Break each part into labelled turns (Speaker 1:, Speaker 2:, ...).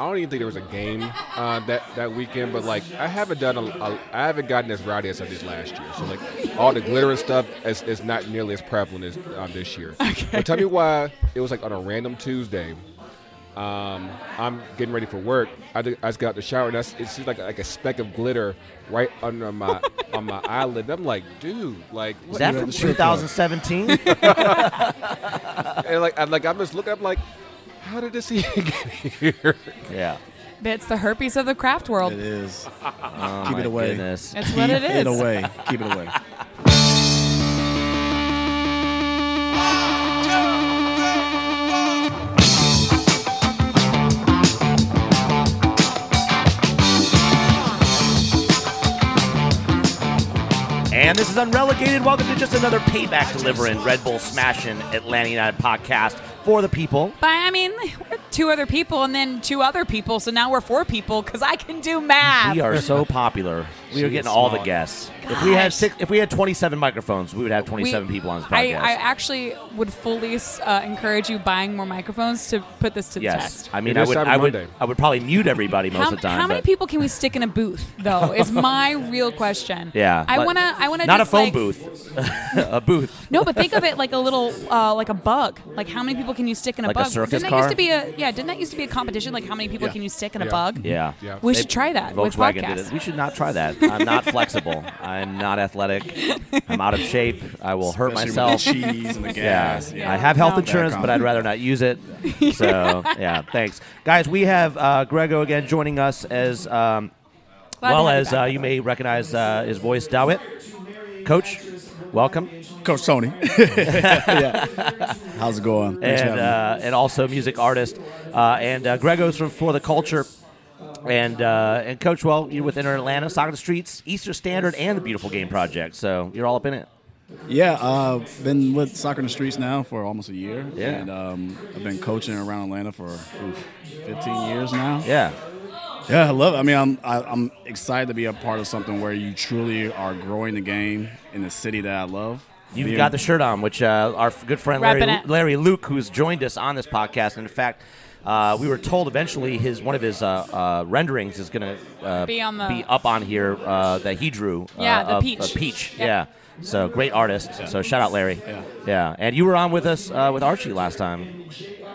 Speaker 1: I don't even think there was a game uh, that that weekend, but like I haven't done a, a I haven't gotten as rowdy as I did last year. So like all the glitter and stuff is, is not nearly as prevalent as um, this year. But tell me why it was like on a random Tuesday. Um, I'm getting ready for work. I, ju- I just got out the shower and I s it seems like like a speck of glitter right under my on my eyelid. I'm like, dude, like
Speaker 2: Is
Speaker 1: what
Speaker 2: that
Speaker 1: the-
Speaker 2: from
Speaker 3: strip club.
Speaker 2: 2017?
Speaker 1: and like I'm like I'm just looking up like, how did this even get here?
Speaker 2: yeah.
Speaker 4: It's the herpes of the craft world.
Speaker 3: It is.
Speaker 5: Ah,
Speaker 2: Oh,
Speaker 3: Keep it
Speaker 2: my
Speaker 3: away.
Speaker 2: goodness.
Speaker 4: That's what it
Speaker 3: Keep
Speaker 4: is.
Speaker 3: away. Keep it away.
Speaker 5: And this is Unrelegated. Welcome to just another payback delivering Red Bull smashing Atlanta United podcast for the people.
Speaker 4: But I mean, we're two other people and then two other people, so now we're four people because I can do math.
Speaker 5: We are so popular. We are
Speaker 3: She's
Speaker 5: getting all the
Speaker 3: smart.
Speaker 5: guests. If we had
Speaker 4: Gosh.
Speaker 5: six, if we had twenty-seven microphones, we would have
Speaker 4: We-
Speaker 5: twenty-seven people on this
Speaker 4: I,
Speaker 5: podcast.
Speaker 4: I actually would fully uh, encourage you buying more microphones to put this to the
Speaker 5: yes,
Speaker 4: test.
Speaker 5: I mean,
Speaker 1: It
Speaker 5: I
Speaker 1: is
Speaker 5: would,
Speaker 1: Cyber
Speaker 5: I would,
Speaker 1: Monday.
Speaker 5: I would probably mute everybody most
Speaker 4: how,
Speaker 5: of the time.
Speaker 4: how many
Speaker 5: but-
Speaker 4: people can we stick in a booth, though? Is my real question.
Speaker 5: Yeah,
Speaker 4: I
Speaker 5: but-
Speaker 4: wanna, I wanna
Speaker 5: Not a
Speaker 4: just,
Speaker 5: phone
Speaker 4: like-
Speaker 5: booth, a booth.
Speaker 4: No, but think of it like a little, uh, like a bug. Like how many people can you stick in a
Speaker 5: Like a
Speaker 4: bug?
Speaker 5: circus
Speaker 4: didn't that
Speaker 5: car?
Speaker 4: used to be a yeah? Didn't that used to be a competition? Like how many people can you stick in a
Speaker 1: Yeah.
Speaker 4: bug?
Speaker 5: Yeah.
Speaker 1: Yeah.
Speaker 4: We
Speaker 5: They-
Speaker 4: should try that with
Speaker 5: Volkswagen did
Speaker 4: podcasts.
Speaker 5: it. We should not try that. I'm not flexible. I'm not athletic. I'm out of shape. I will hurt
Speaker 3: Especially
Speaker 5: myself.
Speaker 3: With the cheese and the
Speaker 5: Yeah.
Speaker 3: gas.
Speaker 5: I have health
Speaker 4: No.
Speaker 5: insurance,
Speaker 3: Back
Speaker 5: but
Speaker 3: on.
Speaker 5: I'd rather not use it. So, yeah, thanks. Guys, we have uh, Grego again joining us as um,
Speaker 4: Glad to
Speaker 5: well
Speaker 4: have you
Speaker 5: as
Speaker 4: back.
Speaker 5: uh, you may recognize uh, his voice, Dawit. Coach, welcome.
Speaker 3: Coach Tony. yeah. How's it going? Thanks for
Speaker 5: and
Speaker 3: having me.
Speaker 5: uh, and also music artist. Uh, and uh, Grego's from For the Culture. And uh, and Coach, well, you're with Inner Atlanta, Soccer Streets, Easter Standard, and the Beautiful Game Project. So you're all up in it.
Speaker 3: Yeah, uh, been with Soccer in the Streets now for almost a year.
Speaker 5: Yeah.
Speaker 3: And um, I've been coaching around Atlanta for oof, 15 years now.
Speaker 5: Yeah.
Speaker 3: Yeah, I love it. I mean, I'm, I, I'm excited to be a part of something where you truly are growing the game in the city that I love.
Speaker 5: You've
Speaker 3: Being-
Speaker 5: got the shirt on, which uh, our f- good friend Larry,
Speaker 4: Reppin' it.
Speaker 5: Larry Luke, who's joined us on this podcast, and in fact, uh, we were told eventually his one of his uh, uh, renderings is going to uh,
Speaker 4: Be on the-
Speaker 5: up on here uh, that he drew. uh,
Speaker 4: Yeah, the
Speaker 5: of-
Speaker 4: peach.
Speaker 5: of peach.
Speaker 4: Yep.
Speaker 5: Yeah. So great artist. So shout out Larry.
Speaker 3: Yeah.
Speaker 5: yeah. And you were on with us uh, with Archie last time.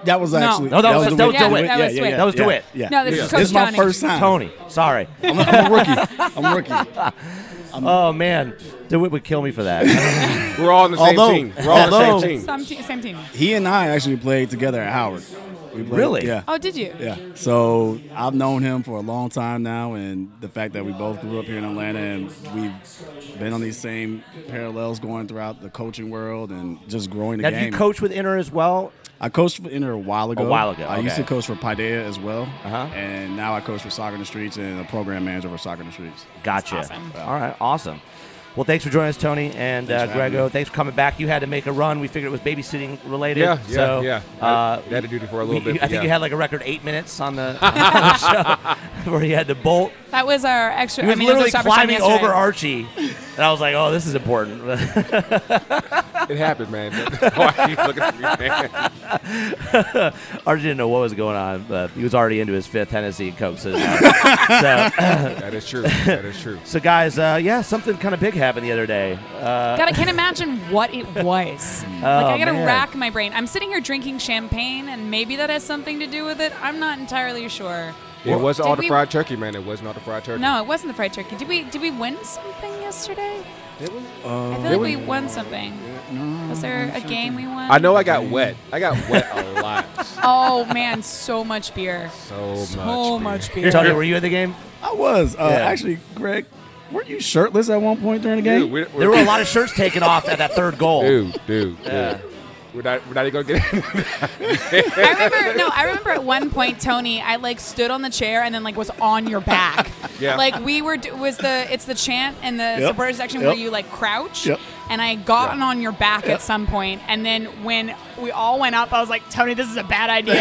Speaker 3: That was actually.
Speaker 5: No, that was- that was DeWitt.
Speaker 4: That was DeWitt.
Speaker 5: That was DeWitt.
Speaker 3: Yeah.
Speaker 4: No, this
Speaker 3: yeah.
Speaker 4: is Coach
Speaker 3: This is my
Speaker 4: Tony.
Speaker 3: first time.
Speaker 5: Tony, sorry.
Speaker 3: I'm, I'm a rookie. I'm a rookie. Um,
Speaker 5: oh man, DeWitt would kill me for that.
Speaker 1: We're all on the same
Speaker 3: Although-
Speaker 1: team. We're all on the
Speaker 3: although-
Speaker 1: same team.
Speaker 4: Some te- same team.
Speaker 3: He and I actually played together at Howard. We played,
Speaker 5: Really?
Speaker 3: Yeah.
Speaker 4: Oh, did you?
Speaker 3: Yeah. So I've known him for a long time now, and the fact that we both grew up here in Atlanta and we've been on these same parallels going throughout the coaching world and just growing the
Speaker 5: Have
Speaker 3: game.
Speaker 5: you coached with Inner as well?
Speaker 3: I coached for Inter a while ago.
Speaker 5: A while ago,
Speaker 3: I used
Speaker 5: okay.
Speaker 3: to coach for Paideia as well,
Speaker 5: Uh-huh.
Speaker 3: and now I coach for Soccer in the Streets and a program manager for Soccer in the Streets.
Speaker 5: Gotcha.
Speaker 4: awesome.
Speaker 5: All right, awesome. Well, thanks for joining us, Tony and uh,
Speaker 3: Thanks for having
Speaker 5: Grego.
Speaker 3: me.
Speaker 5: Thanks for coming back. You had to make a run. We figured it was babysitting related.
Speaker 1: Yeah, yeah,
Speaker 5: so,
Speaker 1: yeah.
Speaker 5: Uh,
Speaker 1: Had- had to do it for a little
Speaker 5: we-
Speaker 1: bit,
Speaker 5: I think
Speaker 1: yeah.
Speaker 5: you had like a record eight minutes on the, on the show where you had to bolt.
Speaker 4: That was our extra.
Speaker 5: He was
Speaker 4: I mean, it
Speaker 5: literally
Speaker 4: was our stopper time
Speaker 5: climbing
Speaker 4: yesterday.
Speaker 5: over Archie, and I was like, "Oh, this is important."
Speaker 1: It happened, man. Why are you looking at me, man?
Speaker 5: Archie didn't know what was going on, but he was already into his fifth Hennessy and Coke. So, so,
Speaker 1: That is true. That is true.
Speaker 5: so guys, uh, yeah, something kind of big happened the other day.
Speaker 4: God, I can't imagine what it was. like I gotta
Speaker 5: Oh, man.
Speaker 4: rack my brain. I'm sitting here drinking champagne, and maybe that has something to do with it. I'm not entirely sure.
Speaker 1: It wasn't all
Speaker 4: Did
Speaker 1: the
Speaker 4: we-
Speaker 1: fried turkey, man. It wasn't all the fried turkey.
Speaker 4: No, it wasn't the fried turkey. Did we? Did we win something yesterday? I feel like we won something. Was there a game we won?
Speaker 1: I know I got wet. I got wet a lot.
Speaker 4: Oh man, so much beer.
Speaker 1: So,
Speaker 4: So much beer.
Speaker 5: Tony, were you at the game?
Speaker 3: I was uh,
Speaker 5: Yeah.
Speaker 3: actually, Greg. Weren't you shirtless at one point during the
Speaker 1: Dude,
Speaker 3: game?
Speaker 1: we're,
Speaker 5: There were a lot of shirts taken off at that third goal.
Speaker 1: Dude, dude, dude.
Speaker 5: Yeah.
Speaker 1: We're not, we're not even gonna get it.
Speaker 4: I remember no, I remember at one point Tony, I like stood on the chair and then like was on your back.
Speaker 1: Yeah.
Speaker 4: Like we were do- was the it's the chant and the
Speaker 3: Yep.
Speaker 4: supporter section
Speaker 3: Yep.
Speaker 4: where you like crouch.
Speaker 3: Yep.
Speaker 4: And I had gotten on your back at some point, and then when we all went up, I was like, "Tony, this is a bad idea.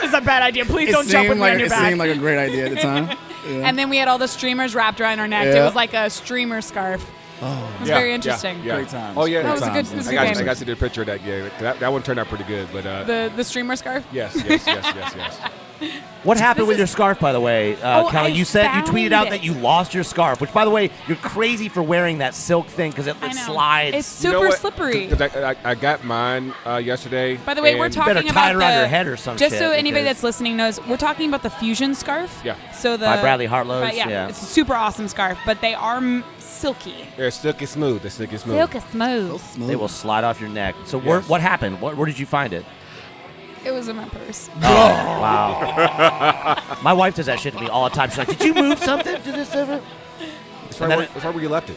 Speaker 4: this is a bad idea. Please
Speaker 3: it
Speaker 4: don't jump with
Speaker 3: seemed like
Speaker 4: me on your
Speaker 3: it
Speaker 4: back."
Speaker 3: seemed like a great idea at the time. Yeah.
Speaker 4: and then we had all the streamers wrapped around our neck. It
Speaker 3: Yeah.
Speaker 4: was like a streamer scarf. Oh, it was very interesting.
Speaker 3: Great times.
Speaker 1: Oh yeah,
Speaker 3: Great
Speaker 4: That was a good-
Speaker 3: times.
Speaker 4: it was a
Speaker 1: I
Speaker 4: good
Speaker 1: got,
Speaker 4: game.
Speaker 1: I got to do a picture of that game. That, that one turned out pretty good, but uh,
Speaker 4: The the streamer scarf.
Speaker 1: yes, yes, yes, yes, yes.
Speaker 5: What happened
Speaker 4: This
Speaker 5: with
Speaker 4: is-
Speaker 5: your scarf, by the way, uh,
Speaker 4: Oh,
Speaker 5: Kelly?
Speaker 4: I
Speaker 5: you said you
Speaker 4: found
Speaker 5: tweeted out
Speaker 4: it.
Speaker 5: that you lost your scarf, which, by the way, you're crazy for wearing that silk thing because it,
Speaker 4: I
Speaker 5: it
Speaker 4: know.
Speaker 5: slides.
Speaker 4: It's
Speaker 1: You know
Speaker 4: super
Speaker 1: what?
Speaker 4: slippery.
Speaker 1: 'Cause I, I, I got mine uh, yesterday.
Speaker 4: By the way, we're
Speaker 1: and-
Speaker 4: talking
Speaker 5: better tie
Speaker 4: about
Speaker 5: it around
Speaker 4: the,
Speaker 5: your head or some
Speaker 4: Just
Speaker 5: shit,
Speaker 4: so anybody
Speaker 5: because-
Speaker 4: that's listening knows, we're talking about the fusion scarf.
Speaker 1: Yeah.
Speaker 4: So the
Speaker 5: By Bradley Hartlow's,
Speaker 4: but yeah,
Speaker 5: yeah.
Speaker 4: it's a super awesome scarf, but they are m- silky.
Speaker 1: They're silky smooth. They're silky smooth.
Speaker 4: Silky smooth.
Speaker 3: Smooth.
Speaker 5: they will slide off your neck. So where,
Speaker 1: Yes.
Speaker 5: what happened? What, where did you find it?
Speaker 4: It was in my purse.
Speaker 5: Wow. My wife does that shit to me all the time. She's like, "Did you move something to this server?"
Speaker 1: That's right,
Speaker 5: And
Speaker 1: where,
Speaker 5: then-
Speaker 1: that's right where you left it.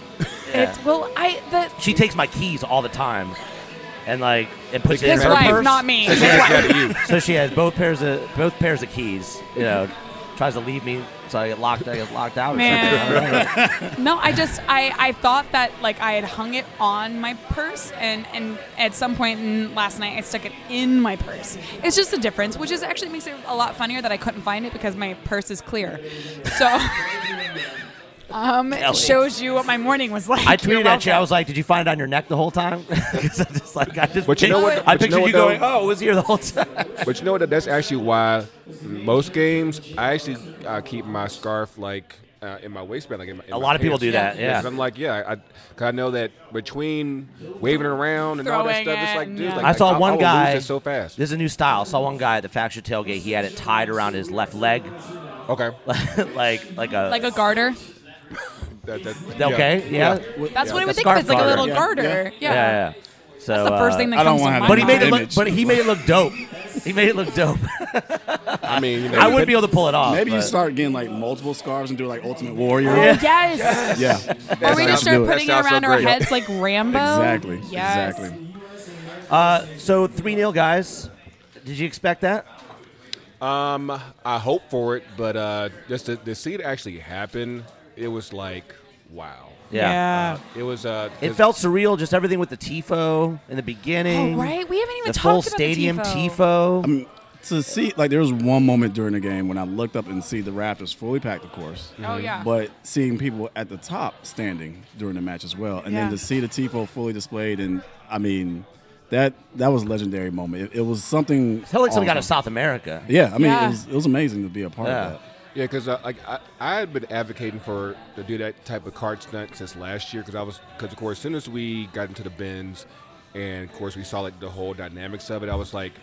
Speaker 5: Yeah.
Speaker 4: It's well, I the
Speaker 5: She takes my keys all the time, and like, and puts it in
Speaker 4: this
Speaker 5: her
Speaker 4: wife,
Speaker 5: purse.
Speaker 4: not me.
Speaker 1: So she has that to you.
Speaker 5: so she has both pairs of both pairs of keys. You know, tries to leave me, so I get locked. I get locked out. Or
Speaker 4: Man.
Speaker 5: something. I don't know.
Speaker 4: No, I just I, I thought that like I had hung it on my purse and and at some point in last night I stuck it in my purse. It's just a difference, which is actually makes it a lot funnier that I couldn't find it because my purse is clear. So um
Speaker 5: Kelly.
Speaker 4: it shows you what my morning was like.
Speaker 5: I
Speaker 4: You're
Speaker 5: tweeted at you. I
Speaker 4: welcome.
Speaker 5: was like, "Did you find it on your neck the whole time?" 'Cause I just like I just.
Speaker 1: But you
Speaker 5: pic-
Speaker 1: know what- but
Speaker 5: I
Speaker 1: you
Speaker 5: pictured
Speaker 1: know
Speaker 5: you,
Speaker 1: what,
Speaker 5: going,
Speaker 1: though?
Speaker 5: "Oh, it was here the whole time."
Speaker 1: But you know what? That's actually why most games I actually uh, keep my scarf like uh, in my waistband. Like in my, in
Speaker 5: A
Speaker 1: my
Speaker 5: lot of people
Speaker 1: pants.
Speaker 5: do that, yeah.
Speaker 1: 'Cause I'm like, yeah, I, cause I know that between waving it around and all that
Speaker 4: Throwing
Speaker 1: stuff, it's
Speaker 4: it,
Speaker 1: like, dude,
Speaker 4: yeah.
Speaker 1: like,
Speaker 5: I saw
Speaker 1: I,
Speaker 5: one
Speaker 1: I will
Speaker 5: guy.
Speaker 1: lose it so fast.
Speaker 5: This is a new style. I saw one guy at the Factory Tailgate. He had it tied around his left leg,
Speaker 1: okay,
Speaker 5: like like a
Speaker 4: like a garter.
Speaker 1: That- that-
Speaker 5: okay, yeah, yeah,
Speaker 4: That's what I
Speaker 5: a
Speaker 4: would think. of.
Speaker 5: scarf
Speaker 4: It's like a
Speaker 5: garter.
Speaker 4: little
Speaker 5: Yeah,
Speaker 4: garter. Yeah.
Speaker 5: yeah. yeah. So
Speaker 4: That's the first thing
Speaker 5: uh,
Speaker 4: that
Speaker 3: I don't
Speaker 4: comes
Speaker 3: wanna
Speaker 4: to
Speaker 3: have
Speaker 4: my
Speaker 5: But
Speaker 3: that.
Speaker 5: he made it
Speaker 4: mind.
Speaker 5: look.
Speaker 3: Image.
Speaker 5: But he made it look dope. He made it look dope.
Speaker 1: I mean, you know,
Speaker 5: I wouldn't
Speaker 1: depend-
Speaker 5: be able to pull it off.
Speaker 3: Maybe you
Speaker 5: but-
Speaker 3: start getting like multiple scarves and do like Ultimate Warrior.
Speaker 4: Oh, yes.
Speaker 3: Yeah.
Speaker 4: Or we
Speaker 1: That
Speaker 4: just
Speaker 1: sounds
Speaker 4: start
Speaker 1: good.
Speaker 4: putting it
Speaker 1: That sounds so
Speaker 4: around our
Speaker 1: great.
Speaker 4: heads like Rambo.
Speaker 3: Exactly.
Speaker 4: Yes.
Speaker 3: Exactly.
Speaker 5: Uh, so three nil, guys. Did you expect that?
Speaker 1: Um, I hope for it, but uh, just to, to see it actually happen, it was like, wow.
Speaker 4: Yeah.
Speaker 1: It was. Uh,
Speaker 5: It
Speaker 1: 'cause-
Speaker 5: felt surreal. Just everything with the tifo in the beginning.
Speaker 4: Oh, right? We haven't even
Speaker 5: The
Speaker 4: talked
Speaker 5: full
Speaker 4: about the
Speaker 5: stadium
Speaker 4: TIFO.
Speaker 5: tifo.
Speaker 3: To see, like, there was one moment during the game when I looked up and see the Raptors fully packed, of course.
Speaker 4: Oh yeah.
Speaker 3: But seeing people at the top standing during the match as well, and
Speaker 4: Yeah.
Speaker 3: then to see the tifo fully displayed, and I mean, that that was a legendary moment. It, it was something.
Speaker 5: Tell like something out
Speaker 3: awesome.
Speaker 5: of South America.
Speaker 3: Yeah, I mean,
Speaker 4: Yeah.
Speaker 3: It, was, it was amazing to be a part
Speaker 5: Yeah.
Speaker 3: of that.
Speaker 1: Yeah, because uh, like I, I had been advocating for to do that type of card stunt since last year. Because I was because of course, as soon as we got into the bins, and of course we saw like the whole dynamics of it, I was like,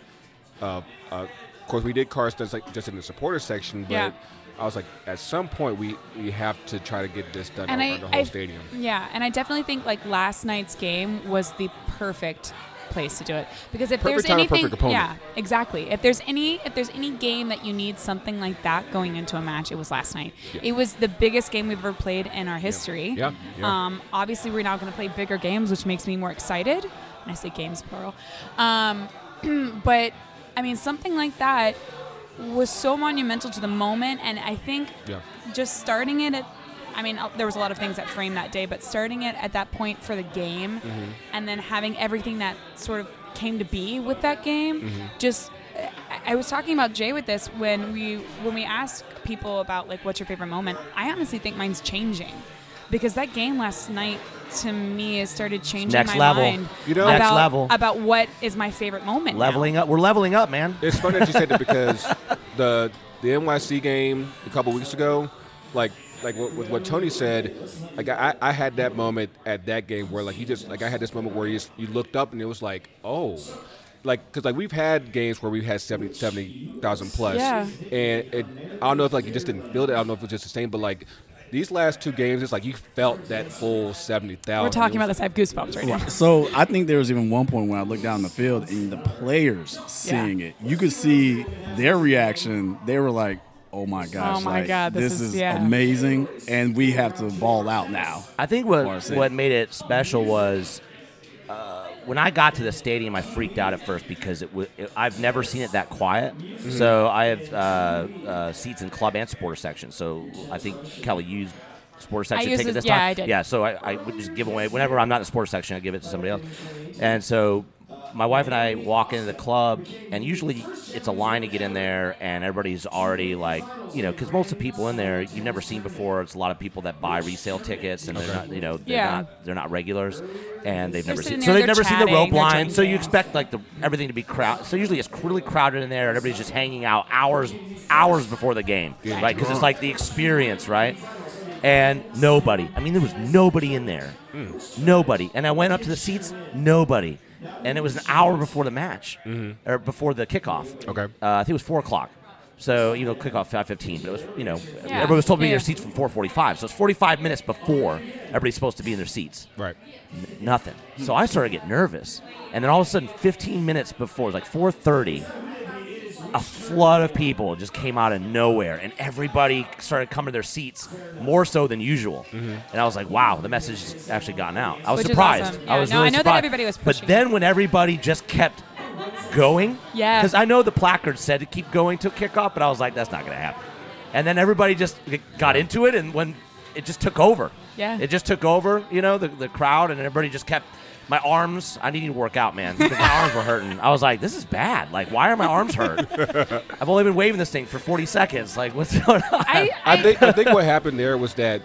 Speaker 1: uh, uh, of course we did card stunts like just in the supporter section, but.
Speaker 4: Yeah.
Speaker 1: I was like, at some point we, we have to try to get this done
Speaker 4: and
Speaker 1: around
Speaker 4: I,
Speaker 1: the whole
Speaker 4: I-
Speaker 1: stadium.
Speaker 4: Yeah, and I definitely think like last night's game was the perfect place to do it because if
Speaker 1: Perfect
Speaker 4: there's
Speaker 1: time,
Speaker 4: anything,
Speaker 1: perfect opponent.
Speaker 4: yeah, exactly. If there's any, if there's any game that you need something like that going into a match, it was last night.
Speaker 1: Yeah.
Speaker 4: It was the biggest game we've ever played in our history.
Speaker 1: Yeah, yeah.
Speaker 4: Um, obviously, we're now going to play bigger games, which makes me more excited. And I say games plural. Um, but I mean, something like that was so monumental to the moment, and I think
Speaker 1: Yeah.
Speaker 4: just starting it at I mean, uh, there was a lot of things that framed that day, but starting it at that point for the game,
Speaker 5: Mm-hmm.
Speaker 4: and then having everything that sort of came to be with that game,
Speaker 5: Mm-hmm.
Speaker 4: just I- I was talking about Jay with this when we when we asked people about like what's your favorite moment. I honestly think mine's changing because that game last night to me has started changing
Speaker 5: Next
Speaker 4: my
Speaker 5: level.
Speaker 4: mind
Speaker 1: You know-
Speaker 4: about
Speaker 5: Next level.
Speaker 4: about what is my favorite moment. now.
Speaker 5: Leveling up. We're leveling up, man.
Speaker 1: It's funny that you said that because the the NYC game a couple weeks ago, like like what, with what Tony said, like I, I had that moment at that game where like you just like I had this moment where you just, you looked up and it was like oh. Like, cause like we've had games where we've had 70 70,000 plus,
Speaker 4: Yeah.
Speaker 1: and it, I don't know if like you just didn't feel it. I don't know if it was just the same, but like these last two games, it's like you felt that full seventy thousand.
Speaker 4: We're talking about this. I have goosebumps right now.
Speaker 3: So I think there was even one point when I looked down the field and the players seeing it, you could see their reaction. They were like, "Oh my gosh!
Speaker 4: Oh my
Speaker 3: like,
Speaker 4: God, this
Speaker 3: this
Speaker 4: is-
Speaker 3: is
Speaker 4: yeah.
Speaker 3: amazing!" And we have to ball out now.
Speaker 5: I think
Speaker 3: far
Speaker 5: what
Speaker 3: as it-
Speaker 5: what made it special was uh, when I got to the stadium, I freaked out at first because it was I've never seen it that quiet. So I have uh, uh, seats in club and supporter section. So I think Kelly used supporter section
Speaker 4: used
Speaker 5: ticket
Speaker 4: this-
Speaker 5: this
Speaker 4: yeah,
Speaker 5: time.
Speaker 4: I did.
Speaker 5: Yeah, so I, I would just give away whenever I'm not in the supporter section, I give it to somebody else. And so my wife and I walk into the club, and usually it's a line to get in there, and everybody's already like, you know, because most of the people in there you've never seen before. It's a lot of people that buy resale tickets, and they're not, you know, they're
Speaker 4: Yeah.
Speaker 5: not, they're not regulars, and they've never
Speaker 4: sitting
Speaker 5: seen. So
Speaker 4: there,
Speaker 5: they've
Speaker 4: they're
Speaker 5: never seen
Speaker 4: chatting,
Speaker 5: the rope
Speaker 4: they're
Speaker 5: line. So you
Speaker 4: drinking.
Speaker 5: expect like the everything to be crowd. So usually it's really crowded in there, and everybody's just hanging out hours, hours before the game,
Speaker 1: Getting
Speaker 5: right? Because it's
Speaker 1: drunk.
Speaker 5: like the experience, right? And nobody. I mean, there was nobody in there. Nobody. And I went up to the seats. Nobody. And it was an hour before the match, or before the kickoff.
Speaker 1: Okay.
Speaker 5: Uh, I think it was four o'clock. So you know, kickoff five fifteen. But it was you know,
Speaker 4: Yeah.
Speaker 5: everybody was told to be in
Speaker 4: Yeah.
Speaker 5: their seats from four forty five. So it's forty five minutes before everybody's supposed to be in their seats
Speaker 1: Right.
Speaker 5: nothing. So I started getting nervous, and then all of a sudden, 15 minutes before, it was like 4:30, a flood of people just came out of nowhere, and everybody started coming to their seats more so than usual. And I was like, "Wow, the message has actually gotten out." I was
Speaker 4: Mm-hmm. Which is
Speaker 5: surprised.
Speaker 4: awesome.
Speaker 5: I
Speaker 4: Yeah,
Speaker 5: was
Speaker 4: no,
Speaker 5: really
Speaker 4: I know that
Speaker 5: surprised.
Speaker 4: everybody was
Speaker 5: But
Speaker 4: pushing
Speaker 5: then when everybody just kept going,
Speaker 4: Yeah.
Speaker 5: because I know the placard said to keep going till kickoff, but I was like, "That's not going to happen." And then everybody just got into it, and when it just took over.
Speaker 4: Yeah.
Speaker 5: It just took over, you know, the, the crowd, and everybody just kept. My arms, I needed to work out, man. 'cause my arms were hurting. I was like, this is bad. Like, why are my arms hurt? I've only been waving this thing for 40 seconds. Like, what's going on?
Speaker 4: I,
Speaker 1: I think I think what happened there was that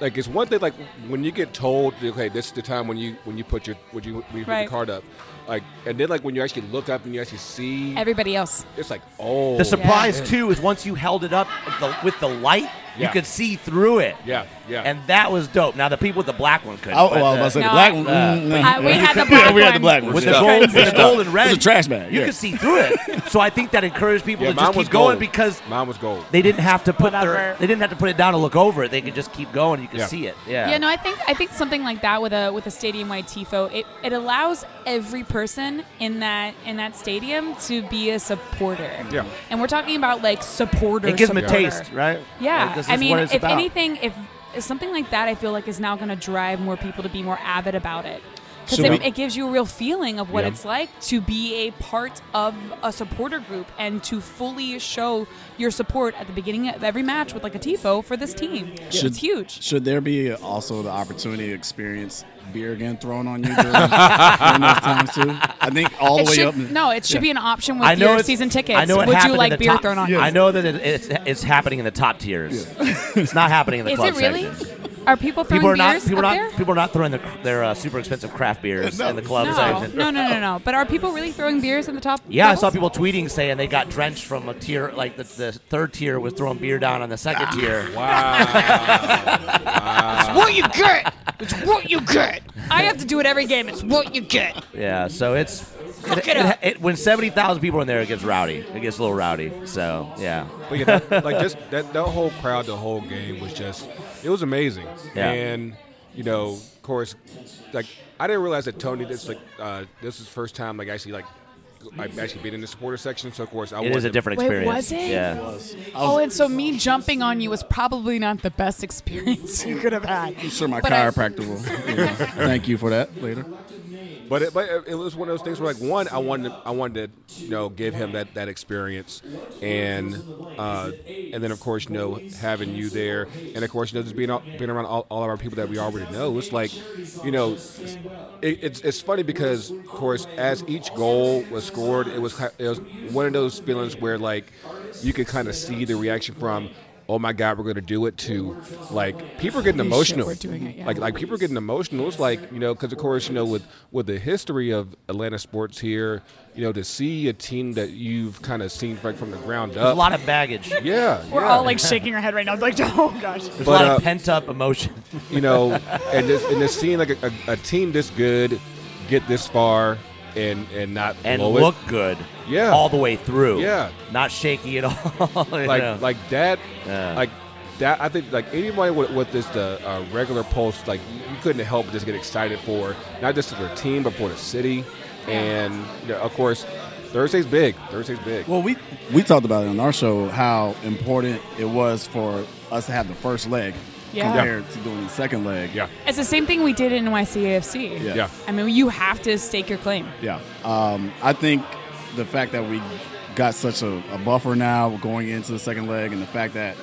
Speaker 1: like it's one thing like when you get told okay this is the time when you when you put your when you, when you put
Speaker 4: Right.
Speaker 1: your card up like and then like when you actually look up and you actually see
Speaker 4: everybody else.
Speaker 1: it's like oh
Speaker 5: The surprise, too, is once you held it up the, with the light, you
Speaker 1: Yeah.
Speaker 5: could see through it.
Speaker 1: yeah yeah
Speaker 5: And that was dope. Now, the people with the black one couldn't.
Speaker 3: Oh,
Speaker 5: but
Speaker 3: well, I was
Speaker 5: the-
Speaker 3: about to say the
Speaker 4: No,
Speaker 3: black
Speaker 4: I-
Speaker 3: one.
Speaker 5: uh,
Speaker 3: mm, mm,
Speaker 4: I- we
Speaker 3: mm.
Speaker 4: had the black
Speaker 3: yeah, we had the
Speaker 4: one.
Speaker 3: black one.
Speaker 5: with
Speaker 3: yeah.
Speaker 5: the gold, with the
Speaker 3: It's
Speaker 5: gold and red,
Speaker 3: It's a trash bag.
Speaker 5: You
Speaker 3: yeah.
Speaker 5: could see through it. So I think that encouraged people
Speaker 1: yeah
Speaker 5: to just
Speaker 1: was
Speaker 5: keep going
Speaker 1: gold.
Speaker 5: because
Speaker 1: mine was gold
Speaker 5: they didn't have to put their
Speaker 4: Whatever.
Speaker 5: they didn't have to put it down to look over it. They could just keep going. You could
Speaker 1: Yeah.
Speaker 5: see it. Yeah.
Speaker 4: Yeah, no, I think I think something like that with a with a stadium wide tifo, it, it allows every person in that in that stadium to be a supporter.
Speaker 1: Yeah.
Speaker 4: And we're talking about like supporter.
Speaker 5: it gives them a
Speaker 4: supporter.
Speaker 5: taste, right?
Speaker 4: Yeah.
Speaker 5: Like, this
Speaker 4: I
Speaker 5: is
Speaker 4: mean,
Speaker 5: what
Speaker 4: if
Speaker 5: it's about.
Speaker 4: anything, if if something like that, I feel like is now going to drive more people to be more avid about it. Because
Speaker 3: Should
Speaker 4: it,
Speaker 3: we-
Speaker 4: it gives you a real feeling of what
Speaker 1: Yeah.
Speaker 4: it's like to be a part of a supporter group and to fully show your support at the beginning of every match with like a tifo for this team.
Speaker 3: Should-
Speaker 4: it's huge.
Speaker 3: Should there be also the opportunity to experience beer again thrown on you during, during those times too? I think all the
Speaker 4: It
Speaker 3: way
Speaker 4: should,
Speaker 3: up.
Speaker 4: No, it should be an option with
Speaker 5: I know
Speaker 4: your
Speaker 5: it's-
Speaker 4: season tickets.
Speaker 5: I know it
Speaker 4: Would
Speaker 5: happened
Speaker 4: you
Speaker 5: in
Speaker 4: like
Speaker 5: the
Speaker 4: beer
Speaker 5: top-
Speaker 4: thrown on
Speaker 5: I
Speaker 4: you?
Speaker 5: know that it, it's it's happening in the top tiers. it's not happening in the
Speaker 4: Is
Speaker 5: club
Speaker 4: it really?
Speaker 5: section.
Speaker 4: Are people throwing
Speaker 5: People are not
Speaker 4: beers
Speaker 5: people are
Speaker 4: up
Speaker 5: not
Speaker 4: there?
Speaker 5: people are not throwing their their uh, super expensive craft beers in the club
Speaker 4: no.
Speaker 5: section.
Speaker 4: no, no, no, no. But are people really throwing beers in the top?
Speaker 5: Yeah, I saw
Speaker 4: levels?
Speaker 5: people tweeting saying they got drenched from a tier like the, the third tier was throwing beer down on the second
Speaker 4: Ah.
Speaker 5: tier.
Speaker 1: wow
Speaker 2: what you get. It's what you get.
Speaker 4: I have to do it every game. It's
Speaker 2: It's what you get.
Speaker 5: Yeah, so it's
Speaker 4: Suck it up.
Speaker 5: when seventy thousand people are in there, it gets rowdy. It gets a little rowdy. So yeah,
Speaker 1: but yeah that, like just that that whole crowd the whole game was just it was amazing
Speaker 5: Yeah.
Speaker 1: and you know of course like I didn't realize that Tony this like uh, this is first time like actually like I actually been in the supporter section so of course I
Speaker 5: it is
Speaker 1: wanted
Speaker 5: a
Speaker 1: to-
Speaker 5: different
Speaker 4: Wait,
Speaker 5: experience.
Speaker 4: was it?
Speaker 5: Yeah,
Speaker 4: oh, and so me jumping on you was probably not the best experience you could have had.
Speaker 3: I'm sure my
Speaker 4: But I-
Speaker 3: chiropractor will. yeah. Thank you for that later.
Speaker 1: But it, but it- it was one of those things where like one I wanted to, I wanted to you know give him that, that experience and uh, and then of course you know having you there and of course you know just being all, being around all, all of our people that we already know it's like you know it, it's it's funny because of course as each goal was scored it was ki- it was one of those feelings where like you could kind of see the reaction from. Oh my God, we're gonna do it to like people are getting
Speaker 4: Holy shit,
Speaker 1: emotional.
Speaker 4: we're doing it, yeah.
Speaker 1: Like like people are getting emotional. It's like you know, because of course you know with with the history of Atlanta sports here, you know, to see a team that you've kind of seen like from the ground
Speaker 5: a
Speaker 1: up.
Speaker 5: lot of baggage.
Speaker 1: yeah,
Speaker 4: We're
Speaker 1: yeah.
Speaker 4: all like shaking our head right now. Like, oh gosh.
Speaker 5: There's
Speaker 1: But,
Speaker 5: a lot
Speaker 1: uh,
Speaker 5: of pent up emotion.
Speaker 1: you know, and this and this seeing like a, a, a team this good get this far and and not
Speaker 5: And
Speaker 1: blow
Speaker 5: look
Speaker 1: it.
Speaker 5: good.
Speaker 1: Yeah.
Speaker 5: all the way through.
Speaker 1: Yeah.
Speaker 5: not shaky at all. you
Speaker 1: like
Speaker 5: know.
Speaker 1: like that
Speaker 5: Yeah.
Speaker 1: like that I think like anybody with, with this the uh, regular pulse like you couldn't help but just get excited for not just for their team but for the city and you know, of course Thursday's big Thursday's big
Speaker 3: Well, we we talked about it on our show how important it was for us to have the first leg
Speaker 4: Yeah.
Speaker 3: compared to doing the second leg.
Speaker 1: yeah
Speaker 4: It's the same thing we did in NYCAFC.
Speaker 3: Yeah.
Speaker 1: yeah
Speaker 4: I mean, you have to stake your claim.
Speaker 3: Yeah. Um, I think the fact that we got such a, a buffer now going into the second leg and the fact that,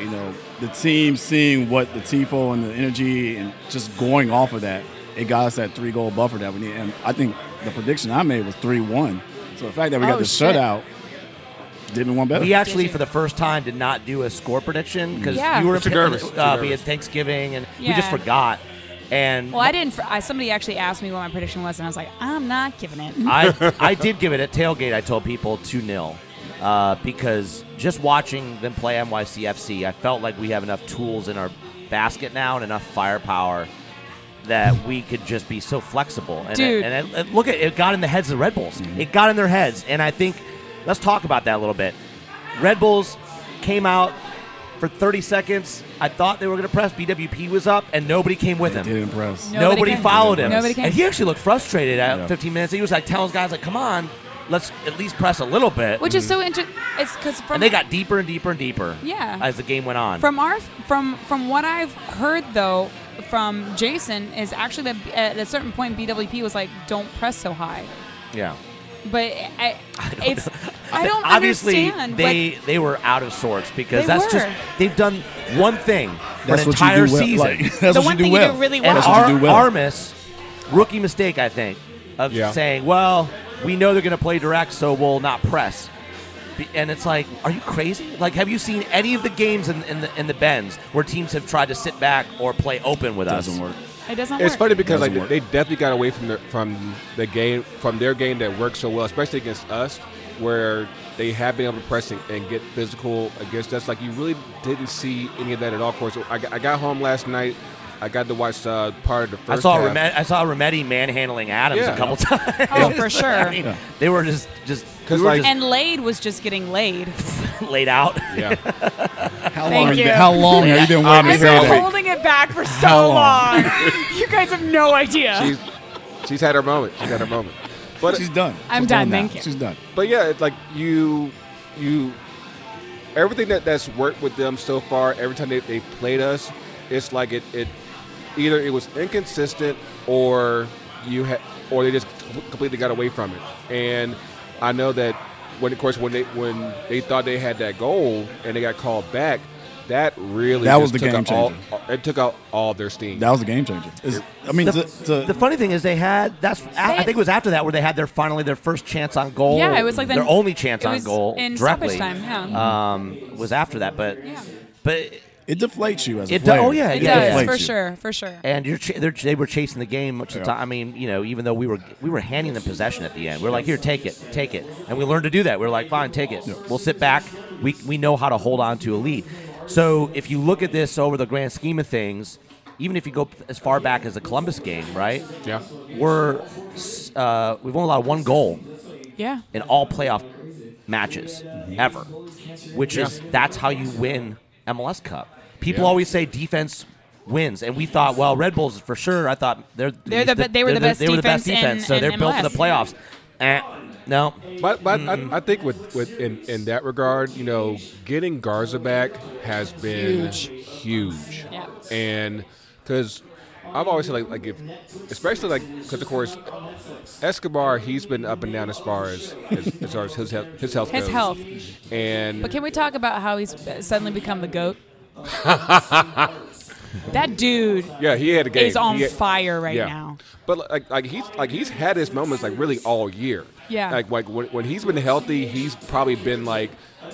Speaker 3: you know, the team seeing what the TIFO and the energy and just going off of that, it got us that three goal buffer that we need. And I think the prediction I made was three one. So the fact that we got
Speaker 4: Oh,
Speaker 3: the
Speaker 4: shit.
Speaker 3: shutout didn't want better.
Speaker 5: We actually, for the first time, did not do a score prediction because
Speaker 4: Yeah.
Speaker 5: you were
Speaker 1: Too nervous, too
Speaker 5: Uh, we had
Speaker 1: nervous.
Speaker 5: Thanksgiving and we just
Speaker 4: Yeah.
Speaker 5: forgot. And
Speaker 4: Well, I didn't. fr- I, somebody actually asked me what my prediction was, and I was like, I'm not giving it.
Speaker 5: I, I did give it at tailgate. I told people two 0 uh, because just watching them play NYCFC, I felt like we have enough tools in our basket now and enough firepower that we could just be so flexible. And,
Speaker 4: Dude.
Speaker 5: It, and it, it- look at it got in the heads of Red Bulls. It got in their heads, and I think let's talk about that a little bit. Red Bulls came out for 30 seconds. I thought they were going to press. BWP was up, and nobody came with him.
Speaker 3: It did impress.
Speaker 4: No. Nobody
Speaker 5: Nobody,
Speaker 4: came.
Speaker 5: followed him.
Speaker 4: Nobody came.
Speaker 5: And he actually looked frustrated at
Speaker 3: Yeah.
Speaker 5: 15 minutes. He was like telling his guys, like, come on, let's at least press a little bit.
Speaker 4: Which is so interesting. It's because from
Speaker 5: Mm. and they got deeper and deeper and deeper
Speaker 4: Yeah.
Speaker 5: as the game went on.
Speaker 4: From our from from what I've heard though from Jason is actually that at a certain point BWP was like, "Don't press so high,"
Speaker 5: yeah.
Speaker 4: but I, it's I don't
Speaker 5: Obviously,
Speaker 4: understand.
Speaker 5: they,
Speaker 4: what-
Speaker 5: they were out of sorts because
Speaker 4: They
Speaker 5: that's
Speaker 4: were.
Speaker 5: just, they've done one thing for
Speaker 3: That's
Speaker 5: an
Speaker 3: what
Speaker 5: entire
Speaker 3: you do well.
Speaker 5: season.
Speaker 3: Like, that's
Speaker 4: the
Speaker 3: what
Speaker 4: one
Speaker 3: you do
Speaker 4: thing
Speaker 3: well.
Speaker 4: you do really well.
Speaker 5: and
Speaker 3: That's what
Speaker 5: Ar-
Speaker 3: you do well.
Speaker 5: Armis, rookie mistake, I think, of
Speaker 1: Yeah.
Speaker 5: saying, well, we know they're going to play direct, so we'll not press. Be- And it's like, are you crazy? Like, have you seen any of the games in, in, the, in the bends where teams have tried to sit back or play open with us?
Speaker 3: Doesn't work.
Speaker 4: it doesn't
Speaker 1: It's
Speaker 4: work.
Speaker 1: funny because like
Speaker 3: Doesn't work.
Speaker 1: they definitely got away from the from the game from their game that worked so well, especially against us, where they have been able to press and, and get physical against us. Like you really didn't see any of that at all. Of course, I, got- I got home last night. I got to watch uh, part of the
Speaker 5: I
Speaker 1: first.
Speaker 5: saw
Speaker 1: half.
Speaker 5: Romet- I saw Rometty manhandling Adams
Speaker 1: Yeah.
Speaker 5: a couple times.
Speaker 4: Oh, for sure.
Speaker 5: I mean, they were just just,
Speaker 1: 'Cause,
Speaker 5: we were
Speaker 1: like-
Speaker 5: just
Speaker 4: and Laid was just getting laid.
Speaker 5: laid out.
Speaker 1: Yeah.
Speaker 3: How
Speaker 4: Thank
Speaker 3: long?
Speaker 4: you.
Speaker 3: How long have you been
Speaker 1: I've
Speaker 3: waiting to
Speaker 1: been
Speaker 3: say that?
Speaker 4: holding it back for so
Speaker 3: How long?
Speaker 4: you guys have no idea.
Speaker 1: she's she's had her moment. She's had her moment. But
Speaker 3: She's done.
Speaker 4: I'm
Speaker 3: She's
Speaker 4: done,
Speaker 3: now.
Speaker 4: thank you.
Speaker 3: She's done.
Speaker 1: but yeah, it's like you you everything that that's worked with them so far. Every time they they played us, it's like it it either it was inconsistent or you had or they just com- completely got away from it. And I know that when of course when they when they thought they had that goal and they got called back. That really
Speaker 3: That
Speaker 1: just
Speaker 3: was the
Speaker 1: took
Speaker 3: game
Speaker 1: out all,
Speaker 3: changer.
Speaker 1: it took out all their steam.
Speaker 3: That was a game changer. It's- I mean,
Speaker 5: The,
Speaker 3: to, to,
Speaker 5: the funny thing is they had that's I
Speaker 4: They-
Speaker 5: think it was after that where they had their finally their first chance on goal.
Speaker 4: Yeah, it was like the-
Speaker 5: their only chance
Speaker 4: it
Speaker 5: on
Speaker 4: was
Speaker 5: goal
Speaker 4: in
Speaker 5: directly.
Speaker 4: stoppage time,
Speaker 5: um, was after that, but
Speaker 4: Yeah.
Speaker 5: but
Speaker 3: it deflates you as a
Speaker 5: It do-
Speaker 3: player.
Speaker 5: oh, yeah,
Speaker 4: it
Speaker 5: yeah,
Speaker 4: does
Speaker 5: yeah.
Speaker 4: for
Speaker 3: Deflates you.
Speaker 4: sure, for sure.
Speaker 5: and you're ch- they're, they were chasing the game much of the
Speaker 3: Yeah.
Speaker 5: time. I mean, you know, even though we were we were handing them possession at the end, we are like, here, take it, take it, and we learned to do that. We are like, fine, take it. We'll sit back. We we know how to hold on to a lead. So if you look at this over the grand scheme of things, even if you go as far back as the Columbus game, right?
Speaker 1: yeah.
Speaker 5: We're s- uh, we've only allowed one goal
Speaker 4: Yeah.
Speaker 5: in all playoff matches ever, which is that's how you win MLS Cup. People
Speaker 1: Yeah.
Speaker 5: always say defense wins, and we thought, well, Red Bulls for sure. I thought they're
Speaker 4: They're the be- they were the best
Speaker 5: they were the best
Speaker 4: defense
Speaker 5: defense,
Speaker 4: in-
Speaker 5: so
Speaker 4: in
Speaker 5: they're built for the
Speaker 4: MLS.
Speaker 5: playoffs. Eh, no,
Speaker 1: But, but I, I think with, with in, in that regard, you know, getting Garza back has been huge, huge.
Speaker 4: Yeah.
Speaker 1: and because I've always said like like if especially like because of course Escobar he's been up and down as far as as, as far as his health his health
Speaker 4: His
Speaker 1: goes.
Speaker 4: health.
Speaker 1: and
Speaker 4: But can we talk about how he's suddenly become the goat? that dude
Speaker 1: yeah he had a game
Speaker 4: is on
Speaker 1: He had-
Speaker 4: fire right now.
Speaker 1: But like like he's like he's had his moments like really all year.
Speaker 4: Yeah.
Speaker 1: Like like when, when he's been healthy, he's probably been like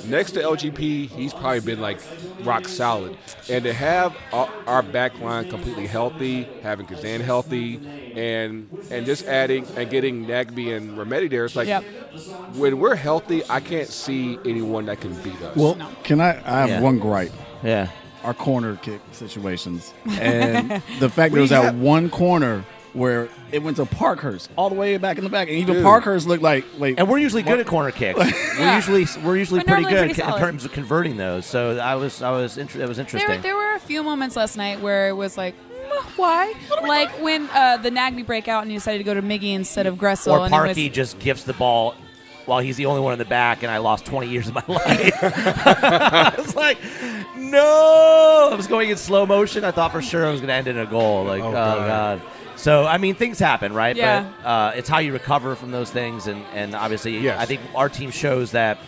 Speaker 1: next to LGP, he's probably been like rock solid. And to have our, our back line completely healthy, having Kazan healthy, and and just adding and getting Nagby and Remedy there, it's like
Speaker 4: Yep.
Speaker 1: when we're healthy, I can't see anyone that can beat us.
Speaker 3: Well, can I? I have
Speaker 5: Yeah.
Speaker 3: one gripe.
Speaker 5: yeah,
Speaker 3: Our corner kick situations, and the fact
Speaker 1: We
Speaker 3: there was that
Speaker 1: have-
Speaker 3: one corner where it went to Parkhurst all the way back in the back, and even
Speaker 1: Dude.
Speaker 3: Parkhurst looked like like
Speaker 5: and we're usually good at corner kicks.
Speaker 4: Yeah.
Speaker 5: We're usually we're usually
Speaker 4: We're
Speaker 5: pretty
Speaker 4: normally
Speaker 5: good
Speaker 4: pretty
Speaker 5: in
Speaker 4: solid.
Speaker 5: terms of converting those. So I was I was inter- that was interesting.
Speaker 4: There, there were a few moments last night where it was like, "Mm, why? Like when uh, the Nagby break out and he decided to go to Miggy instead of Gressel.
Speaker 5: or
Speaker 4: and it was-
Speaker 5: Parkey just gifts the ball while he's the only one in the back, and I lost 20 years of my life. I was like, no! I was going in slow motion. I thought for sure I was going to end in a goal. Like, oh, God.
Speaker 1: God.
Speaker 5: So, I mean, things happen, right?
Speaker 4: Yeah.
Speaker 5: But uh, it's how you recover from those things. And, and obviously,
Speaker 1: Yes.
Speaker 5: I think our team shows that.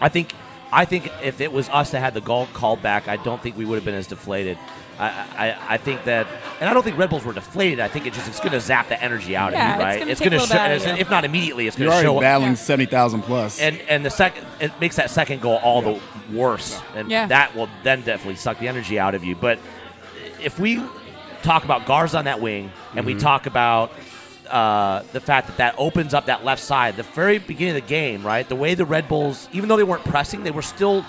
Speaker 5: I think I think if it was us that had the goal called back, I don't think we would have been as deflated. I, I, I think that, and I don't think Red Bulls were deflated. I think it just it's going to zap the energy out
Speaker 4: Yeah,
Speaker 5: of
Speaker 4: it's
Speaker 5: you, right?
Speaker 4: gonna take
Speaker 5: going
Speaker 4: a
Speaker 5: to
Speaker 4: little bit out of you.
Speaker 5: if not immediately, it's going
Speaker 3: You're
Speaker 5: to
Speaker 3: already
Speaker 5: show up.
Speaker 3: battling
Speaker 4: Yeah.
Speaker 3: seventy thousand plus.
Speaker 5: And and the second it makes that second goal all the worse, and
Speaker 4: Yeah.
Speaker 5: that will then definitely suck the energy out of you. But if we talk about Garza on that wing, and we talk about uh, the fact that that opens up that left side, the very beginning of the game, right? The way the Red Bulls, even though they weren't pressing, they were still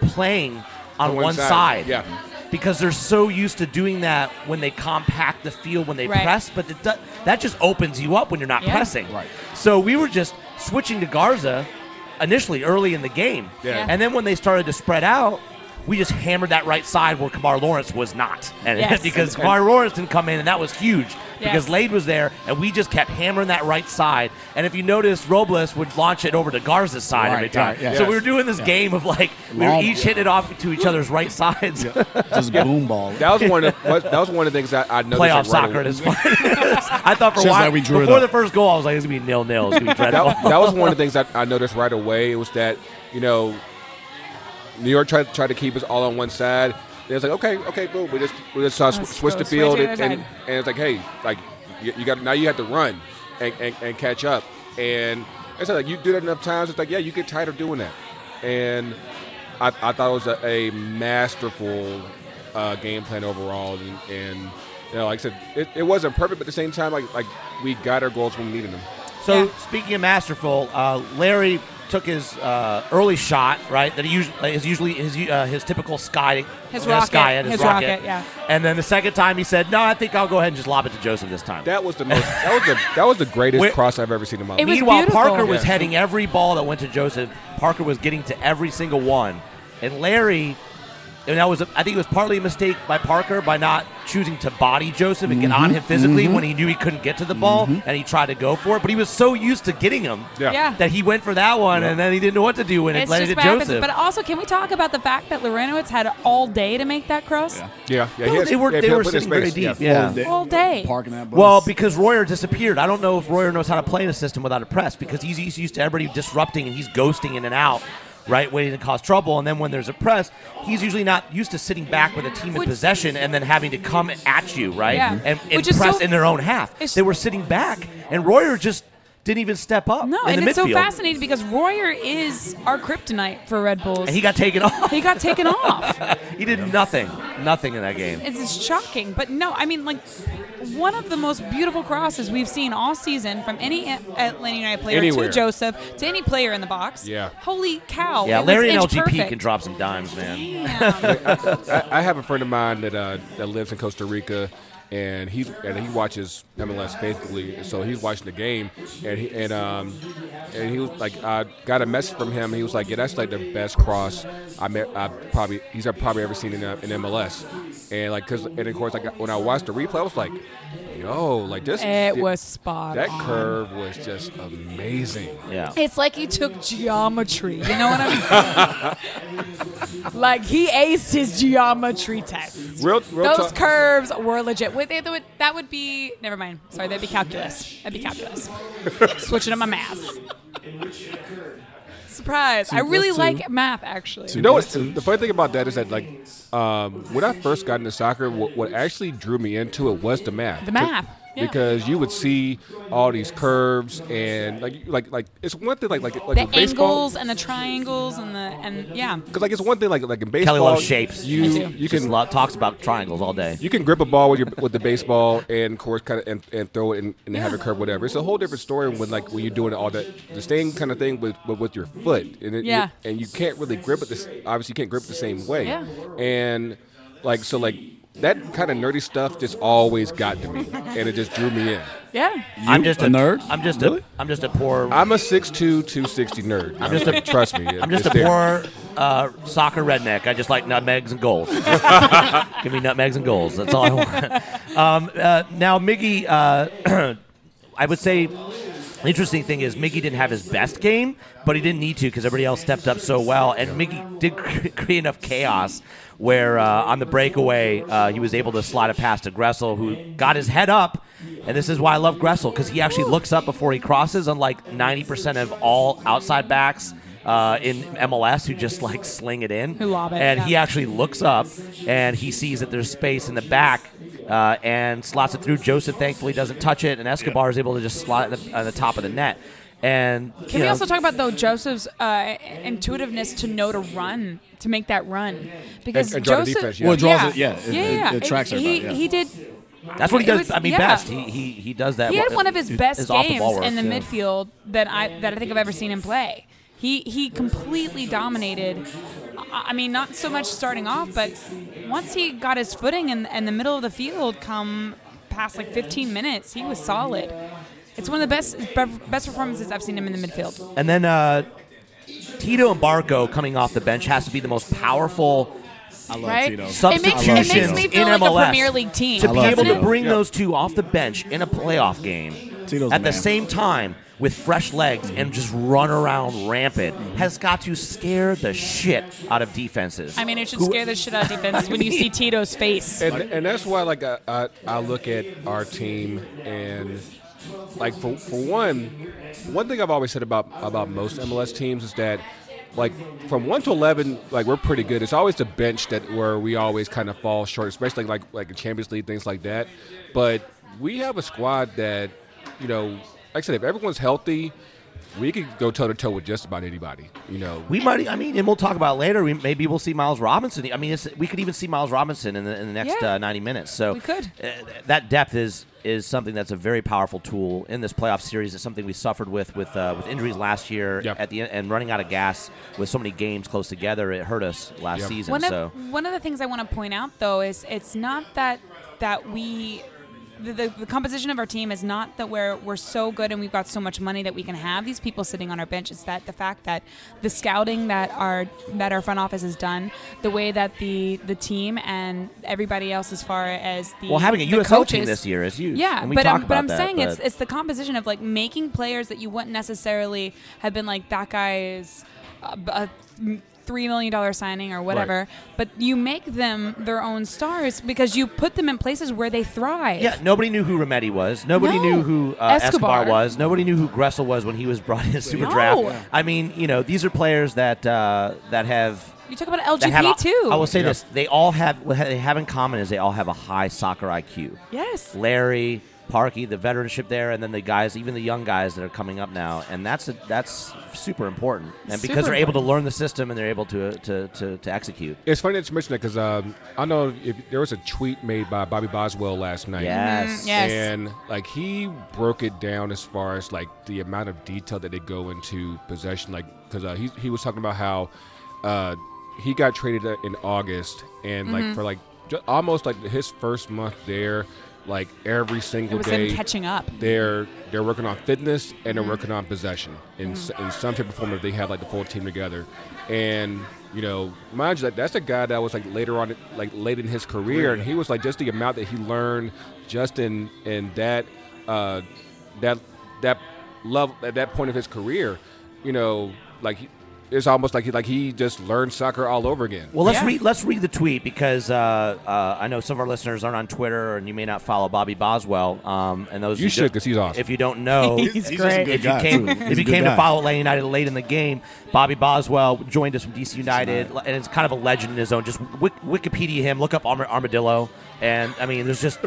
Speaker 5: playing on,
Speaker 1: On
Speaker 5: one,
Speaker 1: one side,
Speaker 5: side.
Speaker 1: yeah.
Speaker 5: Because they're so used to doing that when they compact the field when they
Speaker 4: Right.
Speaker 5: press, but it do- that just opens you up when you're not
Speaker 4: Yeah.
Speaker 5: pressing.
Speaker 3: Right.
Speaker 5: So we were just switching to Garza initially early in the game.
Speaker 1: Yeah. Yeah.
Speaker 5: And then when they started to spread out, we just hammered that right side where Kamar Lawrence was not. And
Speaker 4: Yes.
Speaker 5: because Kamar Lawrence didn't come in, and that was huge because
Speaker 4: Yes.
Speaker 5: Lade was there, and we just kept hammering that right side. And if you notice, Robles would launch it over to Garza's side
Speaker 3: Right,
Speaker 5: every time.
Speaker 3: right, yeah.
Speaker 5: So we
Speaker 1: Yes.
Speaker 5: were doing this game of like, we were
Speaker 3: Long-
Speaker 5: each hitting it off to each other's right sides.
Speaker 3: Just boom ball. it.
Speaker 1: That was one of that was one of the things I, I noticed.
Speaker 5: Playoff
Speaker 1: like, right
Speaker 5: soccer
Speaker 1: away.
Speaker 5: at its finest. I thought for
Speaker 3: Just
Speaker 5: a while,
Speaker 3: like we drew it
Speaker 5: before
Speaker 3: up.
Speaker 5: the first goal, I was like, it's going to be nil nil. It's going to be dreadful.
Speaker 1: that, that was one of the things that I noticed right away was that you know New York tried tried to keep us all on one side. They was like, okay, okay, boom. We just we just uh, sw-
Speaker 4: Let's
Speaker 1: switch
Speaker 4: go
Speaker 1: the
Speaker 4: switch
Speaker 1: field,
Speaker 4: to the
Speaker 1: and,
Speaker 4: other
Speaker 1: and,
Speaker 4: side.
Speaker 1: and it's like, hey, like you, you got now you have to run and, and, and catch up. And it's like you do that enough times, it's like yeah, you get tired of doing that. And I, I thought it was a, a masterful uh, game plan overall, and, and you know, like I said, it, it wasn't perfect, but at the same time, like like we got our goals when we needed them.
Speaker 5: So
Speaker 4: Yeah.
Speaker 5: speaking of masterful, uh, Larry took his uh, early shot, right? That he usually is usually his u- uh, his typical sky,
Speaker 4: His
Speaker 5: uh,
Speaker 4: rocket,
Speaker 5: sky at his,
Speaker 4: his rocket, yeah.
Speaker 5: And then the second time he said, "No, I think I'll go ahead and just lob it to Joseph this time."
Speaker 1: That was the most. That was the. That was the greatest
Speaker 5: Wait.
Speaker 1: cross I've ever seen in my
Speaker 4: It
Speaker 1: life.
Speaker 4: was
Speaker 5: Meanwhile,
Speaker 4: beautiful.
Speaker 5: Parker was
Speaker 1: Yeah.
Speaker 5: heading every ball that went to Joseph. Parker was getting to every single one, and Larry. And that was, a, I think, it was partly a mistake by Parker by not choosing to body Joseph and get on him physically when he knew he couldn't get to the ball, and he tried to go for it. But he was so used to getting him
Speaker 1: Yeah.
Speaker 4: Yeah.
Speaker 5: that he went for that one, and then he didn't know what to do when it
Speaker 4: It's
Speaker 5: led
Speaker 4: just
Speaker 5: it to
Speaker 4: what happens.
Speaker 5: Joseph.
Speaker 4: But also, can we talk about the fact that Lorenowitz had all day to make that cross?
Speaker 3: Yeah.
Speaker 1: Yeah, yeah.
Speaker 5: No,
Speaker 1: he has-
Speaker 5: they were
Speaker 1: yeah,
Speaker 5: they
Speaker 1: he
Speaker 5: were
Speaker 1: put his
Speaker 5: sitting very
Speaker 1: face,
Speaker 5: deep.
Speaker 1: yeah.
Speaker 5: Yeah.
Speaker 4: All day.
Speaker 3: Parking that bus.
Speaker 5: Well, because Royer disappeared. I don't know if Royer knows how to play in a system without a press because he's, he's used to everybody disrupting and he's ghosting in and out, right, waiting to cause trouble. And then when there's a press, he's usually not used to sitting back with a team in
Speaker 4: Which-
Speaker 5: possession and then having to come at you, right,
Speaker 4: Yeah.
Speaker 5: and, and
Speaker 4: Which is
Speaker 5: press
Speaker 4: so-
Speaker 5: in their own half.
Speaker 4: it's-
Speaker 5: They were sitting back, and Royer just didn't even step up
Speaker 4: No,
Speaker 5: in
Speaker 4: and
Speaker 5: the
Speaker 4: it's
Speaker 5: midfield.
Speaker 4: so fascinating because Royer is our kryptonite for Red Bulls.
Speaker 5: And he got taken off.
Speaker 4: he got taken off.
Speaker 5: He did nothing, nothing in that game.
Speaker 4: It's, it's shocking, but no, I mean, like, one of the most beautiful crosses we've seen all season from any A- Atlanta United player
Speaker 1: Anywhere.
Speaker 4: to Joseph to any player in the box.
Speaker 1: Yeah.
Speaker 4: Holy cow.
Speaker 5: Yeah,
Speaker 4: it
Speaker 5: Larry and
Speaker 4: was inch
Speaker 5: LGP
Speaker 4: perfect.
Speaker 5: can drop some dimes, man.
Speaker 4: Damn.
Speaker 1: I, I have a friend of mine that uh, that lives in Costa Rica, and he's and he watches MLS faithfully. So he's watching the game, and he, and um and he was like, I got a message from him. He was like, Yeah, that's like the best cross I met. I probably he's probably ever seen in, uh, in MLS, and like because and of course like when I watched the replay, I was like, Yo, like this.
Speaker 4: it was spot
Speaker 1: That
Speaker 4: on.
Speaker 1: curve was just amazing.
Speaker 5: Yeah.
Speaker 4: It's like he took geometry. You know what I'm saying? like he aced his geometry test.
Speaker 1: Real, real
Speaker 4: Those
Speaker 1: talk-
Speaker 4: curves were legit. Would they, that would- that would be never mind. Sorry, that'd be calculus. That'd be calculus. Switching to my math. Surprise! I really
Speaker 3: plus two.
Speaker 4: like math actually.
Speaker 1: You know what? The funny thing about that is that, like, um, when I first got into soccer, what, what actually drew me into it was the math.
Speaker 4: The math, yeah.
Speaker 1: Because you would see all these curves and like, like, like it's one thing like like like
Speaker 4: The
Speaker 1: in baseball.
Speaker 4: angles and the triangles and the and yeah.
Speaker 1: Cause like it's one thing like like in baseball.
Speaker 5: Kelly loves shapes.
Speaker 4: I
Speaker 1: You
Speaker 4: do.
Speaker 1: you
Speaker 5: Just
Speaker 1: can
Speaker 5: lo- talks about triangles all day.
Speaker 1: you can grip a ball with your with the baseball and of course kind of and, and throw it and, and have
Speaker 4: Yeah.
Speaker 1: it curve whatever. It's a whole different story when like when you're doing all that the same kind of thing with with, with your foot and it,
Speaker 4: Yeah.
Speaker 1: and you can't really grip it this obviously you can't grip it the same way.
Speaker 4: Yeah.
Speaker 1: And like so like that kind of nerdy stuff just always got to me and it just drew me in.
Speaker 4: Yeah.
Speaker 5: I'm just
Speaker 3: a nerd?
Speaker 5: I'm just
Speaker 3: Really?
Speaker 5: a I'm just a poor
Speaker 1: I'm a 6'2", 260 nerd. I'm
Speaker 5: just a-
Speaker 1: trust me.
Speaker 5: I'm just a poor uh, soccer redneck. I just like nutmegs and goals. Give me nutmegs and goals. That's all I want. Um, uh, now, Miggy, uh, I would say the interesting thing is Miggy didn't have his best game, but he didn't need to because everybody else stepped up so well. And Miggy did cre- create enough chaos where uh, on the breakaway, uh, he was able to slide a pass to Gressel, who got his head up. And this is why I love Gressel because he actually looks up before he crosses, unlike 90% of all outside backs uh, in MLS who just like sling it in.
Speaker 4: Who lob it,
Speaker 5: And he
Speaker 4: yeah.
Speaker 5: actually looks up and he sees that there's space in the back. Uh, and slots it through. Joseph thankfully doesn't touch it, and Escobar is able to just slot it on the top of the net. And
Speaker 4: Can
Speaker 5: you
Speaker 4: we
Speaker 5: know,
Speaker 4: also talk about though Joseph's uh, intuitiveness to know to run to make that run because
Speaker 1: And- and draw the
Speaker 4: Joseph
Speaker 1: defense, yeah. Well, it
Speaker 3: draws it- yeah, it-
Speaker 4: yeah,
Speaker 3: it-
Speaker 4: yeah.
Speaker 3: it tracks
Speaker 4: he,
Speaker 3: everybody, yeah.
Speaker 4: he did
Speaker 5: That's what he
Speaker 4: It
Speaker 5: does.
Speaker 4: was-
Speaker 5: I mean,
Speaker 4: yeah.
Speaker 5: best. He, he he does that.
Speaker 4: he had
Speaker 5: well-
Speaker 4: one of his best
Speaker 5: his off the
Speaker 4: games
Speaker 5: ball
Speaker 4: in the
Speaker 5: work, yeah.
Speaker 4: midfield that I that I think I've ever seen him play. He he completely dominated. I I mean, not so much starting off, but once he got his footing in, in the middle of the field, come past like 15 minutes, he was solid. It's one of the best best performances I've seen him in the midfield.
Speaker 5: And then uh, Tito and Barco coming off the bench has to be the most powerful
Speaker 3: I love
Speaker 4: Right?
Speaker 3: Tito.
Speaker 4: It makes, it makes
Speaker 5: substitutions
Speaker 4: me
Speaker 5: in
Speaker 4: feel like
Speaker 5: MLS.
Speaker 4: a Premier League team.
Speaker 5: to be
Speaker 3: love
Speaker 5: able to
Speaker 3: Tito.
Speaker 5: bring those two off the bench in a playoff game
Speaker 3: Tito's
Speaker 5: at
Speaker 3: the
Speaker 5: the
Speaker 3: man.
Speaker 5: same time with fresh legs and just run around rampant has got to scare the shit out of defenses.
Speaker 4: I mean, it should
Speaker 5: Who-
Speaker 4: scare the shit out of defense when you see Tito's face.
Speaker 1: and, and that's why like I, I, I look at our team and like for, for one one thing I've always said about about most MLS teams is that like from one to eleven like we're pretty good. It's always the bench that where we always kind of fall short, especially like like the Champions League things like that. But we have a squad that you know like I said if everyone's healthy. We could go toe to toe with just about anybody, you know.
Speaker 5: We might. I mean, and we'll talk about it later. We, maybe we'll see Miles Robinson. I mean, it's, we could even see Miles Robinson in the, in the next
Speaker 4: Yeah.
Speaker 5: uh, ninety minutes. So
Speaker 4: We could.
Speaker 5: Uh, that depth is is something that's a very powerful tool in this playoff series. It's something we suffered with with uh, with injuries last year
Speaker 1: Yep.
Speaker 5: at the end, and running out of gas with so many games close together. It hurt us last
Speaker 1: Yep.
Speaker 5: season.
Speaker 4: One of,
Speaker 5: so
Speaker 4: one of the things I want to point out though is it's not that that we the, the, the composition of our team is not that we're we're so good and we've got so much money that we can have these people sitting on our bench. It's that the fact that the scouting that our that our front office has done, the way that the the team and everybody else as far as the
Speaker 5: well, having a
Speaker 4: the
Speaker 5: USL team
Speaker 4: coaches-
Speaker 5: this year is huge.
Speaker 4: yeah,
Speaker 5: and we
Speaker 4: but,
Speaker 5: talk
Speaker 4: I'm,
Speaker 5: about
Speaker 4: but I'm
Speaker 5: that,
Speaker 4: saying it's
Speaker 5: but-
Speaker 4: it's the composition of like making players that you wouldn't necessarily have been like that guy is a, a three million dollar signing or whatever, but you make them their own stars because you put them in places where they thrive.
Speaker 5: Yeah, nobody knew who Rometty was. Nobody
Speaker 4: No.
Speaker 5: knew who uh, Escobar.
Speaker 4: Escobar.
Speaker 5: was. Nobody knew who Gressel was when he was brought in Super
Speaker 4: No. Yeah.
Speaker 5: Draft. I mean, you know, these are players that uh, that have.
Speaker 4: You talk about
Speaker 5: That have
Speaker 4: LGP
Speaker 5: a-
Speaker 4: too.
Speaker 5: I will say this: they all have what they have in common is they all have a high soccer IQ.
Speaker 4: yes.
Speaker 5: Larry, Parkey, the veteranship there, and then the guys, even the young guys that are coming up now, and that's a, that's super important. And because
Speaker 4: Super
Speaker 5: they're able to learn the system and they're able to to, to, to execute.
Speaker 1: It's funny that you mentioned that because um, I know if there was a tweet made by Bobby Boswell last night.
Speaker 5: Yes.
Speaker 4: Mhm, yes.
Speaker 1: And like he broke it down as far as like the amount of detail that they go into possession, like because uh, he he was talking about how uh, he got traded uh, in August and
Speaker 4: Mm-hmm.
Speaker 1: like for like ju- almost like his first month there, like every
Speaker 4: It
Speaker 1: single
Speaker 4: was
Speaker 1: day
Speaker 4: him catching up.
Speaker 1: they're they're working on fitness and they're working on possession in, s in some type of form if they have like the full team together and you know mind you that that's a guy that was like later on like late in his career and he was like just the amount that he learned just in in that uh that that love at that point of his career you know like he, it's almost like he like he just learned soccer all over again
Speaker 5: Well, let's
Speaker 4: Yeah.
Speaker 5: read let's read the tweet because uh, uh, I know some of our listeners aren't on Twitter, and you may not follow Bobby Boswell. Um, and those
Speaker 1: You
Speaker 5: who
Speaker 1: should,
Speaker 5: don't-
Speaker 1: 'cause he's awesome.
Speaker 5: If you don't know,
Speaker 4: He's
Speaker 3: He's just a
Speaker 4: great.
Speaker 3: good
Speaker 5: if you
Speaker 3: guy,
Speaker 5: came
Speaker 3: too. He's
Speaker 5: if
Speaker 3: a
Speaker 5: you
Speaker 3: good
Speaker 5: came to
Speaker 3: guy.
Speaker 5: follow Atlanta United late in the game, Bobby Boswell joined us from DC United, and it's kind of a legend in his own. Just wik- Wikipedia him, look up Arma- Armadillo, and I mean, there's just,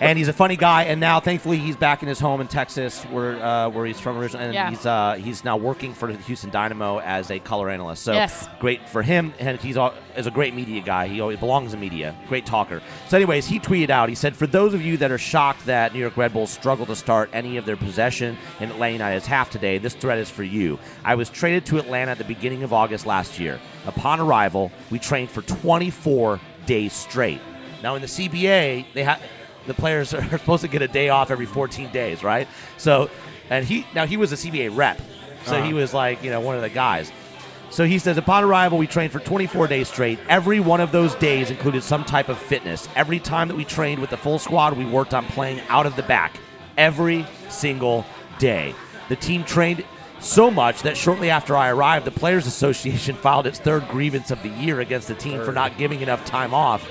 Speaker 5: and he's a funny guy. And now, thankfully, he's back in his home in Texas, where uh, where he's from originally, and
Speaker 4: Yeah.
Speaker 5: he's uh, he's now working for the Houston Dynamo as a color analyst. So
Speaker 4: Yes.
Speaker 5: great for him, and he's all, is a great media guy. He always belongs in media. Great talker. So, anyways, he tweeted out. He said, "For those of you that are shocked that New York Red Bulls struggled to start any of their possession in Atlanta United's half today, this thread is for you. I was traded to Atlanta at the beginning of August last year. Upon arrival, we trained for 24 days straight. Now in the CBA, they have." The players are supposed to get a day off every 14 days, right? So, and he now he was a CBA rep, so he was like you know one of the guys. So he says, upon arrival, we trained for 24 days straight. Every one of those days included some type of fitness. Every time that we trained with the full squad, we worked on playing out of the back. Every single day. The team trained so much that shortly after I arrived, the Players Association filed its third grievance of the year against the team for not giving enough time off.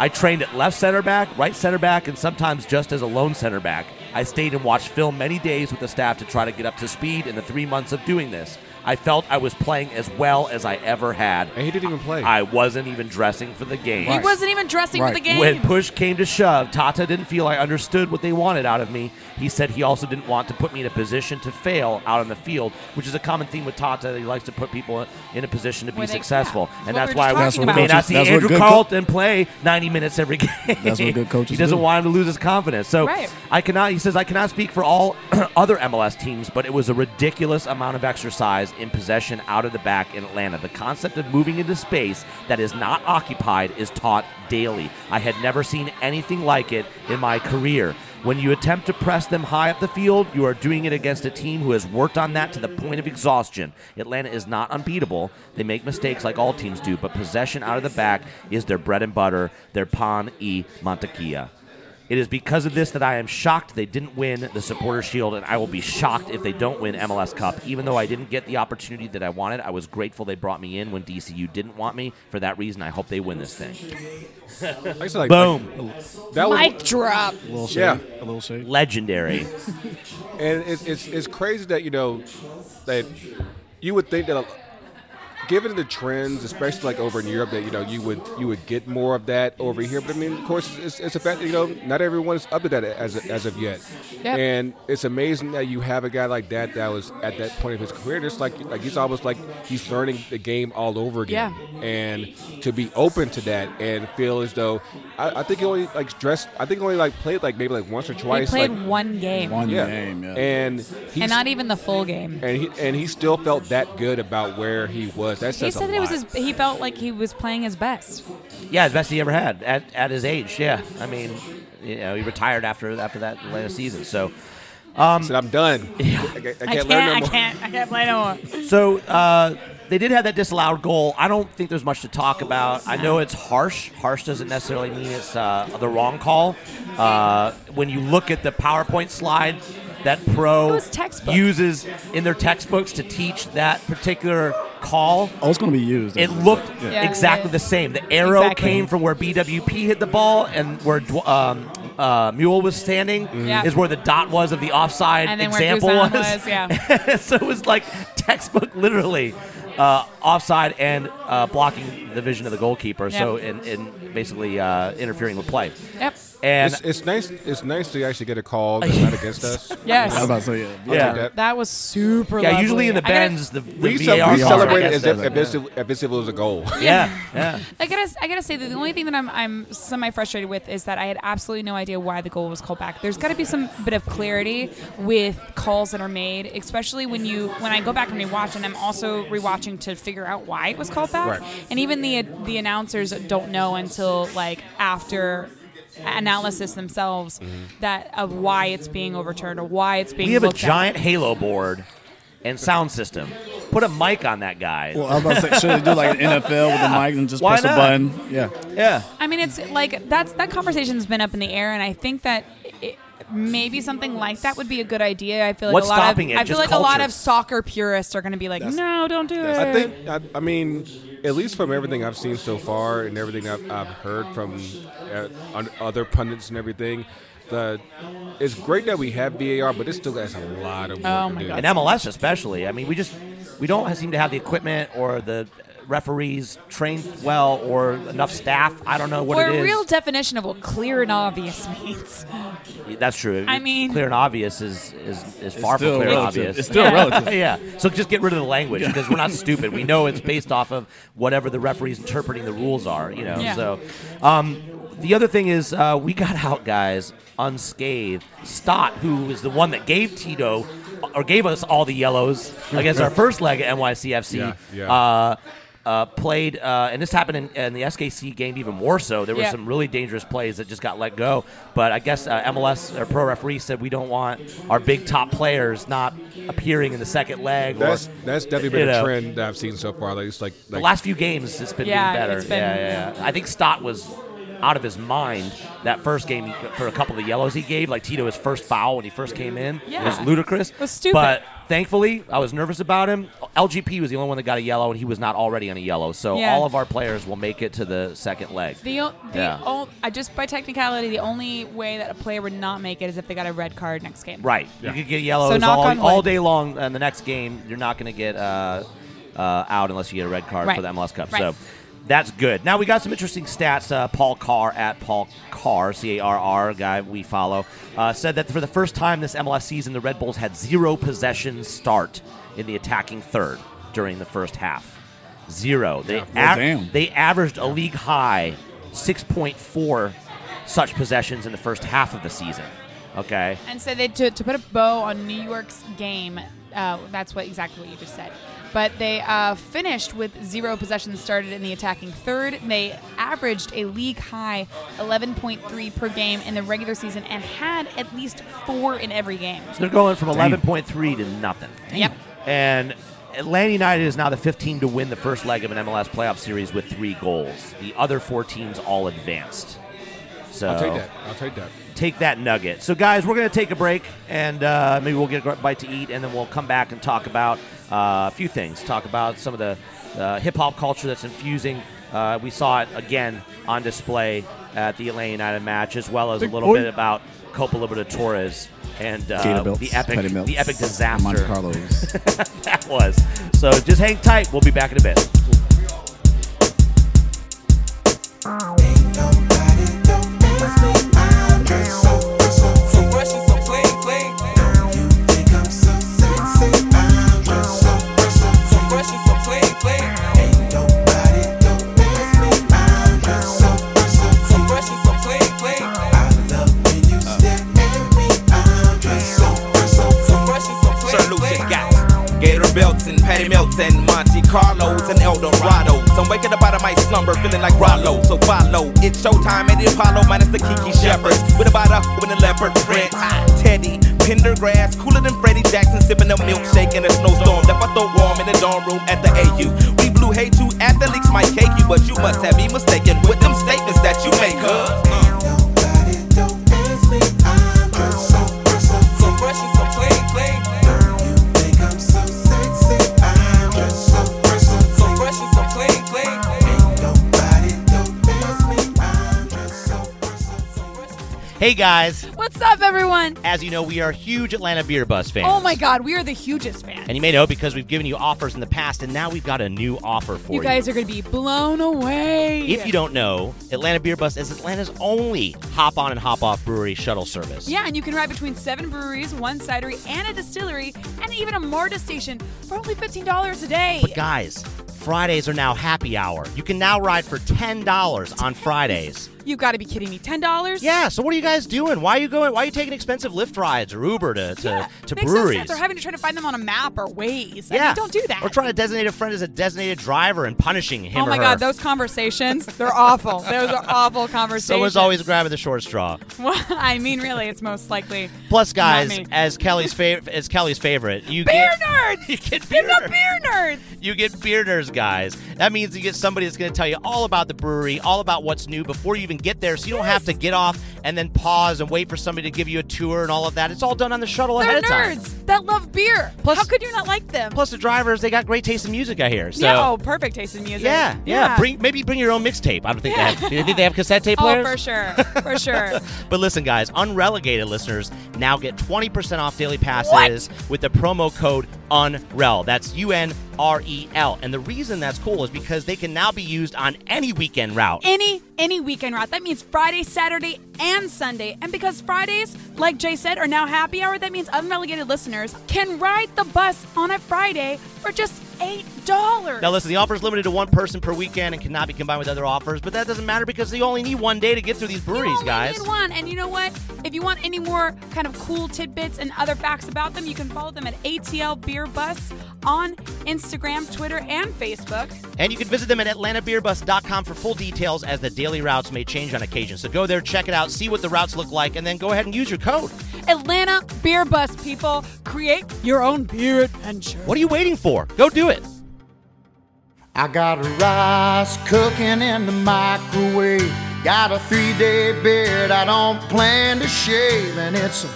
Speaker 5: I trained at left center back, right center back, and sometimes just as a lone center back. I I stayed and watched film many days with the staff to try to get up to speed in the three months of doing this. I felt I was playing as well as I ever had.
Speaker 1: And he didn't even play.
Speaker 5: I wasn't even dressing for the game.
Speaker 4: He wasn't even dressing for
Speaker 3: Right.
Speaker 4: the game.
Speaker 5: When push came to shove, Tata didn't feel I understood what they wanted out of me. He said he also didn't want to put me in a position to fail out on the field, which is a common theme with Tata. That he likes to put people in a position to be
Speaker 4: Where they-
Speaker 5: successful,
Speaker 4: yeah,
Speaker 5: and
Speaker 4: what
Speaker 5: that's
Speaker 4: we were
Speaker 5: why
Speaker 4: just
Speaker 5: we
Speaker 4: talking
Speaker 5: may
Speaker 4: about.
Speaker 5: not see
Speaker 3: That's what
Speaker 5: Andrew
Speaker 3: good co-
Speaker 5: Carlton play 90 minutes every game.
Speaker 3: That's what good coaches
Speaker 5: he doesn't
Speaker 3: do.
Speaker 5: want him to lose his confidence. So
Speaker 4: Right.
Speaker 5: I cannot. He says I cannot speak for all other MLS teams, but it was a ridiculous amount of exercise in possession out of the back in Atlanta. The concept of moving into space that is not occupied is taught daily. I had never seen anything like it in my career. When you attempt to press them high up the field, you are doing it against a team who has worked on that to the point of exhaustion. Atlanta is not unbeatable. They make mistakes like all teams do, but possession out of the back is their bread and butter, their pan e mantequilla. It is because of this that I am shocked they didn't win the Supporter Shield, and I will be shocked if they don't win MLS Cup. Even though I didn't get the opportunity that I wanted, I was grateful they brought me in when DCU didn't want me. For that reason, I hope they win this thing.
Speaker 1: Like I said, like,
Speaker 5: Boom.
Speaker 1: like, that was,
Speaker 4: Mic drop.
Speaker 3: A little shade.
Speaker 1: Yeah.
Speaker 3: A little shade.
Speaker 5: Legendary.
Speaker 1: and it, it's it's crazy that you know that you would think that. A, Given the trends, especially like over in Europe, that you know you would you would get more of that over here. But I mean, of course, it's, it's a fact that you know not everyone's up to that as as of yet.
Speaker 4: Yep.
Speaker 1: And it's amazing that you have a guy like that that was at that point of his career. Just like like he's almost like he's learning the game all over again.
Speaker 4: Yeah.
Speaker 1: And to be open to that and feel as though I, I think he only like dressed. I think he only like played like maybe like once or
Speaker 4: They
Speaker 1: twice.
Speaker 4: played
Speaker 1: like,
Speaker 4: one game.
Speaker 3: One
Speaker 1: yeah.
Speaker 3: game. Yeah.
Speaker 1: And he
Speaker 4: and not even the full game.
Speaker 1: and he and he still felt that good about where he was. That
Speaker 4: He
Speaker 1: says a
Speaker 4: said that it was
Speaker 1: lot.
Speaker 4: his, he felt like he was playing his best.
Speaker 5: Yeah, it's best he ever had at, at his age. Yeah, I mean, you know, he retired after after that last season. So,
Speaker 1: He said, "I'm done. I, ca- I can't,
Speaker 4: I can't,
Speaker 1: learn no
Speaker 4: I
Speaker 1: more."
Speaker 4: can't, I can't play no more.
Speaker 5: so uh, they did have that disallowed goal. I don't think there's much to talk about. I know it's harsh. Harsh doesn't necessarily mean it's uh, the wrong call. Uh, when you look at the PowerPoint slide that
Speaker 4: It
Speaker 5: Pro
Speaker 4: was textbook.
Speaker 5: uses in their textbooks to teach that particular call,
Speaker 3: Oh, it's going to be used.
Speaker 5: it looked
Speaker 3: Yeah.
Speaker 4: Yeah.
Speaker 5: exactly the same. The arrow
Speaker 4: Exactly.
Speaker 5: came from where BWP hit the ball and where Dw- um, uh, Mule was standing
Speaker 4: Mm-hmm. Yeah.
Speaker 5: is where the dot was of the offside
Speaker 4: And then where
Speaker 5: example
Speaker 4: Guzan was,
Speaker 5: so it was like textbook, literally uh, offside and uh, blocking the vision of the goalkeeper. So in,
Speaker 4: Yep.
Speaker 5: in basically uh, interfering with play.
Speaker 4: Yep.
Speaker 5: And
Speaker 1: It's, it's nice. It's nice to actually get a call that's not against us.
Speaker 3: I was
Speaker 4: Yes.
Speaker 3: about to say, yeah.
Speaker 1: I'll
Speaker 5: Yeah.
Speaker 1: take that.
Speaker 4: That was super
Speaker 5: yeah,
Speaker 4: lovely.
Speaker 5: usually in the
Speaker 4: I gotta-
Speaker 5: bends, the, the
Speaker 1: We, ce-
Speaker 5: VAR
Speaker 1: we
Speaker 5: calls are
Speaker 1: celebrated
Speaker 5: against
Speaker 1: as if,
Speaker 5: us.
Speaker 1: if, this, if this was a goal.
Speaker 5: yeah, yeah.
Speaker 4: I gotta, I gotta say that the only thing that I'm, I'm semi frustrated with is that I had absolutely no idea why the goal was called back. There's got to be some bit of clarity with calls that are made, especially when you, when I go back and rewatch, and I'm also rewatching to figure out why it was called back.
Speaker 1: Right.
Speaker 4: And even the, the announcers don't know until like after analysis themselves that of why it's being overturned or why it's being.
Speaker 5: We Mm-hmm. have a
Speaker 4: looked at.
Speaker 5: giant Halo board and sound system. Put a mic on that guy.
Speaker 3: Well, I was about to say, should they do like an NFL with the mic and just
Speaker 5: Why
Speaker 3: press
Speaker 5: not?
Speaker 3: a button? Yeah.
Speaker 5: yeah.
Speaker 4: I mean, it's like that's that conversation's been up in the air, and I think that it, maybe something like that would be a good idea. I feel like
Speaker 5: What's
Speaker 4: a lot
Speaker 5: stopping
Speaker 4: of
Speaker 5: it?
Speaker 4: I feel
Speaker 5: Just
Speaker 4: like a lot
Speaker 5: culture.
Speaker 4: of soccer purists are going to be like, no, don't do it.
Speaker 1: I think. I, I mean, at least from everything I've seen so far and everything I've, I've heard from uh, on other pundits and everything, the it's great that we have VAR, but it still has a lot of work
Speaker 4: Oh
Speaker 1: to
Speaker 4: my
Speaker 1: do.
Speaker 4: God.
Speaker 5: And MLS especially. I mean, we just we don't seem to have the equipment or the referees trained well or enough staff. I don't know what
Speaker 4: or
Speaker 5: it
Speaker 4: a
Speaker 5: is.
Speaker 4: real definition of what clear and obvious means.
Speaker 5: That's true.
Speaker 4: I mean-
Speaker 5: clear and obvious is is, is
Speaker 3: It's
Speaker 5: far from
Speaker 3: still
Speaker 5: clear and
Speaker 3: relative.
Speaker 5: obvious. Uh,
Speaker 3: It's still
Speaker 4: Yeah.
Speaker 3: relative.
Speaker 5: yeah. So just get rid of the language because we're not stupid. We know it's based off of whatever the referees interpreting the rules are. You know.
Speaker 4: Yeah.
Speaker 5: So, um, the other thing is uh, we got out guys unscathed. Stott, who is the one that gave Tito or gave us all the yellows against our first leg at NYCFC.
Speaker 1: Yeah, yeah.
Speaker 5: Uh, uh, played, uh, and this happened in, in the SKC game even more so. There were
Speaker 4: Yeah.
Speaker 5: some really dangerous plays that just got let go. But I guess uh, MLS or pro referee said we don't want our big top players not appearing in the second leg.
Speaker 1: That's
Speaker 5: or
Speaker 1: that's definitely been a
Speaker 5: you know.
Speaker 1: trend that I've seen so far. Like it's like,
Speaker 5: the
Speaker 1: like
Speaker 5: last few games, it's been
Speaker 4: Yeah,
Speaker 5: getting better.
Speaker 4: it's been-
Speaker 5: yeah, yeah, yeah. I think Stott was out of his mind that first game he- for a couple of the yellows he gave, like Tito his first foul when he first came in. It was
Speaker 4: Yeah.
Speaker 5: ludicrous.
Speaker 4: was stupid.
Speaker 5: But Thankfully, I was nervous about him. LGP was the only one that got a yellow, and he was not already on a yellow. So
Speaker 4: Yeah.
Speaker 5: all of our players will make it to the second leg.
Speaker 4: The, o- the
Speaker 5: Yeah.
Speaker 4: o- I just by technicality, the only way that a player would not make it is if they got a red card next game.
Speaker 5: Right.
Speaker 1: Yeah.
Speaker 5: You could get yellows
Speaker 4: So knock on
Speaker 5: all,
Speaker 4: wood.
Speaker 5: all day long, and the next game you're not going to get uh, uh, out unless you get a red card for
Speaker 4: Right.
Speaker 5: the MLS Cup.
Speaker 4: Right.
Speaker 5: So that's good. Now we got some interesting stats. Uh, Paul Carr at Paul Carr, C A R R guy we follow, uh, said that for the first time this MLS season, the Red Bulls had zero possession start in the attacking third during the first half. Zero. They
Speaker 3: well,
Speaker 5: av-
Speaker 3: damn.
Speaker 5: they averaged a league high 6.4 such possessions in the first half of the season. Okay.
Speaker 4: And so they to, to put a bow on New York's game. Uh, that's what exactly what you just said. But they uh, finished with zero possessions started in the attacking third. They averaged a league high 11.3 per game in the regular season and had at least four in every game.
Speaker 5: They're going from
Speaker 3: Damn.
Speaker 5: 11.3 to nothing.
Speaker 4: Yep.
Speaker 5: And Atlanta United is now the fifth team to win the first leg of an MLS playoff series with three goals. The other four teams all advanced. So
Speaker 1: I'll take that. I'll take that.
Speaker 5: take that nugget. So, guys, we're going to take a break and uh, maybe we'll get a bite to eat and then we'll come back and talk about uh, a few things. Talk about some of the uh, hip hop culture that's infusing. Uh, we saw it again on display at the Atlanta United match, as well as a little
Speaker 3: boy.
Speaker 5: bit about Copa Libertadores and uh,
Speaker 3: Gator belts,
Speaker 5: the epic
Speaker 3: Petty Melts,
Speaker 5: the epic
Speaker 3: Monte
Speaker 5: disaster
Speaker 3: Carlos.
Speaker 5: that was. So just hang tight. We'll be back in a bit.
Speaker 6: Sir Lucius got Gator belts and patty melts and Monte Carlos and El Dorado. So I'm waking up out of my slumber feeling like Rollo. So follow, it's showtime at the Apollo minus the Kiki Shepherds. With a bada, with a leopard print. Teddy, Pendergrass, cooler than Freddie Jackson, sipping a milkshake in a snowstorm. That I throw warm in the dorm room at the AU. We blew hate to athletes might cake you, but you must have me mistaken with them statements that you make, huh? So fresh and so clean, clean. So fresh and so clean, clean.
Speaker 5: Hey guys,
Speaker 4: What's up, everyone?
Speaker 5: as you know, we are huge Atlanta Beer Bus fans.
Speaker 4: Oh my God, we are the hugest fans.
Speaker 5: And you may know because we've given you offers in the past, and now we've got a new offer for you.
Speaker 4: you guys are going to be blown away.
Speaker 5: if you don't know, Atlanta Beer Bus is Atlanta's only hop on and hop off brewery shuttle service.
Speaker 4: Yeah, and you can ride between seven breweries, one cidery, and a distillery, and even a MARTA station for only $15 a day.
Speaker 5: But guys, Fridays are now happy hour. You can now ride for $10 on Fridays.
Speaker 4: You've got to be kidding me. $10?
Speaker 5: Yeah, so what are you guys doing? Why are you going? Why are you taking expensive Lyft rides or Uber to, to,
Speaker 4: Yeah,
Speaker 5: to
Speaker 4: makes
Speaker 5: breweries?
Speaker 4: No sense. They're having to try to find them on a map or Waze. I mean,
Speaker 5: Yeah.
Speaker 4: don't do that.
Speaker 5: Or trying to designate a friend as a designated driver and punishing him
Speaker 4: oh my
Speaker 5: or her.
Speaker 4: God, those conversations, they're awful. Those are awful conversations.
Speaker 5: Someone's always grabbing the short straw.
Speaker 4: Well, I mean, really, it's most likely.
Speaker 5: Plus, guys,
Speaker 4: me.
Speaker 5: as Kelly's favorite, as Kelly's favorite, you
Speaker 4: Beer
Speaker 5: get
Speaker 4: nerds!
Speaker 5: you get
Speaker 4: Give
Speaker 5: beer,
Speaker 4: the beer nerds!
Speaker 5: you get beer nerds, guys. That means you get somebody that's going to tell you all about the brewery, all about what's new before you even get there, so you don't have to get off and then pause and wait for somebody to give you a tour and all of that. It's all done on the shuttle
Speaker 4: They're
Speaker 5: ahead of time.
Speaker 4: nerds that love beer.
Speaker 5: Plus-
Speaker 4: How could you not like them?
Speaker 5: Plus, the drivers they got great taste in music, I hear. So.
Speaker 4: yeah, oh, perfect taste in music.
Speaker 5: Yeah, yeah. Bring maybe bring your own mixtape. I don't think
Speaker 4: Yeah.
Speaker 5: they have. Do you think they have cassette tape
Speaker 4: Oh,
Speaker 5: players?
Speaker 4: for sure. For sure.
Speaker 5: But listen, guys, unrelegated listeners now get 20% off daily passes with the promo code UNREL. That's U N R E L. And the reason that's cool is because they can now be used on any weekend route.
Speaker 4: any any weekend route. That means Friday, Saturday, and Sunday. And because Fridays, like Jay said, are now happy hour, that means unrelegated listeners can ride the bus on a Friday for just eight dollars.
Speaker 5: now, listen, the offer is limited to one person per weekend and cannot be combined with other offers, but that doesn't matter because you only need one day to get through these
Speaker 4: you
Speaker 5: breweries,
Speaker 4: only
Speaker 5: guys.
Speaker 4: need one, and you know what? If you want any more kind of cool tidbits and other facts about them, you can follow them at ATL Beer Bus on Instagram, Twitter, and Facebook.
Speaker 5: And you can visit them at atlantabeerbus.com for full details as the daily routes may change on occasion. So go there, check it out, see what the routes look like, and then go ahead and use your code.
Speaker 4: Atlanta Beer Bus people, create your own beer adventure.
Speaker 5: What are you waiting for? Go do it.
Speaker 7: I got rice cooking in the microwave. Got a three day beard I don't plan to shave, and it's a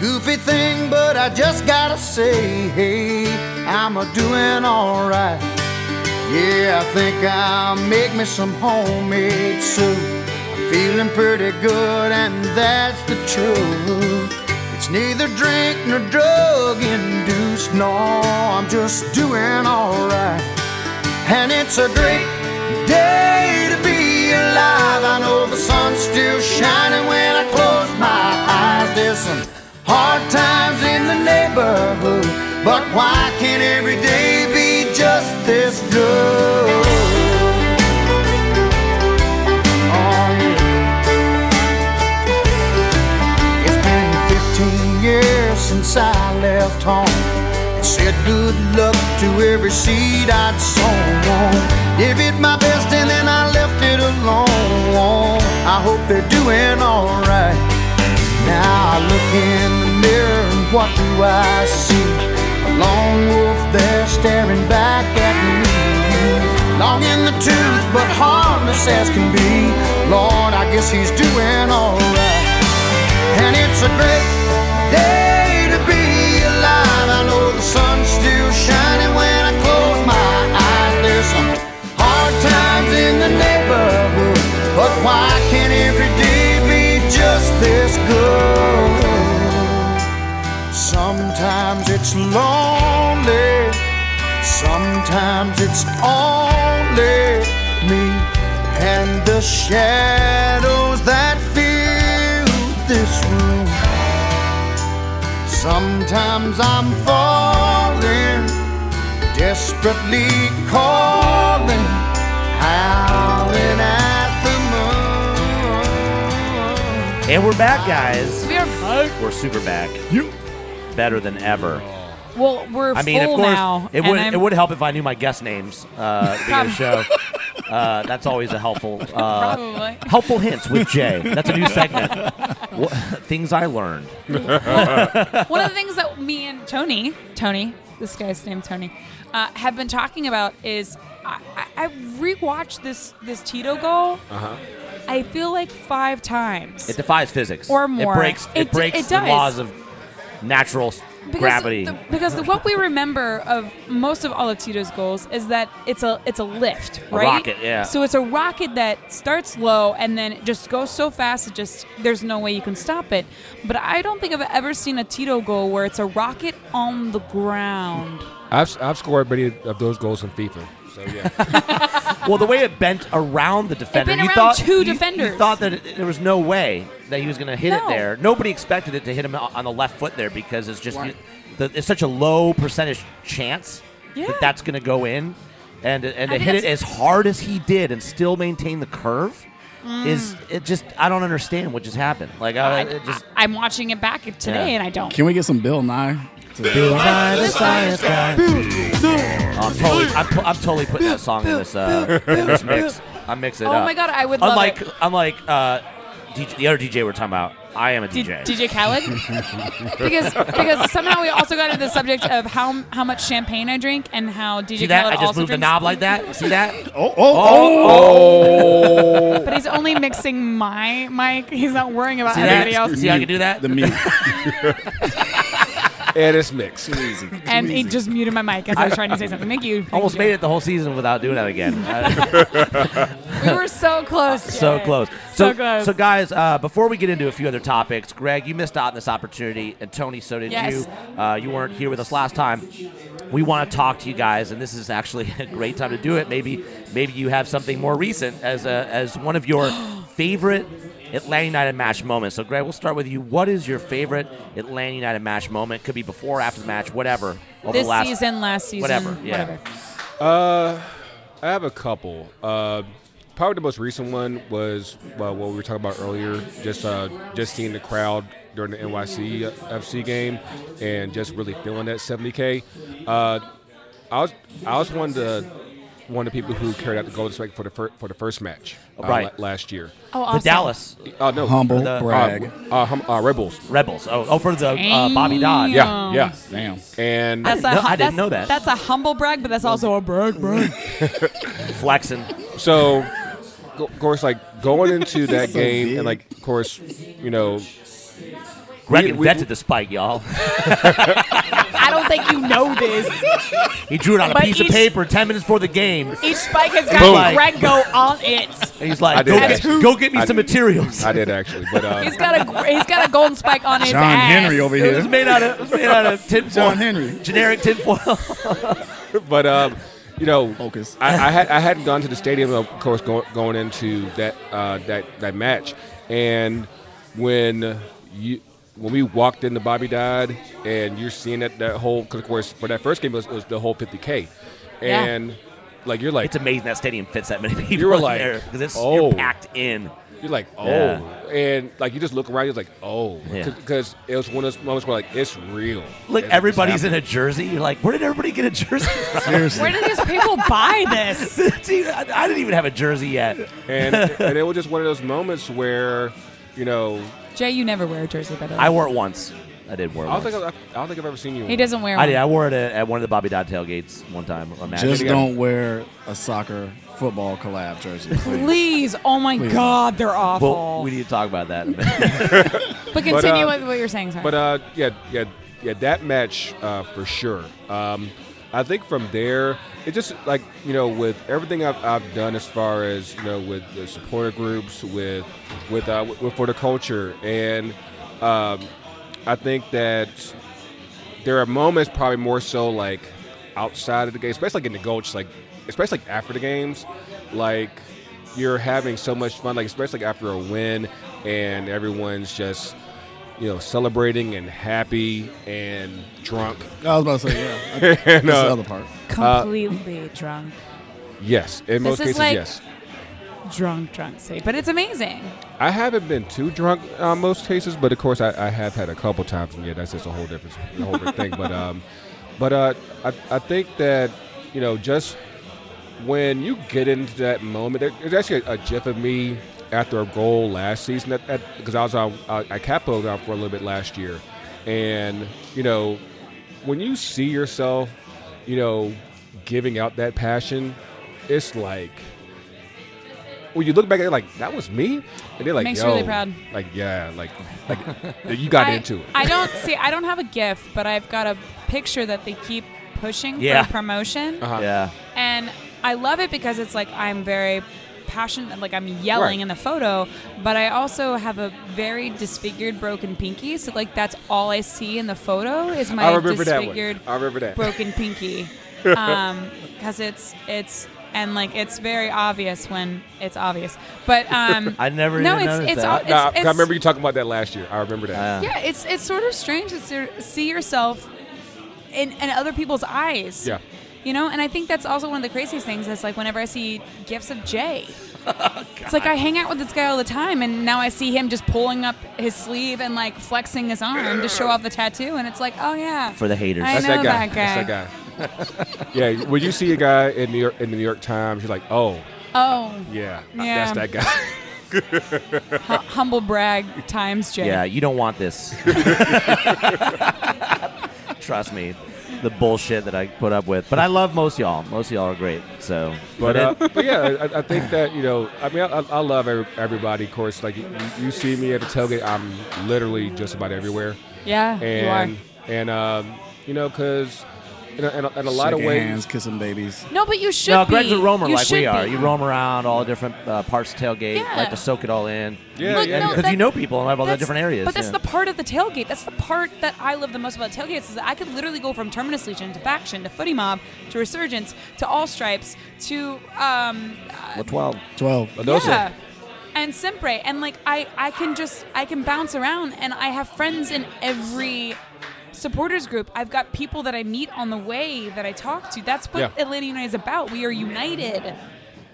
Speaker 7: goofy thing, but I just gotta say, hey, I'm a doing alright. Yeah, I think I'll make me some homemade soup. I'm feeling pretty good, and that's the truth. It's neither drink nor drug induced, no, I'm just doing alright. And it's a great day to be alive. I know the sun's still shining when I close my eyes. There's some hard times in the neighborhood, but why can't every day be just this good? Oh, yeah. It's been 15 years since I left home. It said good luck to every seed I'd sown. Gave it my best and then I left it alone. I hope they're doing alright. Now I look in the mirror and what do I see? A lone wolf there staring back at me. Long in the tooth, but harmless as can be. Lord, I guess he's doing alright. And it's a great day to be alive. I know the sun's still shining when I close my eyes. There's some hard times in the neighborhood, but why can't every day be just this good? Sometimes it's lonely, sometimes it's only me and the shadows that fill this room. Sometimes I'm falling, desperately calling, howling at the moon.
Speaker 5: And we're back, guys.
Speaker 4: We are
Speaker 5: We're super back. You better than ever.
Speaker 4: well. We're
Speaker 5: I mean,
Speaker 4: full
Speaker 5: of course,
Speaker 4: now.
Speaker 5: it
Speaker 4: and
Speaker 5: would
Speaker 4: I'm-
Speaker 5: it would help if I knew my guest names uh, at the beginning of the show. Uh, that's always a helpful uh,
Speaker 4: probably.
Speaker 5: helpful hints with Jay. That's a new segment. Wha- things I learned.
Speaker 4: One of the things that me and Tony, Tony, this guy's name Tony, uh, have been talking about is I, I, I rewatched this this Tito goal. I feel like five times.
Speaker 5: It defies physics
Speaker 4: Or more.
Speaker 5: It breaks it,
Speaker 4: It d-
Speaker 5: breaks
Speaker 4: it
Speaker 5: the
Speaker 4: does.
Speaker 5: laws of natural s- gravity.
Speaker 4: The, because the, what we remember of most of all of Tito's goals is that it's a it's a lift, right?
Speaker 5: rocket, yeah.
Speaker 4: So it's a rocket that starts low and then it just goes so fast it just there's no way you can stop it. But I don't think I've ever seen a Tito goal where it's a rocket on the ground.
Speaker 1: I've, I've scored many of those goals in FIFA. So yeah,
Speaker 5: well, the way it bent around the defender,
Speaker 4: bent
Speaker 5: you
Speaker 4: around
Speaker 5: thought
Speaker 4: two
Speaker 5: you- you
Speaker 4: defenders.
Speaker 5: thought that it, there was no way that he was going to hit it
Speaker 4: No.
Speaker 5: there. Nobody expected it to hit him o- on the left foot there because it's just the, it's such a low percentage chance
Speaker 4: Yeah.
Speaker 5: that that's going to go in, and and
Speaker 4: I
Speaker 5: to
Speaker 4: think
Speaker 5: hit it as
Speaker 4: that's-
Speaker 5: hard as he did and still maintain the curve. Is it just? I don't understand what just happened. Like I,
Speaker 4: Mm. I,
Speaker 5: Uh, it just
Speaker 4: am watching it back
Speaker 5: Yeah.
Speaker 4: today and I don't.
Speaker 3: Can we get some Bill Nye?
Speaker 5: Bill Nye the Science Guy. I'm totally, I'm, pu- I'm totally putting that song in this, uh, in this mix. I'm mixing it
Speaker 4: Oh
Speaker 5: up.
Speaker 4: my God, I would love
Speaker 5: unlike,
Speaker 4: it.
Speaker 5: Unlike uh, DJ, the other DJ we're talking about, I am a
Speaker 4: D-
Speaker 5: DJ.
Speaker 4: DJ Khaled, because because somehow we also got into the subject of how how much champagne I drink and how DJ
Speaker 5: See that?
Speaker 4: Khaled
Speaker 5: I just
Speaker 4: also
Speaker 5: moved the
Speaker 4: drinks.
Speaker 5: knob like that. See that?
Speaker 3: Oh, oh,
Speaker 5: Oh!
Speaker 4: But he's only mixing my mic. He's not worrying about
Speaker 5: See
Speaker 4: everybody
Speaker 5: that?
Speaker 4: else.
Speaker 5: See how I can do that?
Speaker 3: The mute.
Speaker 1: and it's mixed.
Speaker 4: And he just muted my mic as I was trying to say something. Thank you. Thank
Speaker 5: Almost
Speaker 4: you.
Speaker 5: made it the whole season without doing that again. Uh,
Speaker 4: We were so close.
Speaker 5: so
Speaker 4: Jay.
Speaker 5: close.
Speaker 4: So, close.
Speaker 5: So, guys, uh, before we get into a few other topics, Greg, you missed out on this opportunity, and Tony, so did
Speaker 4: Yes.
Speaker 5: you. Uh, you weren't here with us last time. We want to talk to you guys, and this is actually a great time to do it. Maybe, maybe you have something more recent as a, as one of your favorite Atlanta United match moments. So, Greg, we'll start with you. What is your favorite Atlanta United match moment? Could be before, after the match, whatever. Over
Speaker 4: this
Speaker 5: the last,
Speaker 4: season, last season,
Speaker 5: whatever, yeah.
Speaker 1: Uh, I have a couple. Uh, probably the most recent one was well, what we were talking about earlier. Just uh, just seeing the crowd during the NYC FC game and just really feeling that 70k. Uh, I was I was one of the one of the people who carried out the golden spike for the fir- for the first match uh,
Speaker 5: Right.
Speaker 1: la- last year.
Speaker 4: Oh,
Speaker 5: The
Speaker 4: awesome.
Speaker 5: Dallas
Speaker 1: Uh, no,
Speaker 3: Humble
Speaker 5: The-
Speaker 3: brag.
Speaker 1: Uh, uh, hum- uh, Red Bulls.
Speaker 5: Rebels. Oh, oh for the uh, Bobby Dodd.
Speaker 1: Yeah,
Speaker 4: Um,
Speaker 1: yeah,
Speaker 3: Damn.
Speaker 1: and
Speaker 4: That's
Speaker 5: I didn't know-
Speaker 4: a, hu-
Speaker 5: I didn't
Speaker 4: that's-
Speaker 5: know that.
Speaker 4: That's a humble brag, but that's also a brag, brag.
Speaker 5: flexing.
Speaker 1: So, go- of course, like going into that
Speaker 3: So
Speaker 1: game,
Speaker 3: big.
Speaker 1: and like, of course, you know, of
Speaker 5: Greg
Speaker 1: We- we-
Speaker 5: invented the spike, y'all.
Speaker 4: I don't think you know this.
Speaker 5: He drew it on a
Speaker 4: But
Speaker 5: piece of
Speaker 4: each-
Speaker 5: paper 10 minutes before the game.
Speaker 4: Each spike has got
Speaker 5: Boom.
Speaker 4: Greg go on it.
Speaker 5: And he's
Speaker 1: I
Speaker 5: like,
Speaker 1: did
Speaker 5: go
Speaker 1: that.
Speaker 5: get, go get me
Speaker 1: I
Speaker 5: some
Speaker 1: did.
Speaker 5: materials.
Speaker 1: I did actually, but uh,
Speaker 4: He's got a he's got a golden spike on his
Speaker 3: John
Speaker 4: ass.
Speaker 3: Henry over
Speaker 5: It was
Speaker 3: here.
Speaker 5: made out of, it was made out of tin foil.
Speaker 3: John Henry.
Speaker 5: Generic tinfoil.
Speaker 1: but um, you know,
Speaker 3: Focus.
Speaker 1: I, I had I hadn't gone to the stadium, of course, go, going into that uh, that that match, and when you when we walked into Bobby Dodd, and you're seeing that that whole, cause of course, for that first game it was, it was the whole 50k,
Speaker 4: Yeah.
Speaker 1: and like you're like
Speaker 5: It's amazing that stadium fits that many people
Speaker 1: were
Speaker 5: in
Speaker 1: like,
Speaker 5: there because it's
Speaker 1: oh.
Speaker 5: you're packed in.
Speaker 1: You're like, oh,
Speaker 5: Yeah.
Speaker 1: and like you just look around. You're like, oh,
Speaker 5: Yeah.
Speaker 1: because it was one of those moments where like it's real.
Speaker 5: Look,
Speaker 1: It's
Speaker 5: everybody's in
Speaker 1: happening.
Speaker 5: a jersey. You're like, where did everybody get a jersey from?
Speaker 4: Where did these people buy this?
Speaker 5: Dude, I I didn't even have a jersey yet.
Speaker 1: and and it was just one of those moments where, you know,
Speaker 4: Jay, you never wear a jersey, by the way.
Speaker 5: I wore it once. I did wear it
Speaker 1: I don't
Speaker 5: once.
Speaker 1: think I've, I don't think I've ever seen you.
Speaker 4: he doesn't wear
Speaker 5: I
Speaker 4: one.
Speaker 5: did. I wore it at, at one of the Bobby Dodd tailgates one time. A match.
Speaker 3: Just
Speaker 1: again.
Speaker 3: don't wear a soccer football collab jersey. please.
Speaker 4: Please, oh my God, they're awful.
Speaker 5: well, we need to talk about that. in a minute.
Speaker 4: but continue
Speaker 1: uh,
Speaker 4: with what you're saying, sorry.
Speaker 1: But uh, yeah, yeah, yeah, that match uh, for sure. Um, I think from there, it just like you know, with everything I've, I've done as far as you know, with the supporter groups, with with, uh, with for the culture, and um, I think that there are moments probably more so like outside of the game, especially like in the goals, like especially like after the games, like you're having so much fun, like especially after a win and everyone's just you know celebrating and happy and drunk.
Speaker 3: I was about to say yeah. I- That's the
Speaker 1: uh,
Speaker 3: other part.
Speaker 4: Completely drunk.
Speaker 1: Yes, in most
Speaker 4: is
Speaker 1: cases,
Speaker 4: like-
Speaker 1: yes.
Speaker 4: Drunk, drunk city. But it's amazing.
Speaker 1: I haven't been too drunk uh, most cases, but of course I, I have had a couple times, and yeah, that's just a whole different, a whole different thing. But um, but uh, I, I think that you know just when you get into that moment, there- there's actually a, gif of me after a goal last season at because I was out, uh, I capoed out for a little bit last year, and you know when you see yourself, you know, giving out that passion, it's like when you look back at it, like that was me, and they're like,
Speaker 4: Makes you
Speaker 1: yo,
Speaker 4: really proud.
Speaker 1: like yeah, like like you got
Speaker 4: I,
Speaker 1: into it.
Speaker 4: I don't see. I don't have a GIF, but I've got a picture that they keep pushing
Speaker 5: Yeah.
Speaker 4: for promotion,
Speaker 1: Uh-huh.
Speaker 5: yeah.
Speaker 4: and I love it because it's like I'm very passionate, like I'm yelling
Speaker 1: Right.
Speaker 4: in the photo, but I also have a very disfigured, broken pinky. So like that's all I see in the photo is my
Speaker 1: I remember that one.
Speaker 4: disfigured,
Speaker 1: I remember that.
Speaker 4: broken pinky, because it's it's. And like it's very obvious when it's obvious, but um,
Speaker 5: I never
Speaker 4: no,
Speaker 5: even
Speaker 4: it's
Speaker 5: noticed
Speaker 4: it's,
Speaker 5: that.
Speaker 4: all-
Speaker 5: Nah,
Speaker 4: it's,
Speaker 1: Nah, 'cause
Speaker 4: it's
Speaker 1: I remember you talking about that last year. I remember that.
Speaker 5: Yeah.
Speaker 4: yeah, it's it's sort of strange to ser- see yourself in, in other people's eyes.
Speaker 1: Yeah.
Speaker 4: You know, and I think that's also one of the craziest things is like whenever I see gifs of Jay. it's like I hang out with this guy all the time and now I see him just pulling up his sleeve and like flexing his arm to show off the tattoo and it's like, oh yeah.
Speaker 5: For the haters.
Speaker 4: I
Speaker 1: That's that
Speaker 4: know
Speaker 1: guy.
Speaker 4: that guy.
Speaker 1: That's that guy. yeah, when you see a guy in New York in the New York Times, you're like, oh,
Speaker 4: Oh,
Speaker 1: yeah,
Speaker 4: Yeah.
Speaker 1: that's that guy.
Speaker 4: hu- humble brag times Jay.
Speaker 5: Yeah, you don't want this. Trust me, the bullshit that I put up with. But I love most of y'all. Most of y'all are great. So,
Speaker 1: But, uh,
Speaker 5: it-
Speaker 1: but yeah, I, I think that you know, I mean, I, I love every, everybody. Of course, like you, you see me at the tailgate, I'm literally just about everywhere,
Speaker 4: Yeah,
Speaker 1: and
Speaker 4: you are.
Speaker 1: and um, you know, because in a, in a, in a lot of
Speaker 3: Shaking
Speaker 1: ways,
Speaker 3: hands, kissing babies.
Speaker 4: No, but you should
Speaker 5: no,
Speaker 4: be.
Speaker 5: Greg's a roamer
Speaker 4: you
Speaker 5: like
Speaker 4: should
Speaker 5: we are.
Speaker 4: be.
Speaker 5: You roam around all different uh, parts of tailgate,
Speaker 4: Yeah.
Speaker 5: like to soak it all in.
Speaker 1: Yeah,
Speaker 4: Look,
Speaker 1: yeah, yeah.
Speaker 4: no,
Speaker 5: Because you
Speaker 4: that-
Speaker 5: know people and have all the
Speaker 4: That's-
Speaker 5: different areas.
Speaker 4: But that's
Speaker 5: yeah.
Speaker 4: the part of the tailgate. That's the part that I love the most about tailgates is that I could literally go from Terminus Legion to Faction to Footy Mob to Resurgence to All Stripes to um,
Speaker 5: Well, 12.
Speaker 3: Twelve.
Speaker 1: But those
Speaker 4: yeah.
Speaker 1: are-
Speaker 4: And Sempre, and like I, I can just I can bounce around, and I have friends in every supporters group. I've got people that I meet on the way that I talk to. That's what
Speaker 1: Yeah.
Speaker 4: Atlanta United is about. We are united.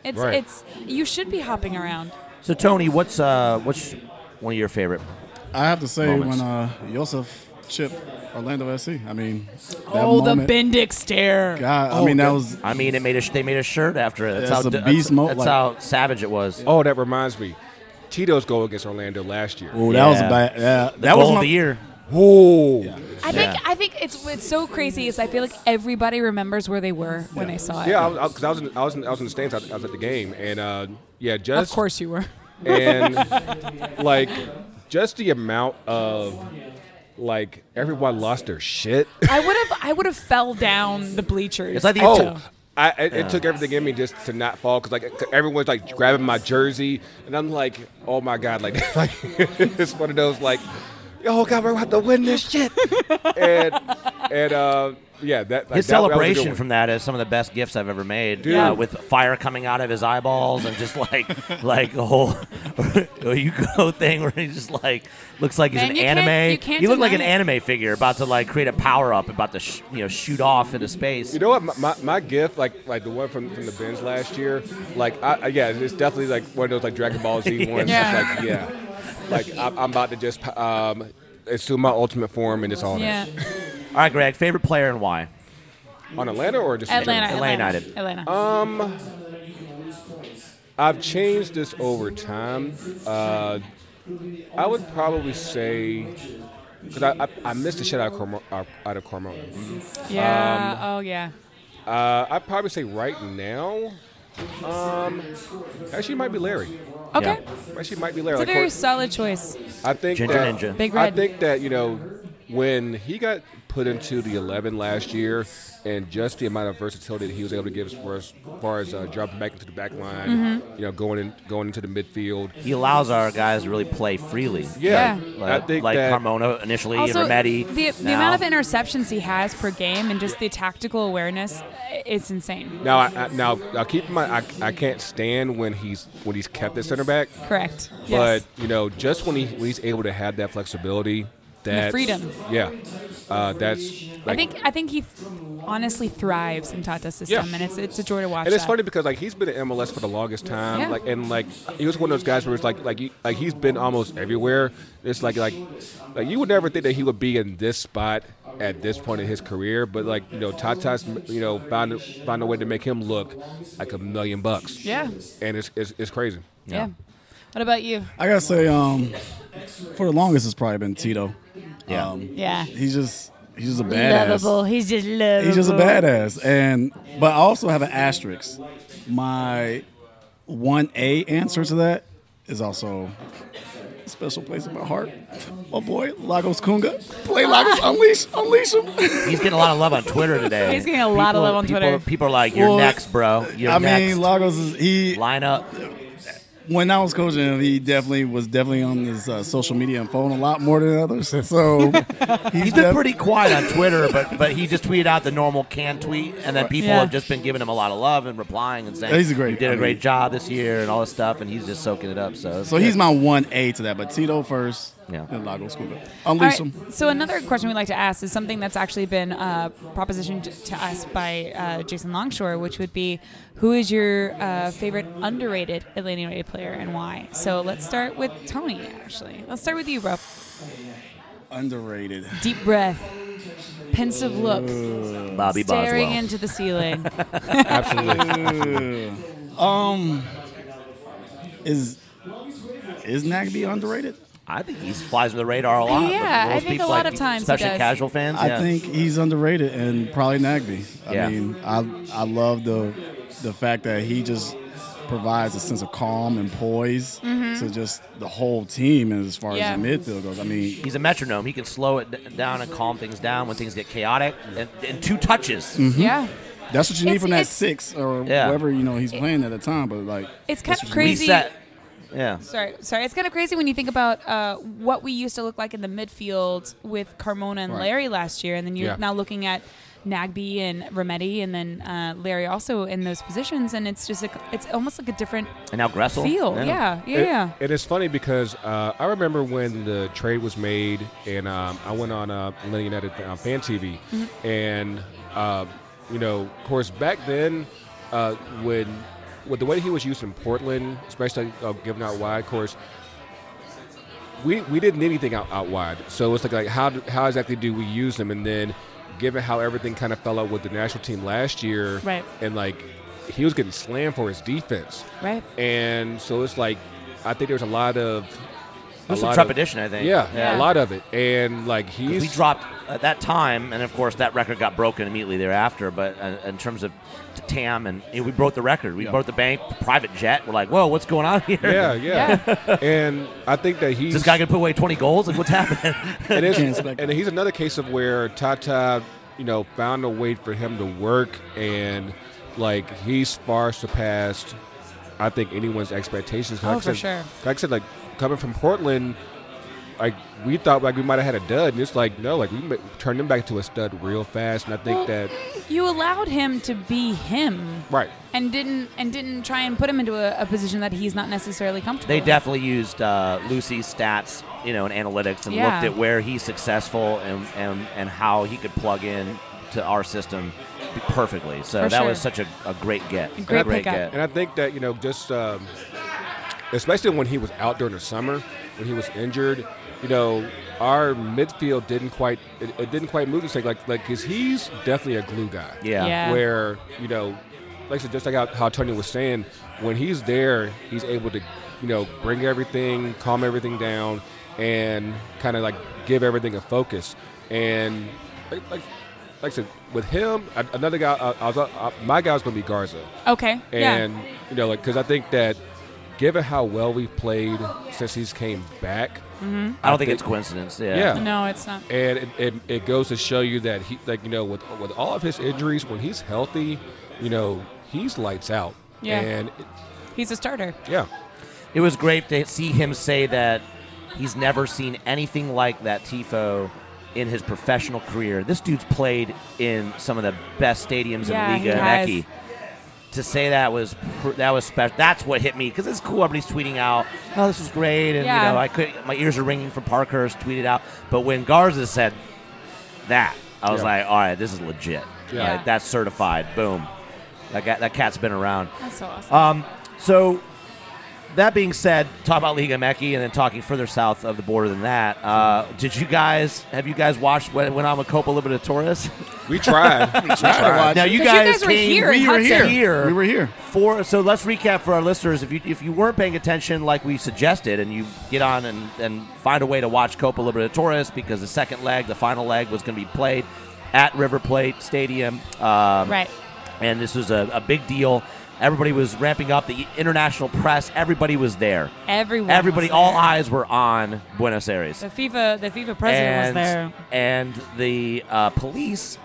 Speaker 4: It's
Speaker 1: Right.
Speaker 4: it's you should be hopping around.
Speaker 5: So, Tony, what's uh, what's one of your favorite?
Speaker 3: I have to say
Speaker 5: Moments.
Speaker 3: when uh, Joseph Chip Orlando SC. I mean, that
Speaker 4: oh,
Speaker 3: moment,
Speaker 4: the Bendick stare.
Speaker 3: God, I mean, that was
Speaker 5: Oh, I mean, it made a sh- they made a shirt after it. That's
Speaker 3: That's
Speaker 5: how
Speaker 3: a
Speaker 5: d-
Speaker 3: beast
Speaker 5: that's,
Speaker 3: mode,
Speaker 5: that's
Speaker 3: like-
Speaker 5: how savage it was.
Speaker 1: oh, that reminds me, Tito's goal against Orlando last year.
Speaker 3: Ooh, that was a
Speaker 5: Yeah.
Speaker 3: bad. Yeah,
Speaker 5: the
Speaker 3: that
Speaker 5: goal
Speaker 3: was
Speaker 5: of
Speaker 3: my,
Speaker 5: the year.
Speaker 1: Whoa, yeah,
Speaker 4: I
Speaker 5: Yeah.
Speaker 4: think I think it's what's so crazy is I feel like everybody remembers where they were when they saw it.
Speaker 1: I was because I, was in, I was in, I was in the stands. I, I was at the game, and uh, yeah,
Speaker 4: of
Speaker 1: just
Speaker 4: course you were.
Speaker 1: and like just the amount of like everyone lost their shit.
Speaker 4: I would have I would have fell down the bleachers.
Speaker 5: It's like the-
Speaker 4: I
Speaker 5: Oh.
Speaker 4: feel.
Speaker 1: I, it, it took everything in me just to not fall because like 'cause everyone's like grabbing my jersey and I'm like, oh my god, like, like it's one of those like, oh god, we're about to win this shit. and and uh, yeah, that like, that- that was a good
Speaker 5: His celebration
Speaker 1: one.
Speaker 5: from that is some of the best gifts I've ever made.
Speaker 1: Dude.
Speaker 5: uh, with fire coming out of his eyeballs and just like like a whole you go thing where he just like looks like he's
Speaker 4: Man,
Speaker 5: an
Speaker 4: you can't-
Speaker 5: anime.
Speaker 4: you can't
Speaker 5: he looked like an
Speaker 4: deny it.
Speaker 5: anime figure about to like create a power up, about to sh- you know shoot off into space.
Speaker 1: You know what? My, my, my gift, like like the one from, from the bins last year, like I, I- yeah, it's definitely like one of those like Dragon Ball Z ones.
Speaker 4: Yeah.
Speaker 1: It's like yeah, like I'm, I'm about to just um, assume my ultimate form and it's all
Speaker 4: yeah.
Speaker 1: that.
Speaker 5: All right, Greg, favorite player and why?
Speaker 1: On Atlanta or just
Speaker 4: Atlanta,
Speaker 5: Atlanta
Speaker 4: Atlanta,
Speaker 5: United. Oh,
Speaker 4: Atlanta.
Speaker 1: I've changed this over time. Uh, I would probably say because I, I I missed the shit out of Carmo- out out of Carmona.
Speaker 4: yeah.
Speaker 1: Um,
Speaker 4: oh yeah.
Speaker 1: Uh, I'd probably say right now. Um, actually, it might be Larry.
Speaker 4: Okay.
Speaker 5: Yeah.
Speaker 1: Actually, it might be Larry.
Speaker 4: It's a
Speaker 1: Like,
Speaker 4: very
Speaker 1: Cor-
Speaker 4: solid choice.
Speaker 1: I think
Speaker 5: Ginger
Speaker 1: that,
Speaker 5: Ninja.
Speaker 4: Big
Speaker 1: I
Speaker 4: Red.
Speaker 1: think that you know when he got put into the eleven last year, and just the amount of versatility that he was able to give as far as, far as uh, dropping back into the back line,
Speaker 4: Mm-hmm.
Speaker 1: you know, going in, going into the midfield.
Speaker 5: He allows our guys to really play freely.
Speaker 1: Yeah,
Speaker 4: Yeah.
Speaker 5: Like,
Speaker 1: I think
Speaker 5: like
Speaker 1: that.
Speaker 5: Carmona initially
Speaker 4: Also,
Speaker 5: and Rometty.
Speaker 4: the, the
Speaker 5: now.
Speaker 4: amount of interceptions he has per game and just the tactical awareness, uh, it's insane.
Speaker 1: Now, I, I, now, now, keep in mind, I, I can't stand when he's when he's kept at center back,
Speaker 4: Correct. Yes.
Speaker 1: but you know, just when he when he's able to have that flexibility, that
Speaker 4: freedom.
Speaker 1: yeah, uh, that's. Like,
Speaker 4: I think I think he f- honestly thrives in Tata's system,
Speaker 1: Yeah.
Speaker 4: and it's it's a joy to watch.
Speaker 1: And it's
Speaker 4: that.
Speaker 1: funny because like he's been in MLS for the longest time,
Speaker 4: Yeah.
Speaker 1: like and like he was one of those guys where it's like like he, like he's been almost everywhere. It's like like like you would never think that he would be in this spot at this point in his career, but like you know Tata's you know found found a way to make him look like a million bucks.
Speaker 4: Yeah.
Speaker 1: and it's it's, it's crazy.
Speaker 4: Yeah. What about you?
Speaker 3: I gotta say, um, for the longest, it's probably been Tito.
Speaker 5: Yeah.
Speaker 3: Um,
Speaker 4: Yeah.
Speaker 3: He's just he's just a badass.
Speaker 8: Lovable. He's just lovable.
Speaker 3: He's just a badass, and but I also have an asterisk. My one A answer to that is also a special place in my heart. My boy Lagos Kunga, play Lagos, unleash, unleash him.
Speaker 5: He's getting a lot of love on Twitter today.
Speaker 4: He's getting a lot of love on
Speaker 5: people-
Speaker 4: Twitter.
Speaker 5: People are like, "You're
Speaker 3: Well,
Speaker 5: next, bro. You're
Speaker 3: I
Speaker 5: next."
Speaker 3: mean, Lagos is he.
Speaker 5: Line up.
Speaker 3: When I was coaching him, he definitely was definitely on his uh, social media and phone a lot more than others. So
Speaker 5: He's been
Speaker 3: def-
Speaker 5: pretty quiet on Twitter, but but he just tweeted out the normal can tweet, and then people
Speaker 4: Yeah.
Speaker 5: have just been giving him a lot of love and replying and saying,
Speaker 3: He's a great-
Speaker 5: you did
Speaker 3: I
Speaker 5: a
Speaker 3: mean-
Speaker 5: great job this year and all this stuff," and he's just soaking it up. So,
Speaker 3: So he's my one A to that, but Tito first,
Speaker 5: Yeah.
Speaker 3: then Lago Scuba.
Speaker 4: All
Speaker 3: Unleash
Speaker 4: right,
Speaker 3: him.
Speaker 4: So another question we'd like to ask is something that's actually been uh, propositioned to us by uh, Jason Longshore, which would be, who is your uh, favorite underrated Atlanta United player and why? So let's start with Tony. Actually, let's start with you, bro.
Speaker 3: Underrated.
Speaker 4: Deep breath, pensive look,
Speaker 5: Bobby
Speaker 4: staring
Speaker 5: Boswell.
Speaker 4: into the ceiling.
Speaker 3: Is is Nagby underrated?
Speaker 5: I think he flies under the radar a lot.
Speaker 4: Yeah,
Speaker 5: Most
Speaker 4: I think
Speaker 5: people,
Speaker 4: a lot
Speaker 5: like,
Speaker 4: of times he
Speaker 5: especially
Speaker 4: does.
Speaker 5: casual fans.
Speaker 3: I
Speaker 5: yeah.
Speaker 3: think he's underrated and probably Nagby. I
Speaker 5: Yeah.
Speaker 3: mean, I I love the the fact that he just provides a sense of calm and poise to just the whole team as far
Speaker 4: Yeah.
Speaker 3: as the midfield goes. I mean,
Speaker 5: He's a metronome. He can slow it d- down and calm things down when things get chaotic. And, and two touches.
Speaker 4: yeah.
Speaker 3: that's what you need
Speaker 4: It's-
Speaker 3: from that
Speaker 4: it's-
Speaker 3: six or
Speaker 5: Yeah.
Speaker 3: whoever you know he's playing at the time. But like,
Speaker 4: It's
Speaker 3: that's
Speaker 4: kind of
Speaker 3: what you need.
Speaker 4: crazy.
Speaker 5: Reset. Yeah.
Speaker 4: Sorry, sorry. It's kind of crazy when you think about uh, what we used to look like in the midfield with Carmona and
Speaker 3: Right.
Speaker 4: Larry last year, and then you're
Speaker 1: Yeah.
Speaker 4: now looking at Nagby and Rometty, and then uh, Larry also in those positions, and it's just a, it's almost like a different
Speaker 5: And now Gressel.
Speaker 4: feel. Yeah, yeah,
Speaker 1: It-
Speaker 4: yeah.
Speaker 1: it is funny because uh, I remember when the trade was made, and um, I went on uh, Atlanta United uh, Fan TV,
Speaker 4: Mm-hmm.
Speaker 1: and uh, you know, of course, back then, uh, when with the way he was used in Portland, especially uh, giving out wide, of course, we we didn't need anything out, out wide. So it's like like how do- how exactly do we use them? And then, given how everything kind of fell out with the national team last year,
Speaker 4: Right.
Speaker 1: And like he was getting slammed for his defense,
Speaker 4: Right.
Speaker 1: And so it's like I think there's a lot of
Speaker 5: There's
Speaker 1: lot
Speaker 5: some
Speaker 1: of-
Speaker 5: trepidation, I think.
Speaker 1: Yeah,
Speaker 4: Yeah.
Speaker 1: a lot of it, and like he's
Speaker 5: We dropped at that time, and of course that record got broken immediately thereafter. But uh, in terms of t- TAM, and you know, we broke the record. We broke the bank, private jet. We're like, whoa, what's going on here?
Speaker 1: Yeah, yeah, and I think that he's
Speaker 5: Is this guy gonna put away 20 goals? Like, what's happening?
Speaker 1: and,
Speaker 3: Can't
Speaker 1: it's,
Speaker 3: expect
Speaker 1: and he's another case of where Tata, you know, found a way for him to work, and like he's far surpassed, I think anyone's expectations.
Speaker 4: Oh,
Speaker 1: like I
Speaker 4: for
Speaker 1: said-
Speaker 4: sure.
Speaker 1: Like I said, like coming from Portland, like we thought like we might have had a dud, and it's like no, like we ma- turned him back to a stud real fast, and I think
Speaker 4: Well,
Speaker 1: that
Speaker 4: You allowed him to be him,
Speaker 1: right.
Speaker 4: and didn't and didn't try and put him into a, a position that he's not necessarily comfortable.
Speaker 5: they
Speaker 4: with.
Speaker 5: definitely used uh, Lucy's stats, you know, and analytics, and
Speaker 4: Yeah.
Speaker 5: looked at where he's successful and, and and how he could plug in to our system perfectly. So
Speaker 4: For
Speaker 5: that
Speaker 4: sure.
Speaker 5: was such a, a great get.
Speaker 4: Great
Speaker 5: A great
Speaker 4: pickup.
Speaker 5: get.
Speaker 1: And I think that you know, just um, especially when he was out during the summer, when he was injured, you know, our midfield didn't quite it, it didn't quite move the same. Like like because he's definitely a glue guy.
Speaker 5: Yeah.
Speaker 4: Yeah.
Speaker 1: Where you know, like I said, just like how, how Tony was saying, when he's there, he's able to you know bring everything, calm everything down, and kind of like give everything a focus. And like like, like I said, with him, a- another guy, uh, I, I was, I, my guy's gonna be Garza.
Speaker 4: Okay.
Speaker 1: And you know, like, because I think that given how well we've played since he's came back,
Speaker 5: I don't think it's coincidence. Yeah.
Speaker 1: Yeah.
Speaker 4: yeah. No, it's not.
Speaker 1: and it, it, it goes to show you that he, like, you know, with with all of his injuries, when he's healthy, you know, he's lights out.
Speaker 4: Yeah.
Speaker 1: And it-
Speaker 4: He's a starter.
Speaker 1: yeah,
Speaker 5: It was great to see him say that he's never seen anything like that tifo in his professional career. This dude's played in some of the best stadiums
Speaker 4: Yeah,
Speaker 5: in
Speaker 4: he
Speaker 5: Liga and
Speaker 4: has.
Speaker 5: Eki. To say that was pr- that was special. That's what hit me because it's cool. Everybody's tweeting out, "Oh, this was great," and
Speaker 4: Yeah.
Speaker 5: you know, I could. My ears are ringing from Parkhurst tweeted out, but when Garza said that, I was
Speaker 1: Yeah.
Speaker 5: like, "All right, this is legit.
Speaker 1: Yeah.
Speaker 5: Like, that's certified. Boom. That guy, that cat's been around."
Speaker 4: That's so awesome.
Speaker 5: Um, so that being said, talk about Liga Meki and then talking further south of the border than that. Uh, did you guys have you guys watched what went on with Copa Libertadores?
Speaker 1: we tried. we
Speaker 3: tried to watch.
Speaker 5: now you
Speaker 4: 'Cause you guys
Speaker 5: guys
Speaker 4: were
Speaker 5: came
Speaker 4: here in We were Hudson.
Speaker 3: We were here.
Speaker 5: for so let's recap for our listeners if you if you weren't paying attention like we suggested and you get on and, and find a way to watch Copa Libertadores because the second leg the final leg was going to be played at River Plate Stadium um,
Speaker 4: Right.
Speaker 5: and this was a, a big deal everybody was ramping up the international press everybody was there
Speaker 4: Everyone.
Speaker 5: everybody
Speaker 4: was
Speaker 5: all
Speaker 4: there.
Speaker 5: eyes were on Buenos Aires
Speaker 4: The FIFA. The FIFA president was there.
Speaker 5: and the uh, police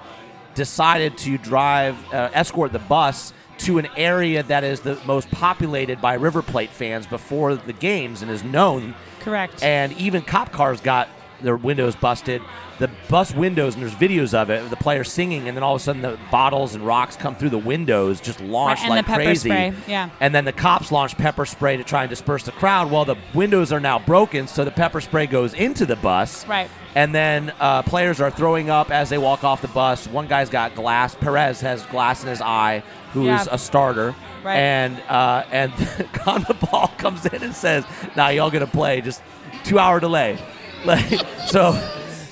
Speaker 5: decided to drive, uh, escort the bus to an area that is the most populated by River Plate fans before the games and is known.
Speaker 4: Correct.
Speaker 5: And even cop cars got their windows busted. The bus windows, and there's videos of it, of the players singing, and then all of a sudden the bottles and rocks come through the windows, just launched
Speaker 4: and
Speaker 5: like
Speaker 4: the pepper
Speaker 5: crazy.
Speaker 4: spray, yeah.
Speaker 5: And then the cops launched pepper spray to try and disperse the crowd. Well, the windows are now broken, so the pepper spray goes into the bus.
Speaker 4: Right.
Speaker 5: And then uh, players are throwing up as they walk off the bus. One guy's got glass. Perez has glass in his eye, who is
Speaker 4: Yeah.
Speaker 5: a starter.
Speaker 4: Right.
Speaker 5: And uh, and Conmebol comes in and says, "Now nah, y'all gonna play just two hour delay." Like so.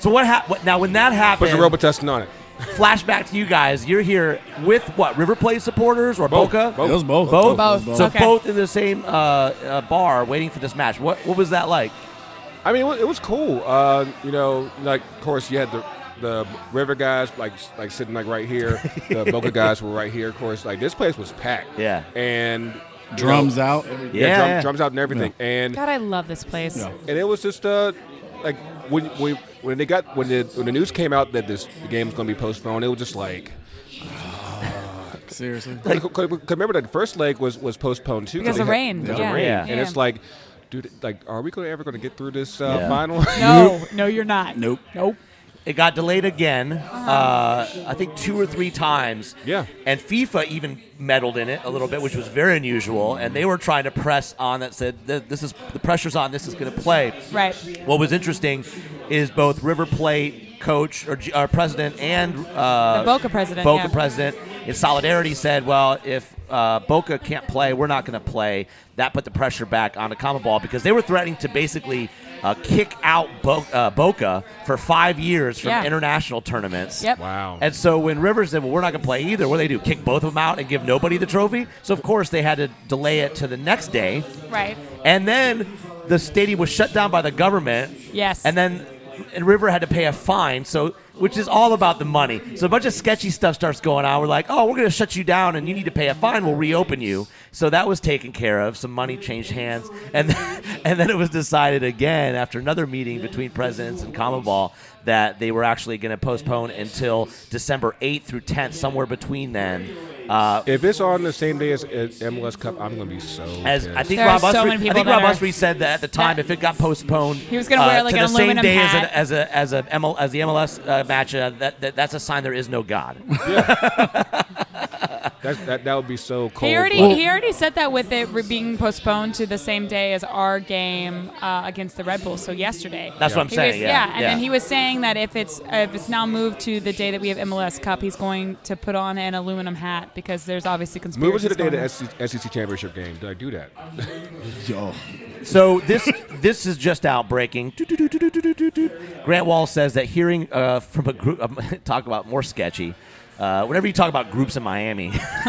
Speaker 5: So what happened? Now when that
Speaker 1: Put
Speaker 5: happened,
Speaker 1: the robot testing on it.
Speaker 5: flashback to you guys. You're here with what River Plate supporters or
Speaker 1: Both.
Speaker 5: Boca?
Speaker 1: Both.
Speaker 3: It was both.
Speaker 5: Both?
Speaker 4: Both.
Speaker 5: So
Speaker 4: Okay.
Speaker 5: both in the same uh, uh, bar, waiting for this match. What what was that like?
Speaker 1: I mean, it was, it was cool. Uh, you know, like of course you had the the river guys like like sitting like right here. The Boca guys were right here. Of course, like this place was packed.
Speaker 5: Yeah.
Speaker 1: and you
Speaker 3: Drums
Speaker 1: know,
Speaker 3: out.
Speaker 1: Yeah,
Speaker 5: Yeah,
Speaker 1: drum-
Speaker 5: yeah.
Speaker 1: drums out and everything. And
Speaker 4: God, I love this place. Yeah.
Speaker 1: and it was just uh like when we when they got when the when the news came out that this the game was going to be postponed, it was just like.
Speaker 3: Seriously.
Speaker 1: Like, remember that the first leg was was postponed too
Speaker 4: Because
Speaker 1: They
Speaker 4: of
Speaker 1: had-
Speaker 4: rain.
Speaker 1: because
Speaker 4: Yeah.
Speaker 1: of rain,
Speaker 5: Yeah.
Speaker 1: and it's like, dude, like, are we gonna ever going to get through this uh,
Speaker 5: Yeah.
Speaker 1: final?
Speaker 4: No, no, you're not.
Speaker 3: Nope.
Speaker 4: Nope.
Speaker 5: It got delayed again, uh, I think two or three times.
Speaker 1: Yeah.
Speaker 5: And FIFA even meddled in it a little bit, which was very unusual. And they were trying to press on that said, "Th- this is the pressure's on, this is going to play.
Speaker 4: Right.
Speaker 5: What was interesting is both River Plate coach or, G- or president and uh,
Speaker 4: The Boca president,
Speaker 5: Boca
Speaker 4: yeah.
Speaker 5: president in solidarity said, "Well, if uh, Boca can't play, we're not going to play." That put the pressure back on the Common Ball because they were threatening to basically uh, kick out Bo- uh, Boca for five years from
Speaker 4: Yeah.
Speaker 5: international tournaments.
Speaker 4: Yep.
Speaker 1: Wow.
Speaker 5: And so when Rivers said, "Well, we're not going to play either," what do they do? Kick both of them out and give nobody the trophy? So of course they had to delay it to the next day,
Speaker 4: Right.
Speaker 5: and then the stadium was shut down by the government.
Speaker 4: Yes.
Speaker 5: And then and River had to pay a fine, so which is all about the money. So a bunch of sketchy stuff starts going on. We're like, "Oh, we're going to shut you down, and you need to pay a fine. We'll reopen you." So that was taken care of. Some money changed hands, and then, and then it was decided again after another meeting between presidents and Commonwealth that they were actually going to postpone until December 8th through 10th, somewhere between then. Uh,
Speaker 1: If it's on the same day as, as MLS Cup, I'm gonna be so.
Speaker 5: as
Speaker 1: pissed.
Speaker 5: I think
Speaker 4: There are
Speaker 5: Rob
Speaker 4: so
Speaker 5: Usry,
Speaker 4: many
Speaker 5: I
Speaker 4: people
Speaker 5: think
Speaker 4: that
Speaker 5: Rob
Speaker 4: are-
Speaker 5: Usry said that at the time,
Speaker 4: that-
Speaker 5: if it got postponed, he
Speaker 4: was gonna wear, like,
Speaker 5: to
Speaker 4: an
Speaker 5: the same
Speaker 4: aluminum
Speaker 5: day
Speaker 4: hat.
Speaker 5: as a as a as a ML, as the MLS uh, match. Uh, that, that that's a sign there is no God.
Speaker 1: That's, that that would be so cold.
Speaker 4: He already
Speaker 1: blooded.
Speaker 4: he already said that with it re- being postponed to the same day as our game uh, against the Red Bulls. So yesterday.
Speaker 5: That's what I'm
Speaker 4: He
Speaker 5: saying.
Speaker 4: was-
Speaker 5: yeah,
Speaker 4: and then he was saying that if it's uh, if it's now moved to the day that we have MLS Cup, he's going to put on an aluminum hat because there's obviously conspiracy.
Speaker 1: Move it to the day of the SEC, SEC E championship game. Do I do that?
Speaker 3: Yo.
Speaker 5: So this this is just out breaking. Doot, doot, doot, doot, doot, doot, doot. Grant Wall says that hearing uh, from a group um, talk about more sketchy. Uh, whenever you talk about groups in Miami,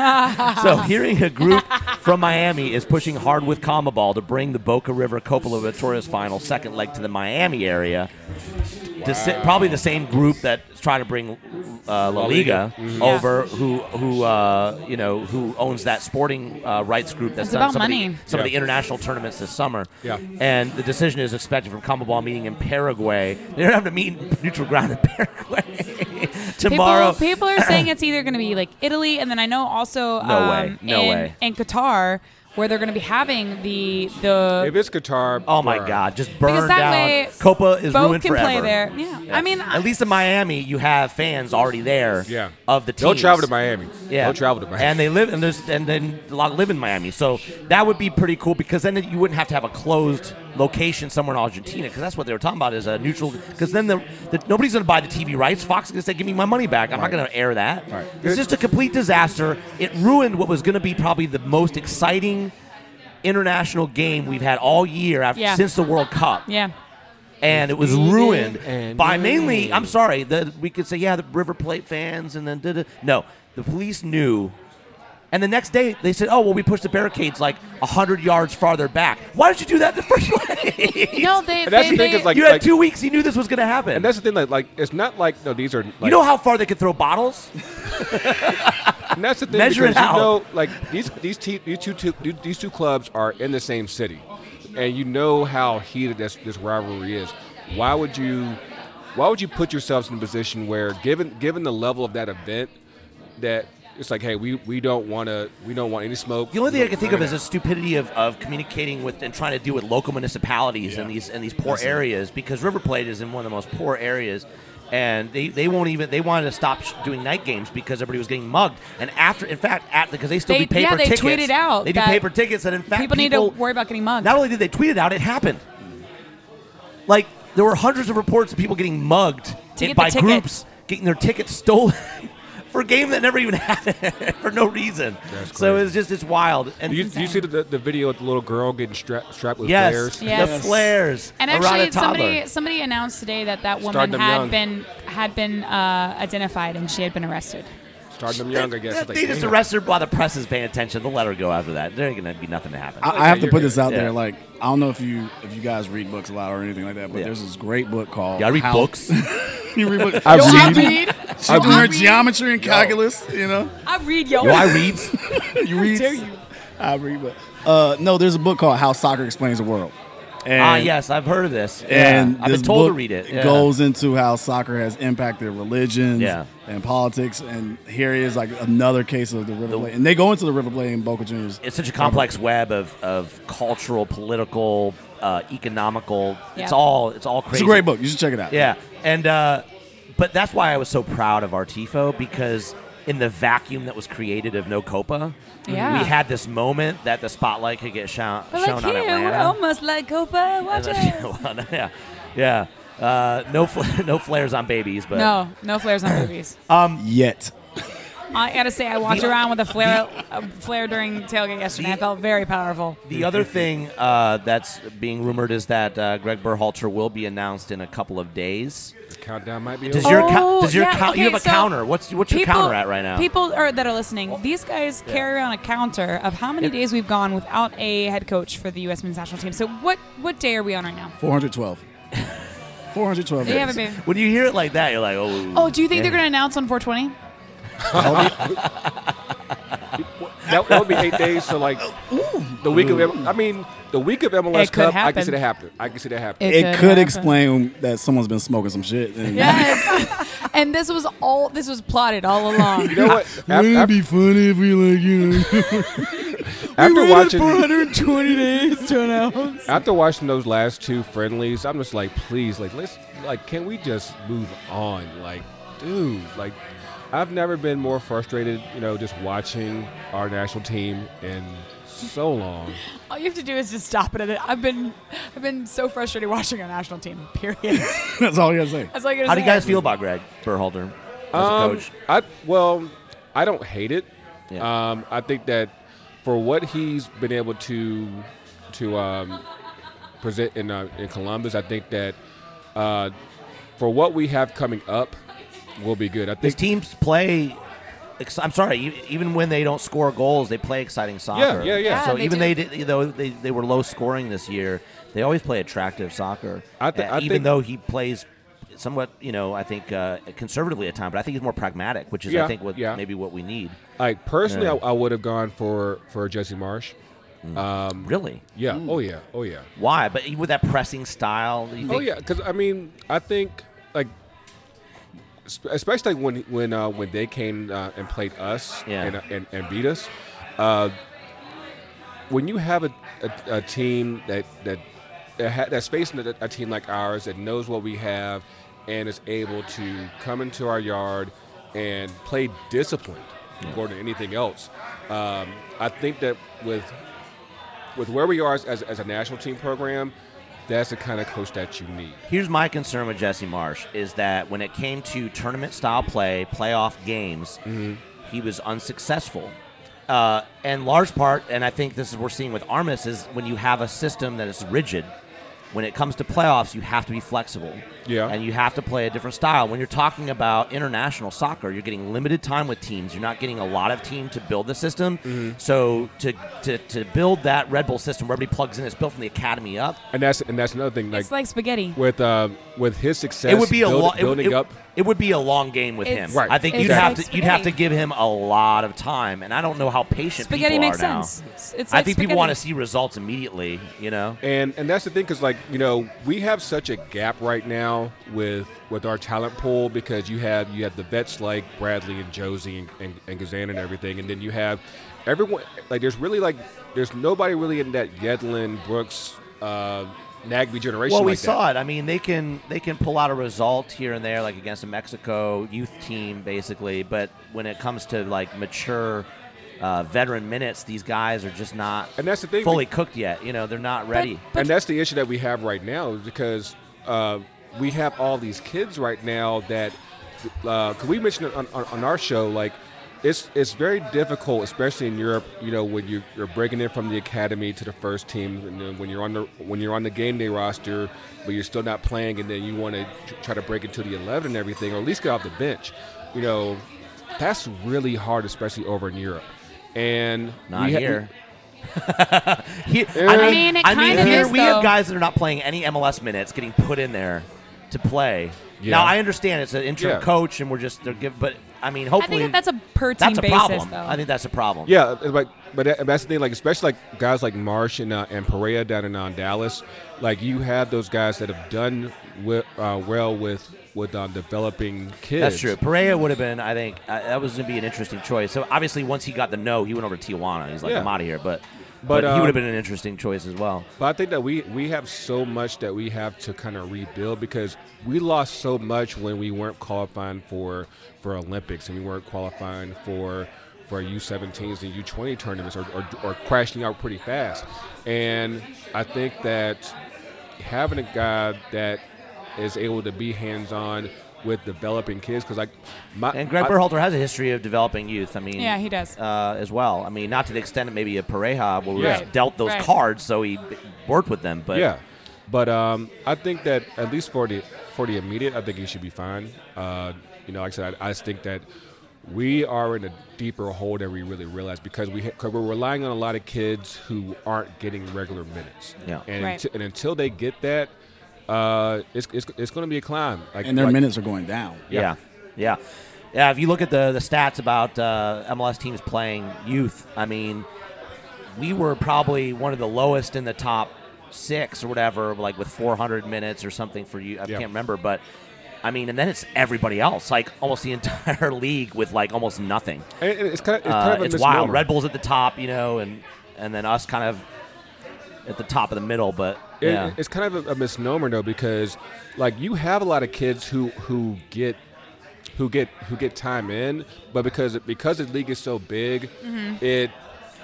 Speaker 5: so hearing a group from Miami is pushing hard with Comaball to bring the Boca River Copa Libertadores final second leg to the Miami area. The sa- probably the same group that's trying to bring uh, La Liga over, who who uh, you know who owns that sporting uh, rights group that's
Speaker 4: It's
Speaker 5: done
Speaker 4: about
Speaker 5: some of the-
Speaker 4: money.
Speaker 5: some of the
Speaker 1: Yeah.
Speaker 5: international tournaments this summer.
Speaker 1: Yeah.
Speaker 5: And the decision is expected from CONMEBOL meeting in Paraguay. They don't have to meet in neutral ground in Paraguay tomorrow.
Speaker 4: People, people are saying it's either going to be like Italy, and then I know also
Speaker 5: No way.
Speaker 4: um,
Speaker 5: No
Speaker 4: in,
Speaker 5: way.
Speaker 4: in Qatar where they're going to be having the the
Speaker 1: If it's Qatar,
Speaker 5: Oh my
Speaker 1: bruh.
Speaker 5: God! Just
Speaker 4: Because
Speaker 5: burn
Speaker 4: that
Speaker 5: down.
Speaker 4: way
Speaker 5: Copa is
Speaker 4: both
Speaker 5: ruined
Speaker 4: can
Speaker 5: forever.
Speaker 4: play there. Yeah. I mean, I-
Speaker 5: at least in Miami, you have fans already there.
Speaker 1: Yeah.
Speaker 5: Of the teams.
Speaker 1: They'll travel to Miami.
Speaker 5: Yeah.
Speaker 1: They'll travel to Miami.
Speaker 5: And they live and there's and then a lot live in Miami. So that would be pretty cool because then you wouldn't have to have a closed location somewhere in Argentina because that's what they were talking about is a neutral because then the, the nobody's going to buy the TV rights. Fox is going to say give me my money back. I'm not going to air that.
Speaker 1: Right.
Speaker 5: It's just a complete disaster. It ruined what was going to be probably the most exciting international game we've had all year after
Speaker 4: Yeah.
Speaker 5: since the World Cup
Speaker 4: yeah.
Speaker 5: and it was ruined by mainly. I'm sorry. The, we could say, yeah, the River Plate fans, and then da-da. no, the police knew. And the next day, they said, oh well, we pushed the barricades like hundred yards farther back. Why did you do that in the first place?
Speaker 4: No, they.
Speaker 1: And that's
Speaker 4: they-
Speaker 1: the thing
Speaker 4: they-
Speaker 1: is like,
Speaker 5: you had
Speaker 1: like
Speaker 5: two weeks. You knew this was going to happen.
Speaker 1: and that's the thing like like it's not like no these are like,
Speaker 5: you know how far they could throw bottles?
Speaker 1: and that's the thing
Speaker 5: measure it
Speaker 1: because
Speaker 5: out.
Speaker 1: you know like these these te- these two, two these two clubs are in the same city, and you know how heated this this rivalry is. Why would you why would you put yourselves in a position where given given the level of that event that it's like hey we, we don't want to we don't want any smoke.
Speaker 5: The only
Speaker 1: We
Speaker 5: thing I
Speaker 1: don't-
Speaker 5: can think of
Speaker 1: none
Speaker 5: is the stupidity of, of communicating with and trying to deal with local municipalities in these in these poor areas because River Plate is in one of the most poor areas, and they, they won't even they wanted to stop sh- doing night games because everybody was getting mugged. And after, in fact, at because they still
Speaker 4: They-
Speaker 5: do paper
Speaker 4: yeah, they
Speaker 5: tickets,
Speaker 4: tweeted out
Speaker 5: they do
Speaker 4: that
Speaker 5: paper tickets, and in fact,
Speaker 4: people need to worry about getting mugged.
Speaker 5: Not only did they tweet it out, it happened. Like there were hundreds of reports of people getting mugged
Speaker 4: To get
Speaker 5: by
Speaker 4: the ticket.
Speaker 5: groups getting their tickets stolen. For a game that never even happened for no reason,
Speaker 1: That's
Speaker 5: so
Speaker 1: crazy.
Speaker 5: it's just it's wild. And
Speaker 1: Do you, do you see the, the, the video of the little girl getting strapped strapped with
Speaker 5: Yes,
Speaker 1: flares?
Speaker 4: Yes.
Speaker 5: the flares.
Speaker 4: And
Speaker 5: around
Speaker 4: actually,
Speaker 5: a toddler.
Speaker 4: somebody somebody announced today that that woman
Speaker 1: Starting them
Speaker 4: had
Speaker 1: young.
Speaker 4: been had been uh, identified and she had been arrested.
Speaker 1: Starting them young, I guess. It's like,
Speaker 5: they just
Speaker 1: damn.
Speaker 5: arrested her while the press is paying attention. They'll let her go after that. There ain't gonna be nothing to happen.
Speaker 3: I, I have to
Speaker 1: you're
Speaker 3: put this
Speaker 1: good.
Speaker 3: out
Speaker 5: Yeah.
Speaker 3: there. Like, I don't know if you if you guys read books a lot or anything like that, but
Speaker 5: Yeah.
Speaker 3: there's this great book called.
Speaker 5: yeah, I read
Speaker 3: How-
Speaker 5: books.
Speaker 3: you read books.
Speaker 1: I
Speaker 3: She
Speaker 1: read.
Speaker 3: do- She do her
Speaker 4: read.
Speaker 3: geometry and calculus. You know,
Speaker 4: I read yo.
Speaker 5: I read.
Speaker 3: you read. I read, but uh, no, there's a book called How Soccer Explains the World. And
Speaker 5: Ah, yes, I've heard of this.
Speaker 3: And
Speaker 5: yeah. I've
Speaker 3: this
Speaker 5: been told to
Speaker 3: book
Speaker 5: read it. Yeah.
Speaker 3: Goes into how soccer has impacted religions
Speaker 5: Yeah.
Speaker 3: and politics, and here is like another case of the River Plate, and they go into the River Plate and Boca Juniors.
Speaker 5: It's such a complex web of, of cultural, political, uh, economical. It's
Speaker 4: Yeah.
Speaker 5: all it's all
Speaker 3: It's
Speaker 5: crazy.
Speaker 3: a great book. You should check it out.
Speaker 5: Yeah, and uh, but that's why I was so proud of our Tifo because in the vacuum that was created of No Copa,
Speaker 4: Yeah.
Speaker 5: we had this moment that the spotlight could get shone,
Speaker 4: But
Speaker 5: shown
Speaker 4: like oh
Speaker 5: on
Speaker 4: here, we're
Speaker 5: Atlanta.
Speaker 4: almost like Copa. Watch us.
Speaker 5: Well, yeah, yeah. Uh, no, fl- no flares on babies, but
Speaker 4: No, no flares on movies.
Speaker 3: Yet
Speaker 4: I gotta say, I walked around with a flare, a flare during tailgate yesterday. I felt very powerful.
Speaker 5: The other thing uh, that's being rumored is that uh, Greg Berhalter will be announced in a couple of days.
Speaker 1: The countdown might be
Speaker 5: Does
Speaker 1: over.
Speaker 5: your cou-
Speaker 4: Oh,
Speaker 5: does your
Speaker 4: yeah,
Speaker 5: cou- you
Speaker 4: okay,
Speaker 5: have a
Speaker 4: so
Speaker 5: counter? What's what's your
Speaker 4: people-
Speaker 5: counter at right now?
Speaker 4: People are, that are listening, these guys carry on a counter of how many
Speaker 5: It-
Speaker 4: days we've gone without a head coach for the U.S. men's national team. So what what day are we on right now?
Speaker 3: 412. 412
Speaker 4: They haven't
Speaker 3: days.
Speaker 4: been.
Speaker 5: when you hear it like that, you're like, oh.
Speaker 4: Oh, do you think they're gonna announce on 420?
Speaker 1: that, that would be eight days. So like the week of, M- I mean, the week of MLS
Speaker 4: It could
Speaker 1: Cup, I can
Speaker 4: happen.
Speaker 1: see that happening. I can see that happening.
Speaker 3: It could explain that someone's been smoking some shit. And
Speaker 4: Yes. and this was all this was plotted all along.
Speaker 1: you know what? Af-
Speaker 3: Wouldn't it
Speaker 1: af-
Speaker 3: be funny if we like you know
Speaker 1: after watching,
Speaker 4: 420 days to announce.
Speaker 1: after watching those last two friendlies, I'm just like, please, like let's, like, can we just move on? Like, dude, like, I've never been more frustrated. You know, just watching our national team in so long.
Speaker 4: All you have to do is just stop it. I've been I've been so frustrated watching our national team. Period.
Speaker 3: that's all you gotta say.
Speaker 4: That's all I gotta
Speaker 5: How do you
Speaker 4: say.
Speaker 5: guys feel about Greg Berhalter as a
Speaker 1: Um,
Speaker 5: coach?
Speaker 1: I well, I don't hate it.
Speaker 5: Yeah.
Speaker 1: Um, I think that for what he's been able to to um, present in uh, in Columbus, I think that uh, for what we have coming up will be good. I
Speaker 5: His
Speaker 1: think
Speaker 5: teams play. ex- I'm sorry. e- Even when they don't score goals, they play exciting soccer.
Speaker 1: yeah, yeah.
Speaker 5: So
Speaker 4: Yeah, they
Speaker 5: even
Speaker 4: do.
Speaker 5: they did, though they, they were low scoring this year, they always play attractive soccer.
Speaker 1: I thi-
Speaker 5: Uh,
Speaker 1: I
Speaker 5: even
Speaker 1: think-
Speaker 5: though he plays somewhat, you know, I think uh, conservatively at times, but I think he's more pragmatic, which is
Speaker 1: Yeah,
Speaker 5: I think what
Speaker 1: yeah.
Speaker 5: maybe what we need.
Speaker 1: like personally,
Speaker 5: Yeah.
Speaker 1: I, I would have gone for for Jesse Marsh. Um,
Speaker 5: Really?
Speaker 1: yeah. Oh yeah. Oh yeah.
Speaker 5: Why? But even with that pressing style, you think,
Speaker 1: Oh yeah, because I mean, I think like, sp- especially when when uh, when they came uh, and played us
Speaker 5: Yeah.
Speaker 1: and, and and beat us. Uh, when you have a, a, a team that that that ha- that's facing a, a team like ours that knows what we have and is able to come into our yard and play disciplined more than anything else, um, I think that with with where we are as, as, as a national team program, that's the kind of coach that you need.
Speaker 5: Here's my concern with Jesse Marsh is that when it came to tournament style play, playoff games, he was unsuccessful. Uh, and large part, and I think this is what we're seeing with Armis, is when you have a system that is rigid, when it comes to playoffs, you have to be flexible.
Speaker 1: Yeah.
Speaker 5: And you have to play a different style. When you're talking about international soccer, you're getting limited time with teams. You're not getting a lot of team to build the system. So to, to, to build that Red Bull system where everybody plugs in, it's built from the academy up.
Speaker 1: And that's and that's another thing. Like,
Speaker 4: It's like spaghetti.
Speaker 1: with uh, with his success,
Speaker 5: it would be a
Speaker 1: build-
Speaker 5: lo- it would-
Speaker 1: building
Speaker 5: it,
Speaker 1: up.
Speaker 5: It would be a long game with him.
Speaker 4: It's-
Speaker 1: Right.
Speaker 5: I think
Speaker 1: It's
Speaker 5: you'd have
Speaker 4: like
Speaker 5: to you'd have to
Speaker 4: spaghetti.
Speaker 5: give him a lot of time, and I don't know how patient
Speaker 4: Spaghetti
Speaker 5: people
Speaker 4: makes
Speaker 5: are now.
Speaker 4: sense. It's- it's
Speaker 5: I
Speaker 4: like
Speaker 5: think people want to
Speaker 4: spaghetti.
Speaker 5: see results immediately. You know,
Speaker 1: And and that's the thing, because like you know, we have such a gap right now with with our talent pool because you have you have the vets like Bradley and Josie and and, and Kazan and everything, and then you have everyone like there's really like there's nobody really in that Yedlin Brooks uh, Nagby generation.
Speaker 5: well, we
Speaker 1: like that.
Speaker 5: saw it. I mean, they can they can pull out a result here and there, like against a Mexico youth team, basically. But when it comes to like mature. Uh, veteran minutes; these guys are just not
Speaker 1: And that's the thing,
Speaker 5: fully cooked yet. You know, they're not ready.
Speaker 1: and that's the issue that we have right now is because uh, we have all these kids right now that uh, 'cause we mentioned it on, on, on our show like it's it's very difficult especially in Europe you know when you, you're breaking in from the academy to the first team and then when you're on the when you're on the game day roster but you're still not playing and then you want to try to break into the 11 and everything or at least get off the bench you know that's really hard especially over in Europe and
Speaker 5: Not
Speaker 1: we ha-
Speaker 5: here. He- I mean, I mean,
Speaker 4: mean, it kinda
Speaker 5: here
Speaker 4: is,
Speaker 5: we have
Speaker 4: though.
Speaker 5: guys that are not playing any MLS minutes getting put in there to play.
Speaker 1: Yeah.
Speaker 5: Now I understand it's an interim
Speaker 1: Yeah.
Speaker 5: coach, and we're just they're give, but I mean,
Speaker 4: I
Speaker 5: hopefully
Speaker 4: think that that's a per team
Speaker 5: that's a
Speaker 4: basis,
Speaker 5: problem.
Speaker 4: though.
Speaker 5: I think that's a problem.
Speaker 1: Yeah, uh, but but that- that's the thing. Like especially like guys like Marsh and uh, and Perea down in uh, Dallas. Like you have those guys that have done wi- uh, well with with um, developing kids.
Speaker 5: That's true. Perea would have been, I think, uh, that was going to be an interesting choice. So obviously, once he got the no, he went over to Tijuana. He's like,
Speaker 1: Yeah.
Speaker 5: I'm out of here. But but,
Speaker 1: But,
Speaker 5: he would have
Speaker 1: um,
Speaker 5: been an interesting choice as well.
Speaker 1: But I think that we we have so much that we have to kind of rebuild because we lost so much when we weren't qualifying for for Olympics and we weren't qualifying for for U17s and U20 tournaments or, or, or crashing out pretty fast. And I think that having a guy that is able to be hands on with developing kids because like my
Speaker 5: And Greg
Speaker 1: I-
Speaker 5: Berhalter has a history of developing youth. I mean,
Speaker 4: Yeah, he does.
Speaker 5: uh, as well. I mean, not to the extent of maybe a Pareja where we
Speaker 1: Yeah.
Speaker 5: just dealt those
Speaker 4: Right.
Speaker 5: cards, so he b- worked with them. But
Speaker 1: yeah, but um, I think that at least for the for the immediate, I think he should be fine. Uh, you know, like I said, I, I just think that we are in a deeper hole than we really realize because we ha- cause we're relying on a lot of kids who aren't getting regular minutes.
Speaker 5: Yeah.
Speaker 1: and,
Speaker 4: Right.
Speaker 1: unti- and until they get that, uh, it's it's, it's going to be a climb. Like,
Speaker 3: and their
Speaker 1: like-
Speaker 3: minutes are going down.
Speaker 5: Yeah. Yeah. Yeah. If you look at the, the stats about uh, MLS teams playing youth, I mean, we were probably one of the lowest in the top six or whatever, like with 400 minutes or something for you. I
Speaker 1: Yeah.
Speaker 5: can't remember, but I mean, and then it's everybody else, like almost the entire league with like almost nothing.
Speaker 1: and- and it's kind of it's,
Speaker 5: Uh,
Speaker 1: kind of a
Speaker 5: it's wild.
Speaker 1: misnomer.
Speaker 5: Red Bull's at the top, you know, and and then us kind of at the top of the middle, but
Speaker 1: It-
Speaker 5: yeah.
Speaker 1: it's kind of a, a misnomer though because like you have a lot of kids who who get who get who get time in, but because because the league is so big, it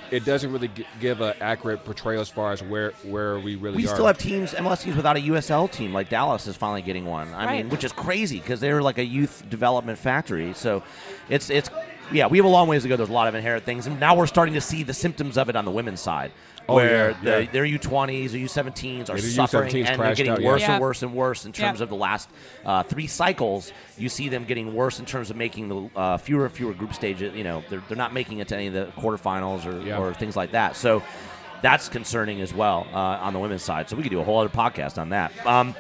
Speaker 1: it doesn't really gi- give an accurate portrayal as far as where where we really
Speaker 5: we
Speaker 1: are.
Speaker 5: still have teams, MLS teams without a USL team. Like Dallas is finally getting one. I
Speaker 4: Right.
Speaker 5: mean, which is crazy because they're like a youth development factory. So, it's it's yeah, we have a long ways to go. There's a lot of inherent things, and now we're starting to see the symptoms of it on the women's side,
Speaker 1: Oh,
Speaker 5: where
Speaker 1: yeah,
Speaker 5: the,
Speaker 1: yeah.
Speaker 5: their U20s or U17s are
Speaker 1: Yeah, the
Speaker 5: suffering
Speaker 1: U17s
Speaker 5: and they're
Speaker 1: crashed
Speaker 5: getting
Speaker 1: out, yeah.
Speaker 5: worse
Speaker 4: Yeah.
Speaker 5: and worse and worse in terms
Speaker 4: Yeah.
Speaker 5: of the last uh, three cycles. You see them getting worse in terms of making the uh, fewer and fewer group stages. You know, they're, they're not making it to any of the quarterfinals or
Speaker 1: Yeah.
Speaker 5: or things like that. So that's concerning as well uh, on the women's side. So we could do a whole other podcast on that. Um,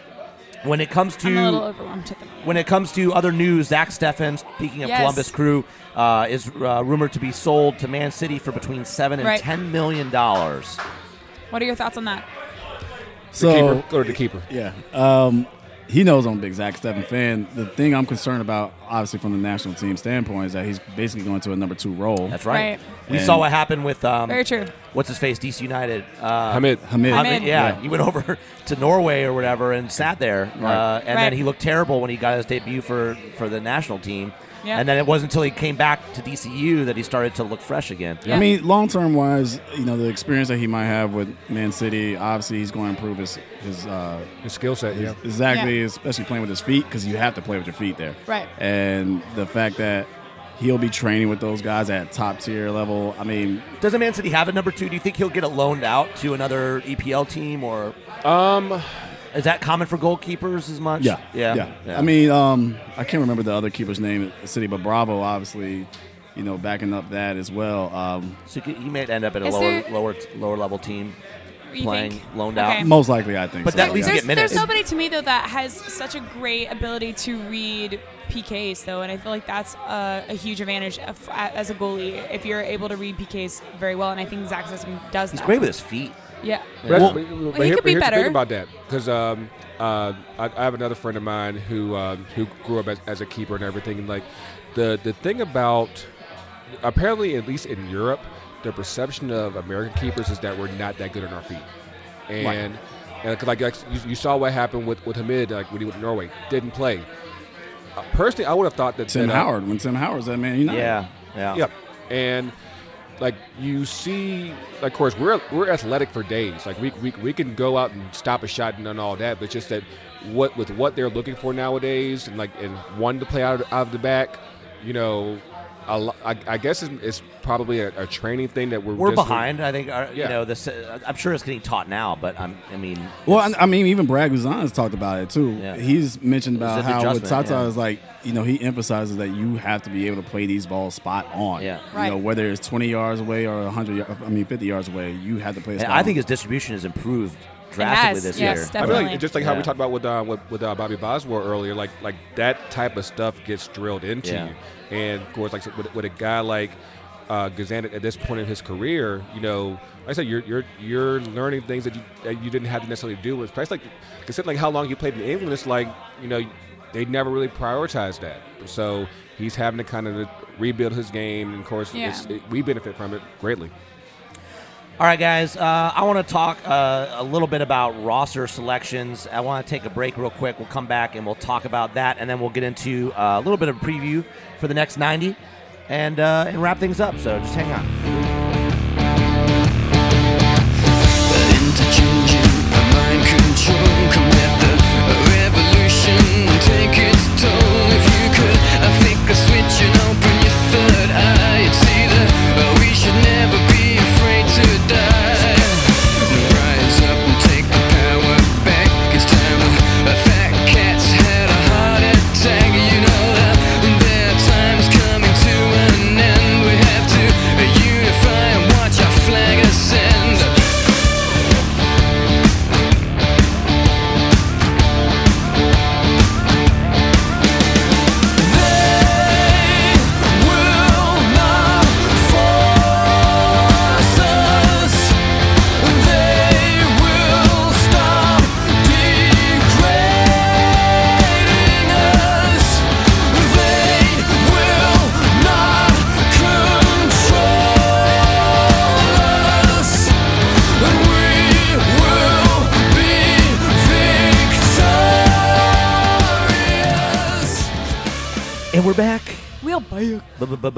Speaker 5: when it comes
Speaker 4: I'm a little
Speaker 5: to
Speaker 4: overwhelmed at the moment.
Speaker 5: when it comes to other news, Zach Steffen, speaking of
Speaker 4: Yes.
Speaker 5: Columbus Crew, uh, is uh, rumored to be sold to Man City for between seven and
Speaker 4: Right.
Speaker 5: ten million dollars.
Speaker 4: What are your thoughts on that?
Speaker 1: The
Speaker 3: So
Speaker 1: keeper, go to the keeper.
Speaker 3: yeah, um, he knows I'm a big Zach Steffen fan. The thing I'm concerned about, obviously from the national team standpoint, is that he's basically going to a number two role.
Speaker 5: That's right.
Speaker 4: Right.
Speaker 5: We
Speaker 3: And-
Speaker 5: saw what happened with um,
Speaker 4: Very true.
Speaker 5: What's his face? DC United. Uh,
Speaker 1: Hamid,
Speaker 3: Hamid.
Speaker 5: I mean,
Speaker 4: Hamid.
Speaker 5: yeah,
Speaker 3: Yeah.
Speaker 5: he went over to Norway or whatever and sat there, uh,
Speaker 3: Right.
Speaker 5: and
Speaker 4: Right.
Speaker 5: then he looked terrible when he got his debut for for the national team.
Speaker 4: Yeah.
Speaker 5: And then it wasn't until he came back to DCU that he started to look fresh again.
Speaker 4: Yeah.
Speaker 3: I mean, long term wise, you know, the experience that he might have with Man City, obviously he's going to improve his his uh,
Speaker 1: his skill set. Yeah,
Speaker 3: Exactly,
Speaker 4: Yeah.
Speaker 3: especially playing with his feet because you have to play with your feet there.
Speaker 4: Right.
Speaker 3: And the fact that he'll be training with those guys at top tier level. I mean,
Speaker 5: Doesn't Man City have a number two? Do you think he'll get it loaned out to another EPL team or?
Speaker 1: um,
Speaker 5: Is that common for goalkeepers as much?
Speaker 3: yeah,
Speaker 5: yeah.
Speaker 3: I mean, um, I can't remember the other keeper's name at the city, but Bravo, obviously, you know, backing up that as well. Um,
Speaker 5: so he he may end up at a
Speaker 4: Is
Speaker 5: lower,
Speaker 4: there-
Speaker 5: lower, lower level team.
Speaker 4: You
Speaker 5: Playing,
Speaker 4: think?
Speaker 5: loaned
Speaker 4: Okay.
Speaker 5: out.
Speaker 3: most likely, I think.
Speaker 5: But
Speaker 3: so,
Speaker 5: that leaves
Speaker 3: yeah.
Speaker 5: you
Speaker 4: there's,
Speaker 5: get minutes.
Speaker 4: There's nobody to me though that has such a great ability to read PKs though, and I feel like that's a, a huge advantage of, as a goalie if you're able to read PKs very well. And I think Zach Sisson does
Speaker 5: He's
Speaker 4: that.
Speaker 5: great with his feet.
Speaker 4: Yeah.
Speaker 1: But-
Speaker 5: Well-
Speaker 1: but- but
Speaker 4: he could be
Speaker 1: here's the thing
Speaker 4: better.
Speaker 1: about that because um, uh, I, I have another friend of mine who um, who grew up as, as a keeper and everything. And like the the thing about apparently at least in Europe, the perception of American keepers is that we're not that good on our feet, and. And 'cause like, like you, you saw what happened with, with Hamid, like when he went to Norway, didn't play. Uh, personally, I would have thought that
Speaker 3: Tim
Speaker 1: that, uh,
Speaker 3: Howard when Tim Howard's that man, you know,
Speaker 5: Yeah, yeah.
Speaker 1: Yep. And like you see, like, of course, we're we're athletic for days. Like we we we can go out and stop a shot and done all that, but it's just that what with what they're looking for nowadays, and like and one to play out of, out of the back, you know, a lo- I, I guess it's, it's probably a, a training thing that we're just-
Speaker 5: We're behind. I think. Our, You
Speaker 1: Yeah.
Speaker 5: know, this. Uh, I'm sure it's getting taught now, but I'm, I mean,
Speaker 3: Well, uh, I, I mean, even Brad Guzan has talked about it too.
Speaker 5: Yeah.
Speaker 3: He's mentioned about
Speaker 5: It's an
Speaker 3: how with
Speaker 5: adjustment,
Speaker 3: Tata
Speaker 5: yeah.
Speaker 3: is like, you know, he emphasizes that you have to be able to play these balls spot on.
Speaker 5: Yeah.
Speaker 3: You know,
Speaker 4: Right.
Speaker 3: whether it's 20 yards away or 100, yard, I mean, 50 yards away, you have to play.
Speaker 5: And
Speaker 3: Spot
Speaker 5: I think
Speaker 3: on.
Speaker 5: his distribution has improved drastically
Speaker 4: has,
Speaker 5: this
Speaker 4: yes,
Speaker 5: year.
Speaker 1: I
Speaker 4: definitely.
Speaker 1: feel like just like how
Speaker 5: Yeah.
Speaker 1: we talked about with uh, with, with uh, Bobby Boswell earlier, like like that type of stuff gets drilled into
Speaker 5: Yeah.
Speaker 1: you, and of course, like so with, with a guy like uh, Gazan at this point in his career, you know, like I said, you're you're you're learning things that you that you didn't have to necessarily do. With it's like considering like how long you played in England, it's like you know they never really prioritized that, so he's having to kind of rebuild his game. And of course,
Speaker 4: Yeah.
Speaker 1: it's, it, we benefit from it greatly.
Speaker 5: All right, guys. Uh, I want to talk uh, a little bit about roster selections. I want to take a break real quick. We'll come back and we'll talk about that, and then we'll get into uh, a little bit of a preview for the next 90 and uh, and wrap things up. So just hang on.
Speaker 8: Interchanging mind control, come let the revolution take its toll. oh,
Speaker 5: And we're back.
Speaker 4: We'll buy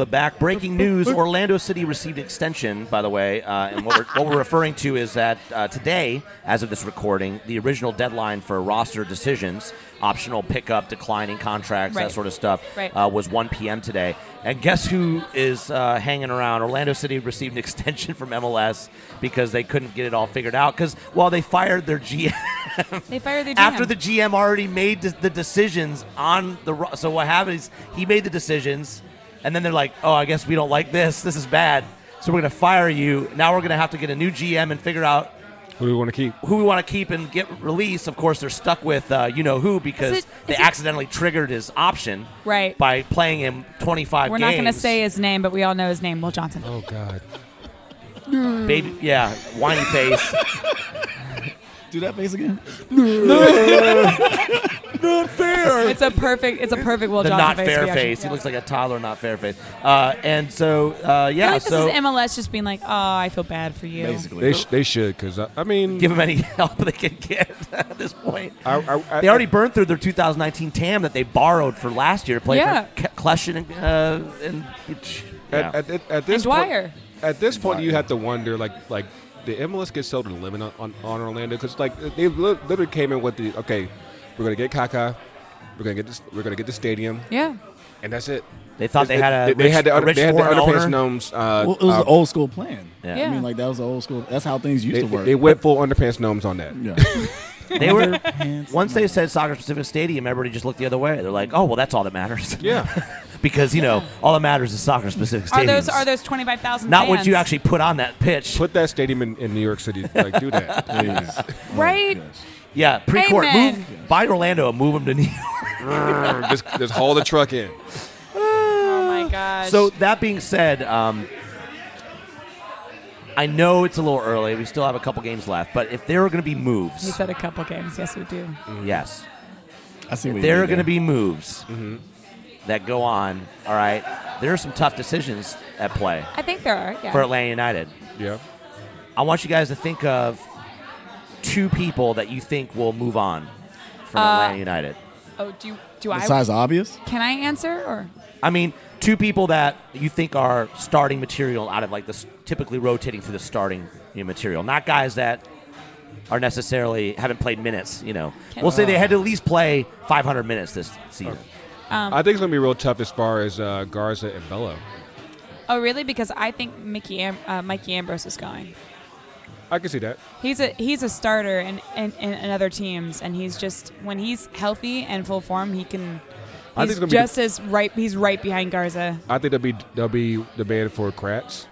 Speaker 5: Back. Breaking news Orlando City received extension, by the way. Uh, and what we're, what we're referring to is that uh, today, as of this recording, the original deadline for roster decisions, optional pickup, declining contracts,
Speaker 4: Right.
Speaker 5: that sort of stuff,
Speaker 4: Right.
Speaker 5: uh, was 1 p.m. today. And guess who is uh, hanging around? Orlando City received an extension from MLS because they couldn't get it all figured out. Because, well, they fired their GM
Speaker 4: They fired the GM.
Speaker 5: after the GM already made the- the decisions on the ro- so what happened is he made the decisions, and then they're like, oh, I guess we don't like this. This is bad. So we're gonna fire you. Now we're gonna have to get a new GM and figure out
Speaker 1: Who do we want to keep?
Speaker 5: who we want to keep and get released. Of course, they're stuck with uh, you know who because
Speaker 4: Is it-
Speaker 5: they
Speaker 4: is it-
Speaker 5: accidentally triggered his option
Speaker 4: Right.
Speaker 5: by playing him 25
Speaker 4: We're
Speaker 5: games.
Speaker 4: not going to say his name, but we all know his name, Will Johnson.
Speaker 1: Oh God.
Speaker 5: baby. Yeah, whiny face.
Speaker 3: Do that face again.
Speaker 4: It's a perfect. It's a perfect Will
Speaker 5: the
Speaker 4: Johnson
Speaker 5: not
Speaker 4: face
Speaker 5: fair
Speaker 4: reaction.
Speaker 5: face.
Speaker 4: Yeah.
Speaker 5: He looks like a toddler, not fair face. Uh, and so uh,
Speaker 4: I
Speaker 5: yeah,
Speaker 4: feel like
Speaker 5: so
Speaker 4: this is MLS just being like, oh, I feel bad for you.
Speaker 1: They sh- they should because I, I mean
Speaker 5: give them any help they can get at this point.
Speaker 1: I, I, I,
Speaker 5: They already burned through their 2019 TAM that they borrowed for last year to play
Speaker 4: Yeah.
Speaker 5: for Ke- Kleshin and, uh, and
Speaker 1: at,
Speaker 5: yeah.
Speaker 1: at, at, at this
Speaker 4: And Dwyer.
Speaker 1: Point, at this point, you have to wonder like like the MLS gets so to the limit on, on, on Orlando because like they li- literally came in with the okay, we're gonna get Kaka, we're gonna get this, we're gonna get the stadium,
Speaker 4: Yeah.
Speaker 1: and that's it.
Speaker 5: They thought they had a
Speaker 1: they,
Speaker 5: rich-
Speaker 1: had the
Speaker 5: a
Speaker 1: under,
Speaker 5: rich
Speaker 1: they had the
Speaker 5: foreign
Speaker 1: underpants
Speaker 5: owner.
Speaker 1: gnomes. Uh,
Speaker 3: Well, it was
Speaker 1: uh,
Speaker 3: the old school plan.
Speaker 5: Yeah.
Speaker 4: Yeah.
Speaker 3: I mean, like that was the old school. That's how things used
Speaker 1: they,
Speaker 3: to work.
Speaker 1: they went full underpants gnomes on that.
Speaker 3: yeah.
Speaker 5: they were
Speaker 3: Underpants
Speaker 5: once they said soccer specific stadium, everybody just looked the other way. They're like, oh well, that's all that matters.
Speaker 1: Yeah,
Speaker 5: because you know all that matters is soccer specific stadiums.
Speaker 4: Are those are those twenty five thousand?
Speaker 5: not what you actually put on that pitch?
Speaker 1: put that stadium in, in New York City. Like do that.
Speaker 3: Please.
Speaker 4: right.
Speaker 5: yeah, pre-court
Speaker 4: Amen.
Speaker 5: move. Buy Orlando and move them to New York.
Speaker 1: just, just haul the truck in.
Speaker 4: Oh my gosh.
Speaker 5: So that being said, um, I know it's a little early. We still have a couple games left, but if there are going to be
Speaker 4: he
Speaker 5: moves,
Speaker 4: said a couple games. Yes, we do.
Speaker 5: yes,
Speaker 3: I see what
Speaker 5: there
Speaker 3: you
Speaker 5: are
Speaker 3: did
Speaker 5: going to be
Speaker 3: there.
Speaker 5: moves that go on. All right, there are some tough decisions at play
Speaker 4: I think there are. Yeah.
Speaker 5: for Atlanta United.
Speaker 1: Yeah.
Speaker 5: I want you guys to think of two people that you think will move on from Atlanta United.
Speaker 4: oh, do you, do I?
Speaker 3: Besides the obvious,
Speaker 4: Can I answer or?
Speaker 5: I mean, two people that you think are starting material out of like this typically rotating through the starting you know, material, not guys that are necessarily haven't played minutes. You know,
Speaker 4: Okay.
Speaker 5: we'll say they had to at least play 500 minutes this season.
Speaker 1: I think it's gonna be real tough as far as uh, Garza and Bello.
Speaker 4: Oh, really? Because I think Mickey Am- uh, Mikey Ambrose is going.
Speaker 1: I can see that.
Speaker 4: He's a he's a starter in, in, in, in other teams, and he's just when he's healthy and full form, he can.
Speaker 1: I think
Speaker 4: He's
Speaker 1: it's gonna be
Speaker 4: just as right. He's right behind Garza.
Speaker 1: I think they'll be they'll be the band for Kratz.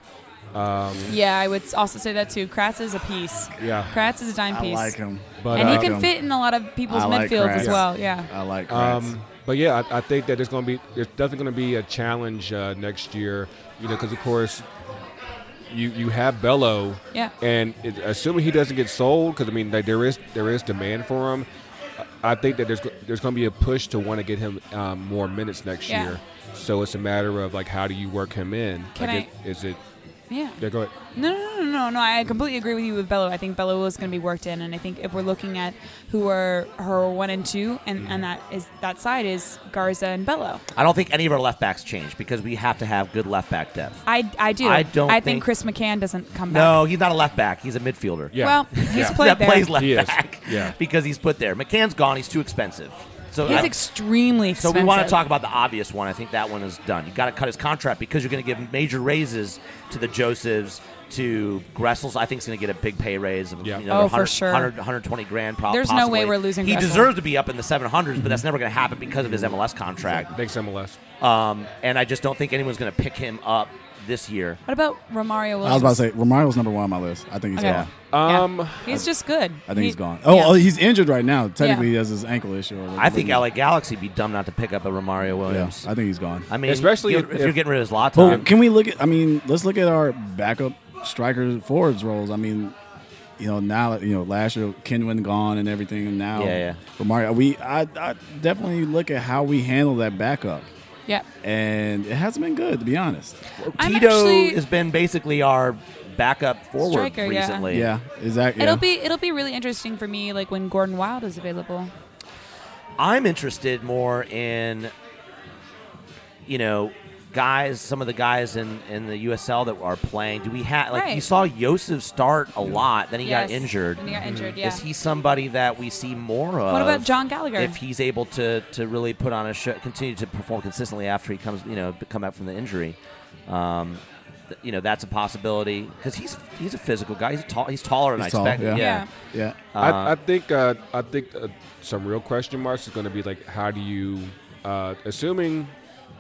Speaker 4: Yeah, I would also say that too. Kratz is a piece.
Speaker 1: Yeah.
Speaker 4: Kratz is a dime
Speaker 3: I
Speaker 4: piece.
Speaker 3: like him.
Speaker 1: But
Speaker 4: and
Speaker 1: uh,
Speaker 4: he
Speaker 3: like
Speaker 4: can
Speaker 3: him.
Speaker 4: fit in a lot of people's
Speaker 3: I like
Speaker 4: midfields as
Speaker 3: Kratz.
Speaker 4: well. Yeah.
Speaker 3: I like Kratz.
Speaker 1: um, but yeah, I, I think that there's gonna be there's definitely gonna be a challenge uh, next year. You know, because of course you you have Bello.
Speaker 4: Yeah.
Speaker 1: And it, assuming he doesn't get sold, because I mean like, there is there is demand for him. I I think that there's go- there's gonna be a push to want to get him um, more minutes next
Speaker 4: Yeah.
Speaker 1: year. So it's a matter of like how do you work him in?
Speaker 4: Can
Speaker 1: like
Speaker 4: I-
Speaker 1: is, is it?
Speaker 4: Yeah.
Speaker 1: Yeah, go ahead.
Speaker 4: No, no, no, no, no, no. I completely agree with you with Bello. I think Bello is going to be worked in, and I think if we're looking at who are her one and two, and,
Speaker 5: Mm-hmm.
Speaker 4: and that is that side is Garza and Bello.
Speaker 5: I don't think any of our left backs change because we have to have good left back depth.
Speaker 4: I, I do.
Speaker 5: I don't
Speaker 4: I think,
Speaker 5: think-
Speaker 4: Chris McCann doesn't come back.
Speaker 5: No, he's not a left back. He's a midfielder.
Speaker 1: Yeah.
Speaker 4: Well, he's
Speaker 1: Yeah.
Speaker 4: played
Speaker 5: that
Speaker 4: there.
Speaker 5: plays left
Speaker 1: He is.
Speaker 5: back.
Speaker 1: Yeah.
Speaker 5: because he's put there. McCann's gone. He's too expensive. So
Speaker 4: He's
Speaker 5: I-
Speaker 4: extremely
Speaker 5: So
Speaker 4: expensive.
Speaker 5: we want to talk about the obvious one. I think that one is done. You got to cut his contract because you're going to give major raises to the Josephs, to Gressels. I think he's going to get a big pay raise of
Speaker 1: Yeah.
Speaker 5: you know,
Speaker 4: Oh,
Speaker 5: 100,
Speaker 4: for sure.
Speaker 5: 100, 120 grand. Probably.
Speaker 4: There's no way we're losing
Speaker 5: He
Speaker 4: Gressel.
Speaker 5: deserves to be up in the 700s, but that's never going to happen because of his MLS contract.
Speaker 1: Thanks MLS.
Speaker 5: Um, and I just don't think anyone's going to pick him up this year.
Speaker 4: What about Romario Williams?
Speaker 3: I was about to say Romario's number one on my list. I think he's
Speaker 4: Okay.
Speaker 3: gone.
Speaker 4: Yeah.
Speaker 1: Um,
Speaker 4: he's just good.
Speaker 3: I think he's gone. Oh, oh, he's injured right now. Technically,
Speaker 4: Yeah.
Speaker 3: he has his ankle issue. Or
Speaker 5: I think LA Galaxy would be dumb not to pick up a Romario Williams.
Speaker 3: Yeah, I think he's gone.
Speaker 5: I mean,
Speaker 1: Especially
Speaker 5: you-
Speaker 1: if-
Speaker 5: if, you're
Speaker 1: if-
Speaker 5: getting rid of Zlatan.
Speaker 3: But can we look at? I mean, let's look at our backup striker forwards roles. I mean, you know now that- you know last year Kenwin gone and everything, and now
Speaker 5: Yeah, yeah.
Speaker 3: Romario. We I, I definitely look at how we handle that backup,
Speaker 4: Yeah.
Speaker 3: and it hasn't been good to be honest.
Speaker 4: I'm
Speaker 5: Tito
Speaker 4: actually-
Speaker 5: has been basically our backup forward
Speaker 4: Striker, yeah.
Speaker 5: recently.
Speaker 3: Yeah, exactly.
Speaker 4: It'll be it'll be really interesting for me, like when Gordon Wild is available.
Speaker 5: I'm interested more in you know, guys, some of the guys in, in the USL that are playing, do we have, like, you
Speaker 4: Right.
Speaker 5: saw Yosef start a lot, then he got
Speaker 4: Yes.
Speaker 5: injured. Mm-hmm.
Speaker 4: And he got injured, yeah.
Speaker 5: Is he somebody that we see more of?
Speaker 4: What about John Gallagher?
Speaker 5: If he's able to, to really put on a show, continue to perform consistently after he comes, you know, come back from the injury, um, th- you know, that's a possibility because he's he's a physical guy. He's tall. He's taller than
Speaker 3: He's
Speaker 5: I
Speaker 3: tall,
Speaker 5: expected.
Speaker 3: yeah.
Speaker 4: yeah.
Speaker 3: Yeah.
Speaker 1: I, I think uh, I think uh, some real question marks is going to be like, how do you, uh, assuming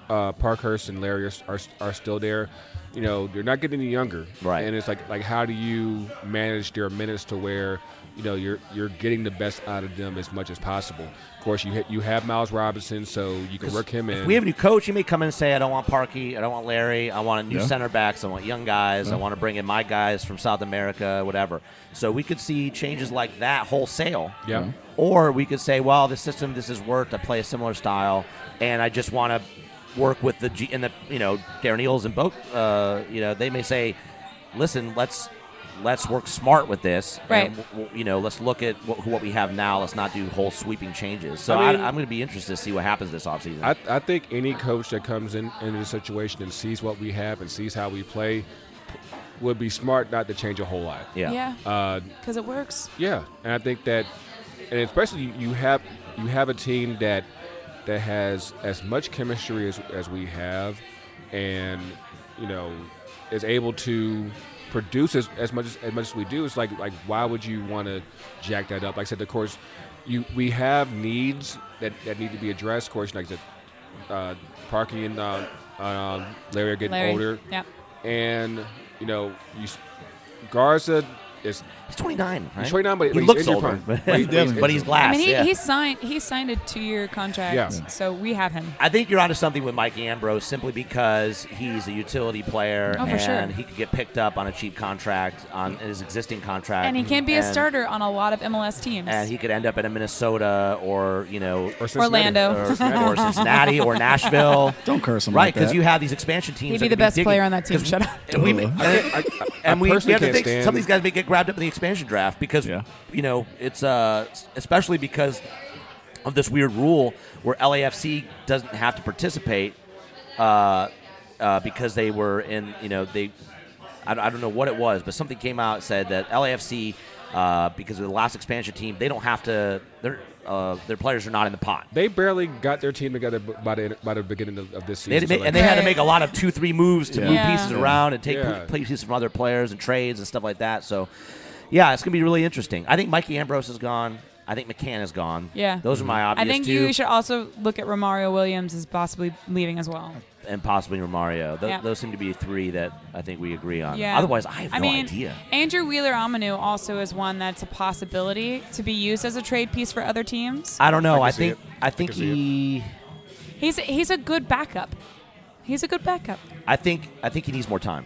Speaker 1: uh, Parkhurst and Larry are, are are still there, you know, they're not getting any younger,
Speaker 5: Right.
Speaker 1: And it's like like how do you manage their minutes to where you know you're you're getting the best out of them as much as possible. Of course, you ha- you have Miles Robinson, so you can work him in.
Speaker 5: If we have a new coach, he may come in and say, I don't want Parkey, I don't want Larry, I want new
Speaker 3: Yeah.
Speaker 5: center backs, I want young guys, I want to bring in my guys from South America, whatever. So we could see changes like that wholesale.
Speaker 1: Yeah. Mhm.
Speaker 5: Or we could say, well, the system, this has worked, I play a similar style, and I just want to work with the G and the, you know, Darren Eels and Boak, uh, you know, they may say, listen, let's. Let's work smart with this, and
Speaker 4: Right.
Speaker 5: w- w- you know, let's look at what, what we have now. Let's not do whole sweeping changes. So
Speaker 1: I
Speaker 5: I
Speaker 1: mean-
Speaker 5: I, am going to be interested to see what happens this offseason.
Speaker 1: I, I think any coach that comes in into the situation and sees what we have and sees how we play would be smart not to change a whole lot.
Speaker 5: Yeah.
Speaker 1: Uh,
Speaker 4: Because it works.
Speaker 1: Yeah, and I think that, and especially you, you have you have a team that that has as much chemistry as, as we have, and you know is able to produce as, as much as, as much as we do. It's like like why would you want to jack that up? Like I said, of course, you we have needs that, that need to be addressed. Of course, like I said, uh, Parky and uh, um, Larry are getting
Speaker 4: Larry.
Speaker 1: older,
Speaker 4: Yep.
Speaker 1: and you know you s- Garza is
Speaker 5: He's 29. Right?
Speaker 1: He's 29, but
Speaker 5: he
Speaker 1: he's
Speaker 5: looks
Speaker 1: injury
Speaker 5: older.
Speaker 1: prone.
Speaker 5: But,
Speaker 1: But he's-
Speaker 5: he's,
Speaker 1: he's-
Speaker 5: glass.
Speaker 4: I mean, he,
Speaker 5: yeah.
Speaker 4: he signed he signed a two year contract.
Speaker 1: Yeah.
Speaker 4: So we have him.
Speaker 5: I think you're onto something with Mike Ambrose simply because he's a utility player
Speaker 4: Oh, for
Speaker 5: and
Speaker 4: sure.
Speaker 5: he could get picked up on a cheap contract on his existing contract,
Speaker 4: And he can be a
Speaker 5: Uh, and-
Speaker 4: starter on a lot of MLS teams.
Speaker 5: And he could end up in a Minnesota or you know
Speaker 1: or Cincinnati.
Speaker 4: Orlando.
Speaker 5: or, or Cincinnati or Nashville.
Speaker 3: Don't curse him
Speaker 5: Right,
Speaker 3: like
Speaker 5: because
Speaker 3: that.
Speaker 5: you have these expansion teams.
Speaker 4: He'd
Speaker 5: that
Speaker 4: be
Speaker 5: could
Speaker 4: the best
Speaker 5: digging-
Speaker 4: player on that team.
Speaker 5: 'cause
Speaker 4: Shut up.
Speaker 5: And we,
Speaker 1: I, I, I
Speaker 5: and we, we
Speaker 1: personally
Speaker 5: have to
Speaker 1: can't
Speaker 5: think
Speaker 1: stand.
Speaker 5: some of these guys may get grabbed up in the expansion draft because
Speaker 3: Yeah.
Speaker 5: you know it's uh especially because of this weird rule where LAFC doesn't have to participate uh, uh, because they were in you know they I, don't- I don't know what it was but something came out said that LAFC uh, because of the last expansion team they don't have to their uh, their players are not in the pot.
Speaker 1: they barely got their team together b- by the by the beginning of, of this
Speaker 5: They had
Speaker 1: season.
Speaker 5: to
Speaker 1: so
Speaker 5: make,
Speaker 1: like-
Speaker 5: and they had to
Speaker 4: Right.
Speaker 5: make a lot of two, three moves to
Speaker 3: Yeah.
Speaker 5: move
Speaker 4: Yeah.
Speaker 5: pieces around and take
Speaker 1: Yeah.
Speaker 5: pieces from other players and trades and stuff like that. So, yeah, it's gonna be really interesting. I think Mikey Ambrose is gone. I think McCann is gone.
Speaker 4: Yeah.
Speaker 5: those are my
Speaker 4: I
Speaker 5: obvious
Speaker 4: think
Speaker 5: two,
Speaker 4: you should also look at Romario Williams as possibly leaving as well.
Speaker 5: and possibly Romario. Th-
Speaker 4: Yeah.
Speaker 5: Those seem to be three that I think we agree on.
Speaker 4: Yeah.
Speaker 5: Uh, Otherwise, I have no
Speaker 4: mean,
Speaker 5: idea.
Speaker 4: Andrew Wheeler Amanu also is one that's a possibility to be used as a trade piece for other teams.
Speaker 5: I don't know. I,
Speaker 1: I can see
Speaker 5: think
Speaker 1: it.
Speaker 5: I think
Speaker 1: I can see it.
Speaker 5: he.
Speaker 4: He's he's a good backup. He's a good backup.
Speaker 5: I think I think he needs more time.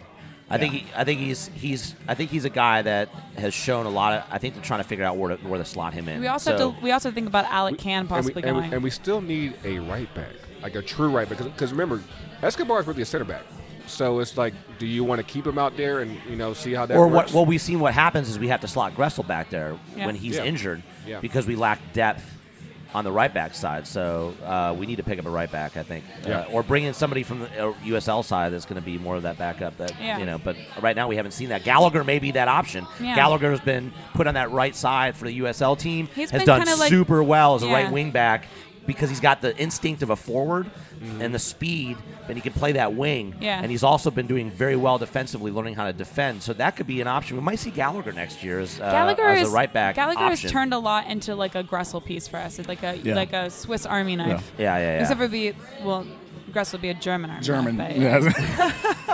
Speaker 5: I think he, I think he's he's I think he's a guy that has shown a lot of. I think they're trying to figure out where to, where to slot him in.
Speaker 4: We also
Speaker 5: So-
Speaker 4: have to we also think about Alec Can
Speaker 1: and
Speaker 4: possibly
Speaker 1: we, and we-
Speaker 4: going.
Speaker 1: and we still need a right back, like a true right back. Because remember, Escobar is really a center back. So it's like, do you want to keep him out there and you know see how that
Speaker 5: or
Speaker 1: works?
Speaker 5: what? Well, we've seen what happens is we have to slot Gressel back there
Speaker 4: Yeah.
Speaker 5: when he's
Speaker 1: Yeah.
Speaker 5: injured
Speaker 1: Yeah.
Speaker 5: because we lack depth on the right back side. So uh, we need to pick up a right back, I think,
Speaker 1: Yeah.
Speaker 5: uh, or bring in somebody from the uh, USL side that's going to be more of that backup. That
Speaker 4: Yeah.
Speaker 5: you know, but right now we haven't seen that. Gallagher may be that option.
Speaker 4: Yeah.
Speaker 5: Gallagher's been put on that right side for the USL team.
Speaker 4: He's
Speaker 5: has
Speaker 4: been
Speaker 5: done
Speaker 4: kinda like-
Speaker 5: super well as a
Speaker 4: Yeah.
Speaker 5: right wing back. Because he's got the instinct of a forward and the speed, and he can play that wing.
Speaker 4: Mm-hmm. Yeah.
Speaker 5: And he's he's also been doing very well defensively, learning how to defend. So that could be an option. We might see Gallagher next year as, uh,
Speaker 4: Gallagher
Speaker 5: as
Speaker 4: is
Speaker 5: a right back.
Speaker 4: Gallagher
Speaker 5: option.
Speaker 4: has turned a lot into like a Gressel piece for us. It's like a
Speaker 3: Yeah.
Speaker 4: like a Swiss Army knife.
Speaker 5: Yeah, yeah, yeah.
Speaker 4: Except for be well, Gressel would be a German army.
Speaker 3: German.
Speaker 4: Knife, but-
Speaker 3: Yeah.
Speaker 1: we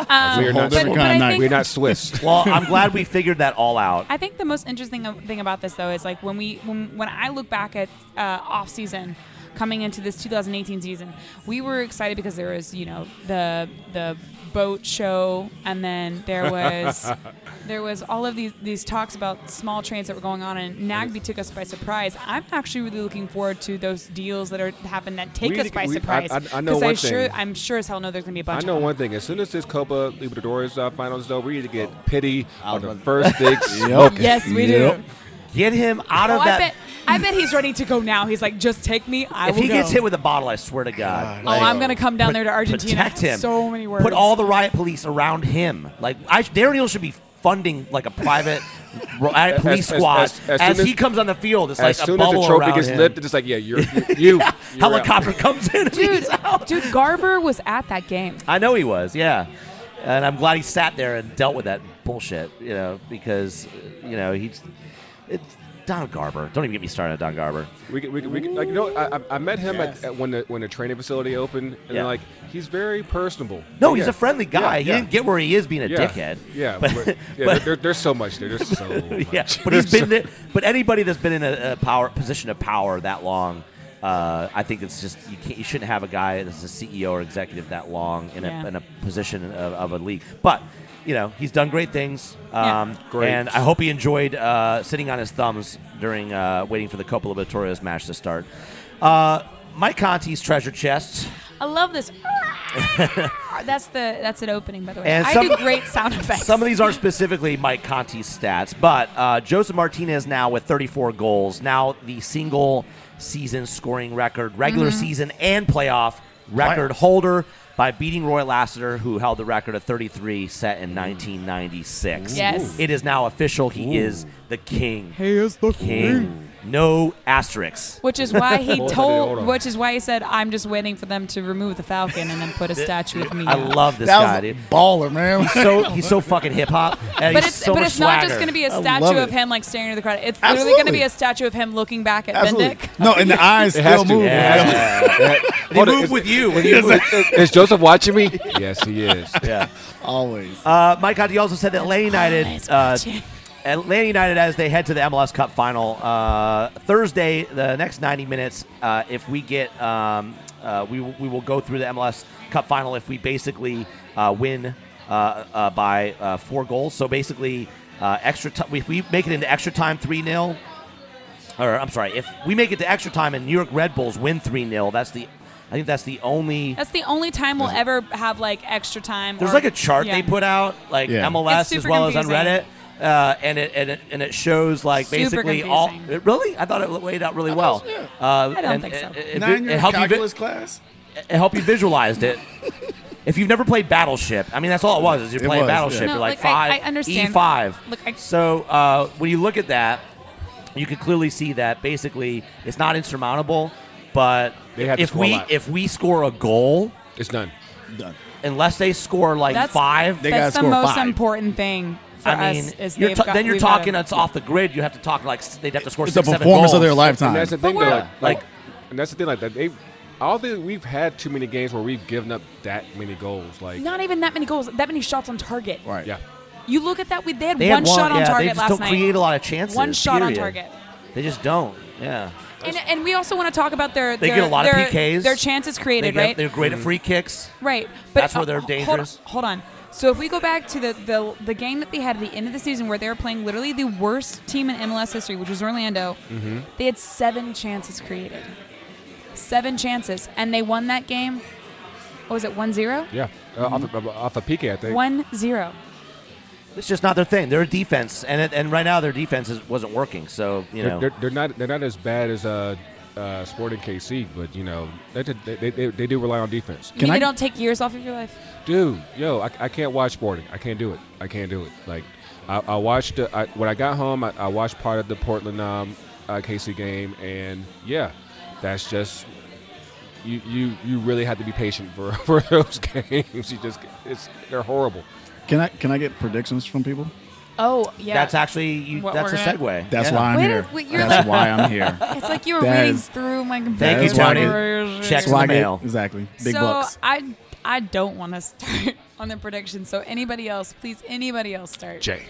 Speaker 1: are not
Speaker 3: But-
Speaker 1: Swiss.
Speaker 3: but I think-
Speaker 1: we're not Swiss.
Speaker 5: well, I'm glad we figured that all out.
Speaker 4: I think the most interesting of- thing about this though is like when we when, when I look back at uh, off season coming into this 2018 season, we were excited because there was you know the the boat show and then there was there was all of these these talks about small trains that were going on and Nagby took us by surprise. I'm actually really looking forward to those deals that are happen that take
Speaker 1: We
Speaker 4: us
Speaker 1: need to-
Speaker 4: by
Speaker 1: we- I-
Speaker 4: surprise.
Speaker 1: I- I know
Speaker 4: 'Cause
Speaker 1: one
Speaker 4: sure
Speaker 1: thing.
Speaker 4: I'm sure as hell know there's gonna be a
Speaker 1: I
Speaker 4: bunch.
Speaker 1: know
Speaker 4: of them.
Speaker 1: one thing. As soon as this Copa Libertadores uh, finals is over, we need to get pity on the first big smoke.
Speaker 4: Yes, we
Speaker 3: Yep.
Speaker 4: do.
Speaker 5: Get him out
Speaker 4: Oh,
Speaker 5: of
Speaker 4: I
Speaker 5: that.
Speaker 4: bet I bet he's ready to go now. He's like, just take me. I
Speaker 5: If
Speaker 4: will
Speaker 5: he gets
Speaker 4: go."
Speaker 5: hit with a bottle, I swear to God.
Speaker 4: oh, I'm gonna come down there to Argentina.
Speaker 5: Protect him.
Speaker 4: So many words.
Speaker 5: Put all the riot police around him. Like I, Daryl should be funding like a private riot
Speaker 1: As-
Speaker 5: police
Speaker 1: as-
Speaker 5: squad.
Speaker 1: as-
Speaker 5: As,
Speaker 1: as soon as-
Speaker 5: he comes on the field, it's
Speaker 1: As
Speaker 5: like a
Speaker 1: soon as
Speaker 5: bubble
Speaker 1: the trophy
Speaker 5: around
Speaker 1: gets
Speaker 5: him.
Speaker 1: lifted, it's like, yeah, you're you. you you're out.
Speaker 5: Helicopter comes in. and
Speaker 4: dude.
Speaker 5: he's out.
Speaker 4: Dude, Garber was at that game.
Speaker 5: I know he was. Yeah. And I'm glad he sat there and dealt with that bullshit. You know because you know he's it's Don Garber. Don't even get me started on Don Garber.
Speaker 1: We could, we could, we could, like you know, I, I- I met him at, at when the when the training facility opened, and
Speaker 5: Yeah.
Speaker 1: like he's very personable.
Speaker 5: No, he's
Speaker 1: Yeah.
Speaker 5: a friendly guy.
Speaker 1: Yeah,
Speaker 5: He
Speaker 1: yeah.
Speaker 5: didn't get where he is being a
Speaker 1: yeah.
Speaker 5: dickhead.
Speaker 1: Yeah,
Speaker 5: but,
Speaker 1: but, yeah
Speaker 5: but-
Speaker 1: there, there's so much there. There's so much.
Speaker 5: yeah, but he's been there. But anybody that's been in a, a power position of power that long, uh, I think it's just you can't, you shouldn't have a guy that's a CEO or executive that long in
Speaker 4: Yeah.
Speaker 5: a in a position of, of a league. But you know he's done great things.
Speaker 4: Yeah.
Speaker 5: Um,
Speaker 1: Great.
Speaker 5: And I hope he enjoyed uh, sitting on his thumbs during uh, waiting for the Copa Libertadores match to start. Uh, Mike Conti's treasure chest.
Speaker 4: I love this. that's the that's an opening, by the way.
Speaker 5: And
Speaker 4: I
Speaker 5: some-
Speaker 4: do great sound effects.
Speaker 5: Some of these aren't specifically Mike Conti's stats, but uh, Joseph Martinez now with 34 goals, now the single season scoring record, regular
Speaker 1: Mm-hmm.
Speaker 5: season and playoff record holder by beating Roy Lassiter, who held the record of 33 set in 1996.
Speaker 4: Yes.
Speaker 5: It is now official. He is the king. He is the king. No asterisks.
Speaker 4: Which is why he
Speaker 1: Hold on, hold
Speaker 4: told.
Speaker 1: on.
Speaker 4: Which is why he said, "I'm just waiting for them to remove the falcon and then put a statue of me."
Speaker 5: I
Speaker 4: up."
Speaker 5: love this
Speaker 3: That
Speaker 5: guy,
Speaker 3: was a
Speaker 5: dude.
Speaker 3: baller, man.
Speaker 5: So he's so fucking hip hop, and
Speaker 4: But
Speaker 5: he's
Speaker 4: it's
Speaker 5: so
Speaker 4: but
Speaker 5: much
Speaker 4: it's not just
Speaker 5: swagger.
Speaker 4: going to be a
Speaker 3: I
Speaker 4: statue
Speaker 3: love
Speaker 4: of
Speaker 3: it.
Speaker 4: him like staring at the crowd. It's literally going to be
Speaker 3: Absolutely.
Speaker 4: a statue of him looking back at
Speaker 3: Absolutely.
Speaker 4: Bendick.
Speaker 3: No, and the eyes
Speaker 1: It has
Speaker 3: still
Speaker 1: to.
Speaker 3: move.
Speaker 1: It has to. It-
Speaker 5: They
Speaker 1: Hold on,
Speaker 5: move
Speaker 1: is-
Speaker 5: with you. When you
Speaker 1: Is, is Joseph watching me? Yes, he is.
Speaker 5: yeah.
Speaker 3: Always.
Speaker 5: Uh, Mike Conti also said that Atlanta United,
Speaker 4: Always
Speaker 5: uh,
Speaker 4: watching.
Speaker 5: Atlanta United, as they head to the MLS Cup final uh, Thursday, the next 90 minutes, uh, if we get, um, uh, we, will- we will go through the MLS Cup final if we basically uh, win uh, uh, by uh, four goals. So basically, uh, extra time. If we make it into extra time, three 0 or I'm sorry, if we make it to extra time and New York Red Bulls win three 0 that's the, I think that's the only.
Speaker 4: That's the only time we'll ever have like extra time.
Speaker 5: There's
Speaker 4: or-
Speaker 5: like a chart
Speaker 4: yeah.
Speaker 5: they put out, like
Speaker 3: Yeah.
Speaker 4: It's
Speaker 5: MLS as
Speaker 4: super
Speaker 5: well as on Reddit,
Speaker 4: confusing.
Speaker 5: uh, and it and it and it shows like
Speaker 4: Super
Speaker 5: basically all.
Speaker 4: confusing.
Speaker 5: It, really, I thought it laid out really well.
Speaker 3: yeah.
Speaker 5: Uh,
Speaker 4: I don't
Speaker 5: and
Speaker 4: think so.
Speaker 5: It, it,
Speaker 3: Nine
Speaker 5: it,
Speaker 3: year
Speaker 5: helped you vi-
Speaker 3: calculus class.
Speaker 5: it helped you visualized it. if you've never played Battleship, I mean that's all it was. Is you're
Speaker 3: It
Speaker 5: playing
Speaker 3: was, yeah.
Speaker 5: Battleship.
Speaker 4: No,
Speaker 5: you're like,
Speaker 4: like, I-
Speaker 5: five
Speaker 4: I understand.
Speaker 5: E five.
Speaker 4: Look, I-
Speaker 5: so uh, when you look at that, you can clearly see that basically it's not insurmountable, but
Speaker 1: They have to
Speaker 5: if
Speaker 1: score a
Speaker 5: we
Speaker 1: lot.
Speaker 5: if we score a goal,
Speaker 1: It's none.
Speaker 3: Done.
Speaker 5: unless they score like
Speaker 4: That's-
Speaker 5: five,
Speaker 3: They
Speaker 4: That's
Speaker 3: gotta
Speaker 4: the
Speaker 3: score
Speaker 4: most
Speaker 3: five.
Speaker 4: important thing for
Speaker 5: I mean,
Speaker 4: us. Is
Speaker 5: you're
Speaker 4: they've
Speaker 5: ta-
Speaker 4: got-
Speaker 5: then you're
Speaker 4: we've gotta-
Speaker 5: talking. It's off the grid. You have to talk like s- they'd have to score
Speaker 3: It's the
Speaker 5: six, seven
Speaker 3: performance of
Speaker 5: goals.
Speaker 3: their
Speaker 1: And
Speaker 3: lifetime.
Speaker 1: that's the thing, though.
Speaker 4: we're-
Speaker 1: Like, like,
Speaker 5: Like-
Speaker 1: and that's the thing, like that. They, all the we've had too many games where we've given up that many goals. Like,
Speaker 4: Not even that many goals. That many shots on target.
Speaker 3: Right.
Speaker 1: yeah.
Speaker 4: You look at that. We they had
Speaker 5: They
Speaker 4: one
Speaker 5: had one
Speaker 4: shot on
Speaker 5: yeah,
Speaker 4: target
Speaker 5: They just
Speaker 4: last
Speaker 5: don't
Speaker 4: night.
Speaker 5: create a lot of chances.
Speaker 4: One shot on
Speaker 5: period.
Speaker 4: target.
Speaker 5: They just don't. Yeah.
Speaker 4: And, and we also want to talk about their
Speaker 5: They
Speaker 4: their,
Speaker 5: get a lot of
Speaker 4: their-
Speaker 5: PKs.
Speaker 4: their chances created,
Speaker 5: they
Speaker 4: right?
Speaker 5: are great at free kicks.
Speaker 4: Right. But
Speaker 5: That's where they're
Speaker 4: hold-
Speaker 5: dangerous.
Speaker 4: Hold, on. So if we go back to the, the the game that they had at the end of the season where they were playing literally the worst team in MLS history, which was Orlando,
Speaker 5: Mm-hmm.
Speaker 4: they had seven chances created. Seven chances. And they won that game. What was it, 1 0?
Speaker 1: Yeah, uh, off, of, off of PK, I think.
Speaker 4: 1 0.
Speaker 5: It's just not their thing. They're a defense, and it, and right now their defense is, wasn't working. So you
Speaker 1: They're,
Speaker 5: know,
Speaker 1: they're, they're not. They're not as bad as uh, uh, Sporting KC, but you know they did- they, they, they, they do rely on defense.
Speaker 4: You mean
Speaker 3: I-
Speaker 4: they don't take years off of your life?
Speaker 1: Dude, yo, I, I can't watch Sporting. I can't do it. I can't do it. Like, I, I watched uh, I, when I got home. I, I watched part of the Portland um, uh, KC game, and yeah, that's just you. You you really have to be patient for for those games. You just it's they're horrible.
Speaker 3: Can I can I get predictions from people?
Speaker 4: Oh, yeah.
Speaker 5: that's actually you,
Speaker 4: What
Speaker 5: that's a
Speaker 4: we're
Speaker 5: segue.
Speaker 4: gonna-
Speaker 3: That's
Speaker 5: Yeah.
Speaker 3: why I'm
Speaker 4: Wait,
Speaker 3: here.
Speaker 4: wait, you're
Speaker 3: That's why I'm here.
Speaker 4: it's like you were
Speaker 3: That
Speaker 4: reading
Speaker 3: is-
Speaker 4: through my
Speaker 5: Thank you,
Speaker 4: computer.
Speaker 3: That's why I
Speaker 5: Tony. Checks
Speaker 3: That's why I
Speaker 5: in the
Speaker 3: get-
Speaker 5: mail.
Speaker 3: Exactly. Big
Speaker 4: so
Speaker 3: bucks.
Speaker 4: I I don't want to start on the prediction. So anybody else, please, anybody else start.
Speaker 1: Jay,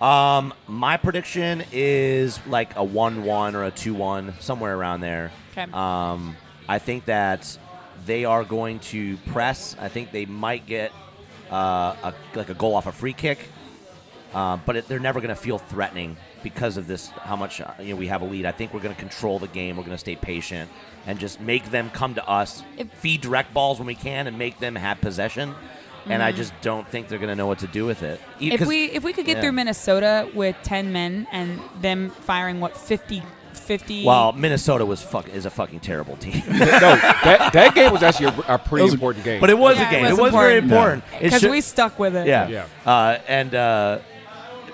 Speaker 5: Um, my prediction is like a one-one or a two-one, somewhere around there.
Speaker 4: Okay.
Speaker 5: Um, I think that they are going to press. I think they might get uh, a, like a goal off a free kick, uh, but it, they're never going to feel threatening because of this. How much uh, you know we have a lead. I think we're going to control the game. We're going to stay patient and just make them come to us,
Speaker 4: If-
Speaker 5: feed direct balls when we can, and make them have possession. And I just don't think they're going to know what to do with it. E-
Speaker 4: Mm-hmm. If
Speaker 5: 'cause-
Speaker 4: we if we could get
Speaker 5: yeah.
Speaker 4: through Minnesota with ten men and them firing what fifty fifty.
Speaker 5: Well, Minnesota was fuck is a fucking terrible team,
Speaker 1: no, that, that game was actually a, a pretty
Speaker 3: Those-
Speaker 1: important game.
Speaker 5: but it was
Speaker 4: Yeah,
Speaker 5: a
Speaker 4: it
Speaker 5: game.
Speaker 4: was
Speaker 5: It was, very
Speaker 3: important.
Speaker 5: important. It
Speaker 4: because
Speaker 5: should-
Speaker 4: we stuck with it.
Speaker 5: Yeah.
Speaker 1: Yeah.
Speaker 5: Uh, and uh,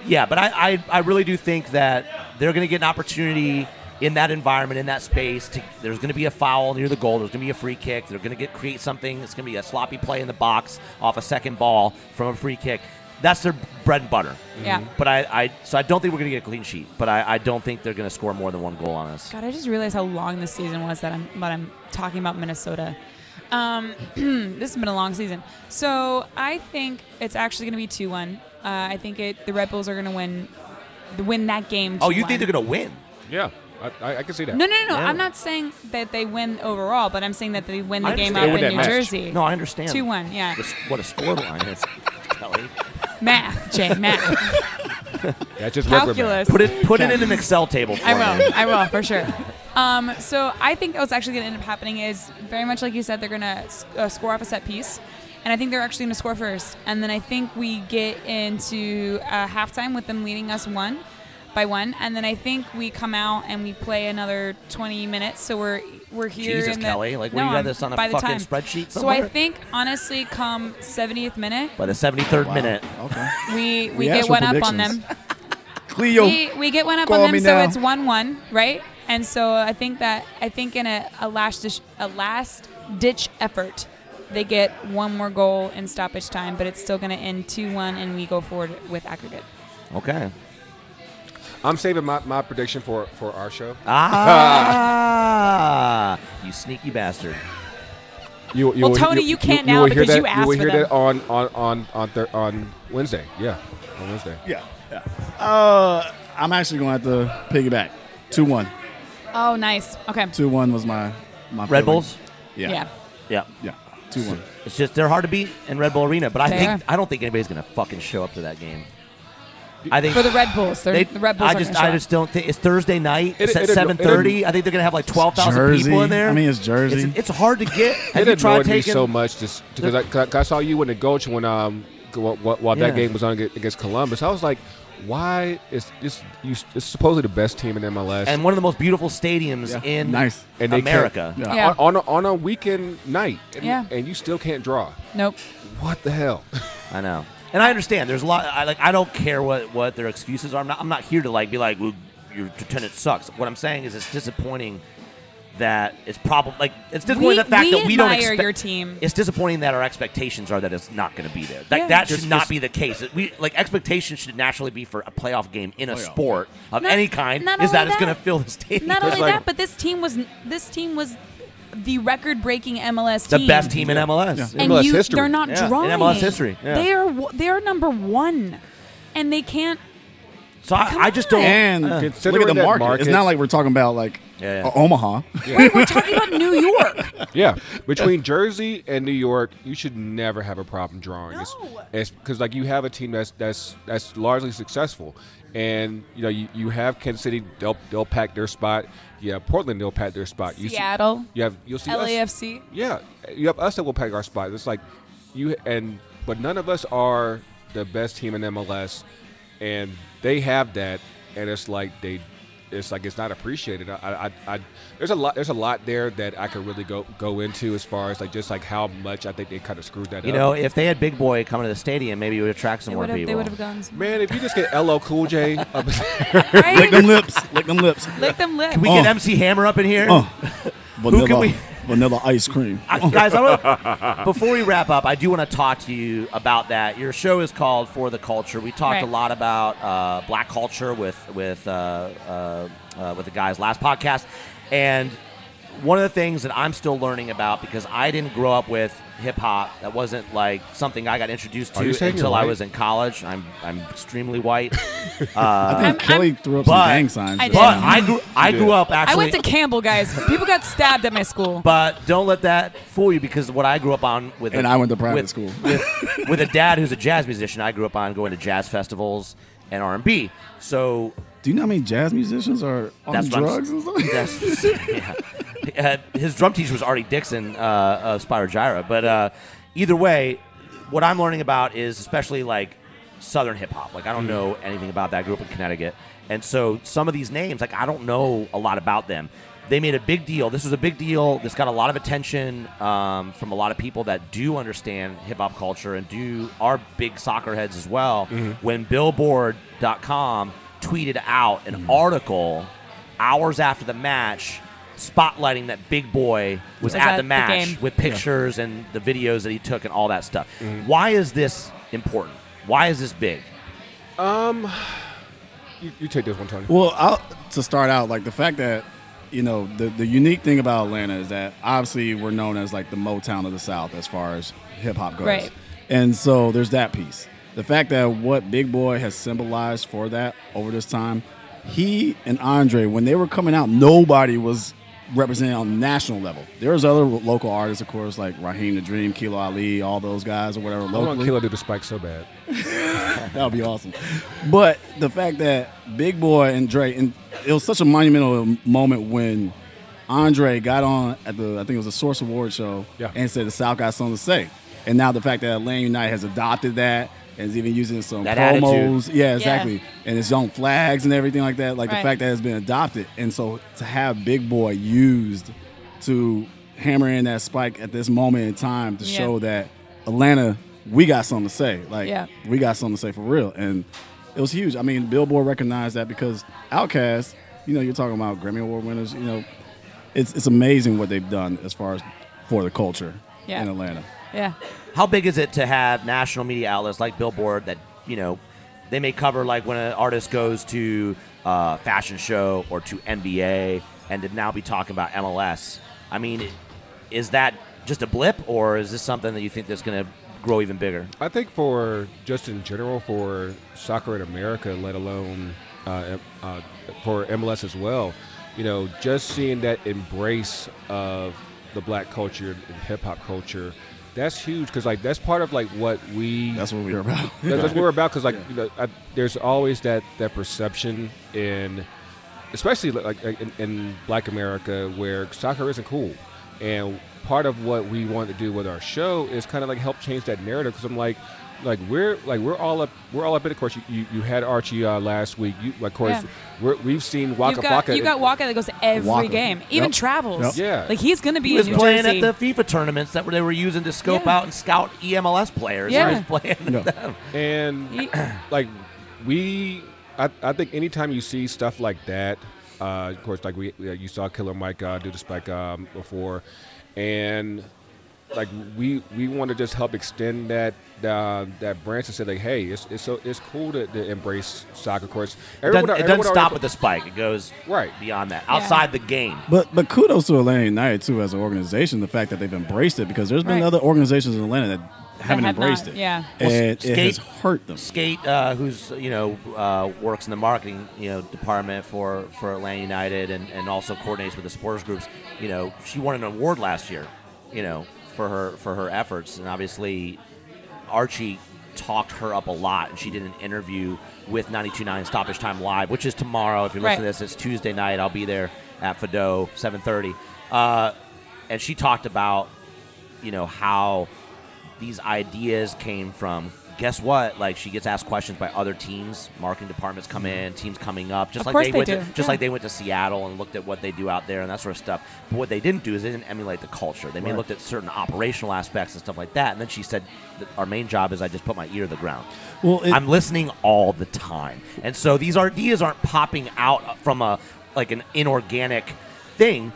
Speaker 5: yeah, but I, I, I really do think that they're going to get an opportunity in that environment, in that space. To, there's going to be a foul near the goal. There's going to be a free kick. They're going to get create something. It's going to be a sloppy play in the box off a second ball from a free kick. That's their bread and butter.
Speaker 4: Yeah.
Speaker 5: But I, I so I don't think we're going to get a clean sheet. But I, I don't think they're going to score more than one goal on us.
Speaker 4: God, I just realized how long this season was that I'm but I'm talking about Minnesota. Um, this has been a long season, so I think it's actually going to be two one. Uh, I think it the Red Bulls are going to win, win that game.
Speaker 5: Oh, you
Speaker 4: 2-1.
Speaker 5: think they're going to win?
Speaker 1: yeah, I, I, I can see that.
Speaker 4: No, no, no, no.
Speaker 5: Yeah.
Speaker 4: I'm not saying that they win overall, but I'm saying that they win the
Speaker 5: I
Speaker 4: game
Speaker 5: understand.
Speaker 4: out
Speaker 1: They win
Speaker 4: in
Speaker 1: that
Speaker 4: New
Speaker 1: match.
Speaker 4: Jersey.
Speaker 5: No, I understand.
Speaker 4: two one. Yeah,
Speaker 5: The s- What a score line is, Kelly.
Speaker 4: math, Jay, math,
Speaker 1: That's just regular math.
Speaker 4: calculus.
Speaker 5: Put it put it in an Excel table for
Speaker 4: I
Speaker 5: me.
Speaker 4: will. I will for sure. Um, so I think what's actually going to end up happening is very much like you said, they're going to uh, score off a set piece, and I think they're actually going to score first, and then I think we get into uh, halftime with them leading us one by one, and then I think we come out and we play another 20 minutes, so we're we're here.
Speaker 5: Jesus,
Speaker 4: in the,
Speaker 5: Kelly, like, what, you got
Speaker 4: I'm-
Speaker 5: this on a
Speaker 4: by the
Speaker 5: fucking
Speaker 4: time.
Speaker 5: spreadsheet
Speaker 4: So
Speaker 5: somewhere?
Speaker 4: I think honestly, come 70th minute,
Speaker 5: By the 73rd minute,
Speaker 3: Okay.
Speaker 4: we we,
Speaker 3: We asked
Speaker 4: get
Speaker 3: for
Speaker 4: one up on them.
Speaker 3: predictions. Cleo.
Speaker 4: we, we get one up
Speaker 3: call
Speaker 4: on
Speaker 3: me
Speaker 4: them, so
Speaker 3: now.
Speaker 4: it's one one, right? And so I think that I think in a, a last dish, a last ditch effort, they get one more goal in stoppage time, but it's still going to end two one, and we go forward with aggregate.
Speaker 5: Okay.
Speaker 1: I'm saving my, my prediction for, for our show.
Speaker 5: Ah, you sneaky bastard.
Speaker 1: You, you
Speaker 4: Well, Tony, you can't now
Speaker 1: will hear
Speaker 4: because
Speaker 1: that,
Speaker 4: you asked
Speaker 1: will
Speaker 4: for
Speaker 1: hear
Speaker 4: them.
Speaker 1: that on on on on, thir- on Wednesday. Yeah, on Wednesday.
Speaker 3: Yeah. Yeah. Uh, I'm actually going to have to piggyback. Two one.
Speaker 4: Oh, nice. Okay.
Speaker 3: Two one was my my
Speaker 5: Red
Speaker 3: feeling.
Speaker 5: Bulls.
Speaker 3: Yeah.
Speaker 4: Yeah.
Speaker 3: Yeah.
Speaker 5: Yeah.
Speaker 3: Two one.
Speaker 5: It's just they're hard to beat in Red Bull Arena, but I
Speaker 4: They
Speaker 5: think
Speaker 4: are.
Speaker 5: I don't think anybody's gonna fucking show up to that game. I think
Speaker 4: For the Red Bulls, they're,
Speaker 5: they-
Speaker 4: the Red Bulls.
Speaker 5: I just I just don't think it's Thursday night.
Speaker 1: It-
Speaker 5: it's at
Speaker 1: it- it-
Speaker 5: seven thirty. I think they're gonna have like twelve thousand
Speaker 3: Jersey.
Speaker 5: people in there.
Speaker 3: I mean, it's Jersey.
Speaker 5: It's, it's hard to get. Have
Speaker 1: It
Speaker 5: you tried
Speaker 1: annoyed me
Speaker 5: taking?
Speaker 1: so much just because I, 'cause I saw you in the coach when um while, while
Speaker 5: Yeah.
Speaker 1: that game was on ag- against Columbus. I was like, why is this? You it's supposedly the best team in MLS,
Speaker 5: and one of the most beautiful stadiums
Speaker 3: Yeah.
Speaker 5: in
Speaker 3: Nice.
Speaker 1: And they can't-
Speaker 5: America.
Speaker 3: Yeah.
Speaker 4: Yeah.
Speaker 1: on, on a, on a weekend night, and,
Speaker 4: Yeah.
Speaker 1: and you still can't draw.
Speaker 4: nope.
Speaker 1: What the hell?
Speaker 5: I know, and I understand. There's a lot. I like. I don't care what what their excuses are. I'm not. I'm not here to like be like, well, your tenant sucks. What I'm saying is, it's disappointing that it's probably like it's disappointing
Speaker 4: We-
Speaker 5: the fact
Speaker 4: we
Speaker 5: that we don't
Speaker 4: admire
Speaker 5: expect
Speaker 4: your team.
Speaker 5: It's disappointing that our expectations are that it's not going to be there. Like
Speaker 4: Yeah.
Speaker 5: that
Speaker 1: Just-
Speaker 5: should not
Speaker 1: just-
Speaker 5: be the case. We like expectations should naturally be for a playoff game in a
Speaker 3: Playoff.
Speaker 5: sport of
Speaker 4: Not-
Speaker 5: any kind.
Speaker 4: not
Speaker 5: Is that,
Speaker 4: only
Speaker 5: it's going
Speaker 4: that-
Speaker 5: to fill the stadium?
Speaker 4: Not only
Speaker 1: like-
Speaker 4: that, but this team was this team was the record-breaking MLS
Speaker 5: the
Speaker 4: team.
Speaker 5: best team in MLS.
Speaker 1: Yeah.
Speaker 4: and
Speaker 1: MLS
Speaker 4: you,
Speaker 1: history.
Speaker 4: they're not
Speaker 5: Yeah, in
Speaker 4: drawing.
Speaker 5: MLS history, yeah.
Speaker 4: They are w- they are number one, and they can't.
Speaker 5: So I,
Speaker 4: Come
Speaker 5: I just don't.
Speaker 4: on.
Speaker 3: And
Speaker 5: Uh,
Speaker 3: look
Speaker 1: considering
Speaker 3: at the
Speaker 1: that
Speaker 3: market.
Speaker 1: market-
Speaker 3: It's not like we're talking about like
Speaker 5: Yeah, yeah.
Speaker 3: uh, Omaha.
Speaker 4: Wait, we're talking about New York.
Speaker 1: Yeah, between Jersey and New York, you should never have a problem drawing.
Speaker 4: No.
Speaker 1: It's because like you have a team that's that's that's largely successful, and you know you, you have Kansas City, they'll they'll pack their spot. Yeah, Portland, they'll pack their spot. You see-
Speaker 4: Seattle.
Speaker 1: you have you'll see us-
Speaker 4: LAFC.
Speaker 1: yeah, you have us that will pack our spot. It's like you and but none of us are the best team in MLS, and they have that, and it's like they, it's like it's not appreciated. I, I, I there's a lot, there's a lot there that I could really go go into as far as like just like how much I think they kind of screwed that
Speaker 5: You
Speaker 1: up.
Speaker 5: know, if they had Big Boy coming to the stadium, maybe it would attract some
Speaker 4: They
Speaker 5: more
Speaker 4: would have. They
Speaker 5: people.
Speaker 4: would have gone.
Speaker 1: man, if you just get LL Cool J, up,
Speaker 3: Lick
Speaker 4: Right?
Speaker 3: them lips. Lick them lips.
Speaker 4: Lick them lips.
Speaker 5: Can we get
Speaker 3: Oh.
Speaker 5: MC Hammer up in here?
Speaker 3: Oh. Vanilla,
Speaker 5: we-
Speaker 3: vanilla ice cream.
Speaker 5: I- guys, I wanna, before we wrap up, I do want to talk to you about that. Your show is called For the Culture. We talked
Speaker 4: Right.
Speaker 5: a lot about uh, black culture with with uh, uh, uh, with the guys last podcast, and one of the things that I'm still learning about because I didn't grow up with hip hop. That wasn't like something I got introduced
Speaker 1: Are you
Speaker 5: to
Speaker 1: saying you're
Speaker 5: until I
Speaker 1: white?
Speaker 5: was in college. I'm I'm extremely white,
Speaker 3: I think
Speaker 4: I'm-
Speaker 3: Kelly
Speaker 4: I'm-
Speaker 3: threw up some
Speaker 5: but-
Speaker 3: gang signs.
Speaker 4: I
Speaker 3: just
Speaker 4: did.
Speaker 5: but
Speaker 3: now.
Speaker 5: I grew I grew up actually.
Speaker 4: I went to Campbell, guys. People got stabbed at my school.
Speaker 5: But don't let that fool you because what I grew up on with
Speaker 3: And
Speaker 5: I
Speaker 3: I went to private school.
Speaker 5: with, with a dad who's a jazz musician. I grew up on going to jazz festivals and R and B. So
Speaker 3: Do you know how many jazz musicians are on
Speaker 5: that's what I'm-
Speaker 3: drugs and stuff?
Speaker 5: that's- yeah. Uh, his drum teacher was Artie Dixon uh, of Spyrogyra. But uh, either way, what
Speaker 3: Hmm.
Speaker 5: I'm learning about is especially like Southern hip hop. Like I don't know anything about that. I grew up in Connecticut, And so some of these names, like I don't know a lot about them. They made a big deal. This was a big deal. This got a lot of attention um, from a lot of people that do understand hip hop culture and do are big soccer heads as well.
Speaker 3: Mm-hmm.
Speaker 5: When Billboard.com tweeted out an
Speaker 3: Mm-hmm.
Speaker 5: article hours after the match, spotlighting that Big Boy was, at, the match
Speaker 4: game.
Speaker 5: with pictures and the videos that he took and all that stuff. Why is this important? Why is this big?
Speaker 1: You, you take this one, Tony.
Speaker 3: Well, I'll, to start out, like the fact that you know the the unique thing about Atlanta is that obviously we're known as like the Motown of the South as far as hip hop goes,
Speaker 4: Right.
Speaker 3: and so there's that piece. The fact that what Big Boy has symbolized for that over this time, he and Andre when they were coming out, nobody was represented on national level. There was other local artists, of course, like Raheem the Dream, Kilo Ali, all those guys or whatever.
Speaker 1: I want
Speaker 3: locally.
Speaker 1: Killer do the spike so bad.
Speaker 3: That would be awesome. But the fact that Big Boy and Dre, and it was such a monumental moment when Andre got on at the, I think it was the Source Award show,
Speaker 1: Yeah.
Speaker 3: and said the South got something to say. And now the fact that Atlanta United has adopted that and is even using some
Speaker 5: That
Speaker 3: promos. Yeah, exactly.
Speaker 4: Yeah.
Speaker 3: And it's young flags and everything like that. Like the
Speaker 4: Right.
Speaker 3: fact that it's been adopted. And so to have Big Boy used to hammer in that spike at this moment in time to
Speaker 4: Yeah.
Speaker 3: show that Atlanta, we got something to say. Like,
Speaker 4: Yeah.
Speaker 3: we got something to say for real. And it was huge. I mean, Billboard recognized that because Outkast, you know, you're talking about Grammy Award winners, you know, it's, it's amazing what they've done as far as for the culture
Speaker 4: Yeah.
Speaker 3: in Atlanta.
Speaker 4: Yeah.
Speaker 5: how big is it to have national media outlets like Billboard that you know they may cover like when an artist goes to a fashion show or to NBA and to now be talking about MLS? I mean, is that just a blip or is this something that you think that's going to grow even bigger?
Speaker 1: I think for just in general for soccer in America, let alone uh, em- uh, for MLS as well, you know, just seeing that embrace of the black culture and hip hop culture, that's huge because like that's part of like what we
Speaker 3: That's what we were about.
Speaker 1: that's, that's what we're about because like you know, I, there's always that that perception in especially like like, in, in black america where soccer isn't cool and part of what we want to do with our show is kind of like help change that narrative because i'm like like we're like we're all up we're all up in it. of course you, you, you had archie uh, last week you like of course
Speaker 4: Yeah.
Speaker 1: we're, we've seen waka
Speaker 4: You've got,
Speaker 1: Flocka
Speaker 4: you got Waka that goes to every
Speaker 3: Waka.
Speaker 4: game, even
Speaker 3: Yep. Yep.
Speaker 4: travels.
Speaker 1: Yeah.
Speaker 4: Like he's going to be
Speaker 5: He
Speaker 4: in
Speaker 5: was
Speaker 4: New
Speaker 5: playing
Speaker 4: Jersey.
Speaker 5: at the FIFA tournaments that were- they were using to scope
Speaker 4: Yeah.
Speaker 5: out and scout E EMLS players.
Speaker 4: Yeah.
Speaker 5: He was playing
Speaker 3: No.
Speaker 5: them.
Speaker 1: and
Speaker 4: He-
Speaker 1: like we I, I think anytime you see stuff like that uh, of course like we uh, you saw killer mike uh, do the spike um, before and like we we want to just help extend that uh, that branch and say like hey it's it's so it's cool to, to embrace soccer of course
Speaker 5: It doesn't, it doesn't stop
Speaker 1: already-
Speaker 5: with the spike. It goes
Speaker 1: Right.
Speaker 5: beyond that, outside the game.
Speaker 3: But but kudos to Atlanta United too as an organization. The fact that they've embraced it because there's been
Speaker 4: Right.
Speaker 3: other organizations in Atlanta that haven't
Speaker 4: have
Speaker 3: embraced
Speaker 4: not,
Speaker 3: it.
Speaker 4: yeah.
Speaker 3: and
Speaker 5: Well,
Speaker 3: it
Speaker 5: skate-
Speaker 3: has hurt them.
Speaker 5: Skate, uh, who's you know uh, works in the marketing you know department for for Atlanta United and, and also coordinates with the supporters groups. You know, she won an award last year. You know, for her for her efforts, and obviously Archie talked her up a lot, and she did an interview with 92.9 Stoppage Time Live, which is tomorrow. If you listen to
Speaker 4: Right.
Speaker 5: this, it's Tuesday night. I'll be there at Fido, 7:30, uh, and she talked about you know how these ideas came from. Guess what? Like she gets asked questions by other teams, marketing departments come in, teams coming up, just
Speaker 4: Of
Speaker 5: like
Speaker 4: course
Speaker 5: they,
Speaker 4: they
Speaker 5: went
Speaker 4: do,
Speaker 5: to just
Speaker 4: yeah.
Speaker 5: like they went to Seattle and looked at what they do out there and that sort of stuff. But what they didn't do is they didn't emulate the culture. They may looked at certain operational aspects and stuff like that. And then she said, that "Our main job is I just put my ear to the ground.
Speaker 3: Well, it-
Speaker 5: I'm listening all the time, and so these ideas aren't popping out from a like an inorganic thing.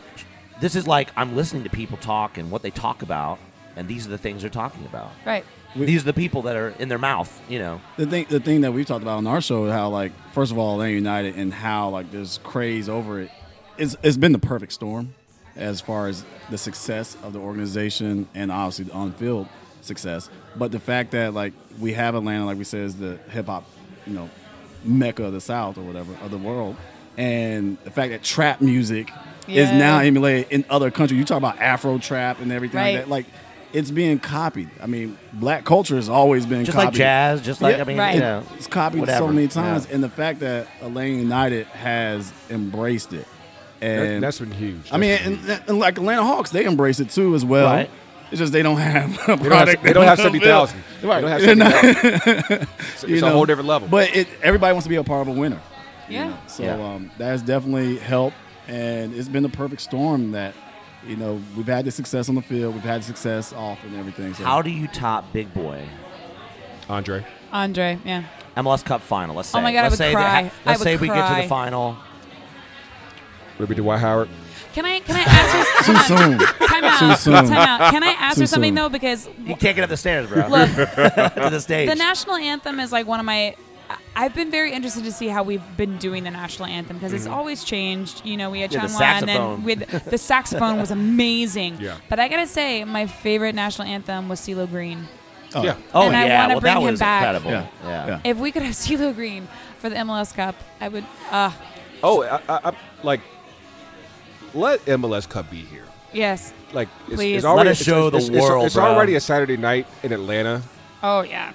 Speaker 5: This is like I'm listening to people talk and what they talk about, and these are the things they're talking about.
Speaker 4: right.
Speaker 5: These are the people that are in their mouth, you know.
Speaker 3: The thing the thing that we've talked about on our show is how like first of all Atlanta United and how like there's craze over it. It's it's been the perfect storm as far as the success of the organization and obviously the on field success. But the fact that like we have Atlanta, like we said, is the hip hop, you know, mecca of the South or whatever of the world, and the fact that trap music is
Speaker 4: Yeah.
Speaker 3: now emulated in other countries. You talk about Afro trap and everything
Speaker 4: Right.
Speaker 3: like that. Like it's being copied. I mean, black culture has always been
Speaker 5: Just like
Speaker 3: copied.
Speaker 5: jazz, just like
Speaker 3: Yeah,
Speaker 5: I mean,
Speaker 4: right.
Speaker 5: you know,
Speaker 3: it's copied
Speaker 5: whatever,
Speaker 3: so many
Speaker 5: yeah.
Speaker 3: times, and the fact that Atlanta United has embraced it,
Speaker 1: that,
Speaker 3: and
Speaker 1: that's been huge
Speaker 3: I mean,
Speaker 1: That's been
Speaker 3: and, and like Atlanta Hawks, they embrace it too as well.
Speaker 5: Right.
Speaker 3: It's just they don't have a
Speaker 1: huge. they don't have,
Speaker 3: product.
Speaker 1: they don't have
Speaker 3: available.
Speaker 1: 70,000 they
Speaker 3: Right.
Speaker 1: don't have
Speaker 3: They're not-
Speaker 1: 70,000 it's, it's
Speaker 3: you
Speaker 1: a
Speaker 3: know,
Speaker 1: whole different level
Speaker 3: But it, everybody wants to be a part of a winner. you
Speaker 4: Yeah.
Speaker 3: know. So
Speaker 5: Yeah.
Speaker 3: um, that has definitely helped, and it's been the perfect storm that you know we've had the success on the field, we've had success off and everything. So
Speaker 5: How do you top Big Boy?
Speaker 1: Andre.
Speaker 4: Andre, yeah.
Speaker 5: MLS Cup final. Let's say.
Speaker 4: Oh my God, I
Speaker 5: let's
Speaker 4: would
Speaker 5: say
Speaker 4: cry.
Speaker 5: They ha-
Speaker 4: I
Speaker 5: let's
Speaker 4: would
Speaker 5: say we get to
Speaker 4: cry.
Speaker 5: the final.
Speaker 1: Would it be Dwight Howard?
Speaker 4: Can I can I ask her
Speaker 3: too soon?
Speaker 4: time out?
Speaker 3: Too soon.
Speaker 4: Time out. Can I ask
Speaker 3: Too
Speaker 4: her something
Speaker 3: soon.
Speaker 4: though? Because
Speaker 5: You can't get up the stairs, bro.
Speaker 4: look,
Speaker 5: to the stage.
Speaker 4: The national anthem is like one of my. I- I've been very interested to see how we've been doing the national anthem because
Speaker 1: Mm-hmm.
Speaker 4: it's always changed. You know, we had
Speaker 5: Yeah, the
Speaker 4: Chanwa and then
Speaker 5: saxophone.
Speaker 4: with the saxophone was amazing.
Speaker 1: Yeah.
Speaker 4: But I gotta say, my favorite national anthem was CeeLo Green.
Speaker 1: Yeah.
Speaker 5: oh
Speaker 4: and I
Speaker 5: yeah,
Speaker 4: wanna
Speaker 5: well
Speaker 4: bring
Speaker 5: that
Speaker 4: him
Speaker 5: was
Speaker 4: back.
Speaker 5: incredible.
Speaker 3: Yeah. Yeah.
Speaker 4: If we could have CeeLo Green for the MLS Cup, I would. Uh,
Speaker 1: Oh, I, I, I, like let MLS Cup be here.
Speaker 4: yes.
Speaker 1: Like it's,
Speaker 4: Please.
Speaker 1: it's already
Speaker 5: Let us show
Speaker 1: it's-
Speaker 5: the
Speaker 1: it's- it's-
Speaker 5: world,
Speaker 1: It's
Speaker 5: bro.
Speaker 1: already a Saturday night in Atlanta.
Speaker 4: Oh yeah.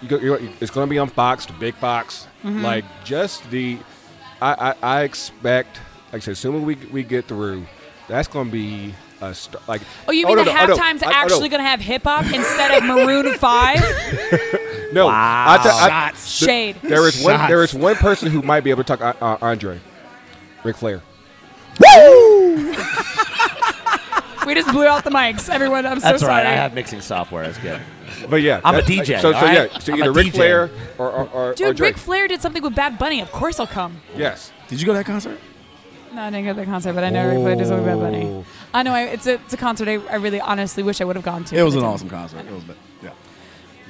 Speaker 1: You go, you're, it's going to be on Fox, the big Fox.
Speaker 4: Mm-hmm.
Speaker 1: Like just the, I, I, I expect. Like I said, assuming we we get through, that's going to be a st- like.
Speaker 4: Oh, you mean
Speaker 1: no,
Speaker 4: the
Speaker 1: no, oh, no,
Speaker 4: halftime's
Speaker 1: I- oh, no.
Speaker 4: actually gonna have hip hop instead of Maroon Five?
Speaker 1: No, I
Speaker 5: Wow.
Speaker 1: th- I-
Speaker 3: Shots.
Speaker 4: Shade.
Speaker 1: there is one. There is
Speaker 3: Shots.
Speaker 1: one person who might be able to talk. Uh, uh, Andre, Ric Flair.
Speaker 4: We just blew out the mics. Everyone, I'm so
Speaker 5: That's all right.
Speaker 4: sorry.
Speaker 5: I have mixing software. That's good.
Speaker 1: But yeah,
Speaker 5: I'm a
Speaker 1: that-
Speaker 5: DJ,
Speaker 1: So, so
Speaker 5: all right?
Speaker 1: yeah, so
Speaker 5: I'm a
Speaker 1: either Ric
Speaker 5: DJ.
Speaker 1: Flair or or, or, or
Speaker 4: Dude,
Speaker 1: Oh, Drake.
Speaker 4: Ric Flair did something with Bad Bunny. Of course, I'll come.
Speaker 1: yes.
Speaker 3: Did you go to that concert?
Speaker 4: No, I didn't go to the concert, but I know Ric Flair did something with Bad
Speaker 3: Oh.
Speaker 4: Bunny. I know I, it's a it's a concert I, I really honestly wish I would have gone to.
Speaker 3: It was
Speaker 4: but
Speaker 3: an
Speaker 4: I didn't.
Speaker 3: awesome concert. It was, but yeah.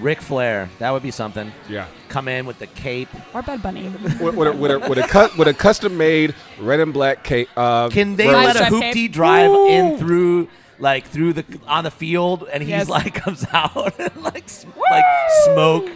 Speaker 5: Ric Flair. That would be something.
Speaker 1: Yeah.
Speaker 5: Come in with the cape.
Speaker 4: Or Bad Bunny.
Speaker 1: with, with, a, with, a, with, a cu- with a custom made red and black cape. Uh,
Speaker 5: Can they
Speaker 4: Right.
Speaker 5: let a
Speaker 4: Stripe
Speaker 5: hoopty
Speaker 4: cape.
Speaker 5: drive
Speaker 4: Ooh.
Speaker 5: in through like through the on the field and he's
Speaker 4: Yes.
Speaker 5: like comes out and like s- like smoke.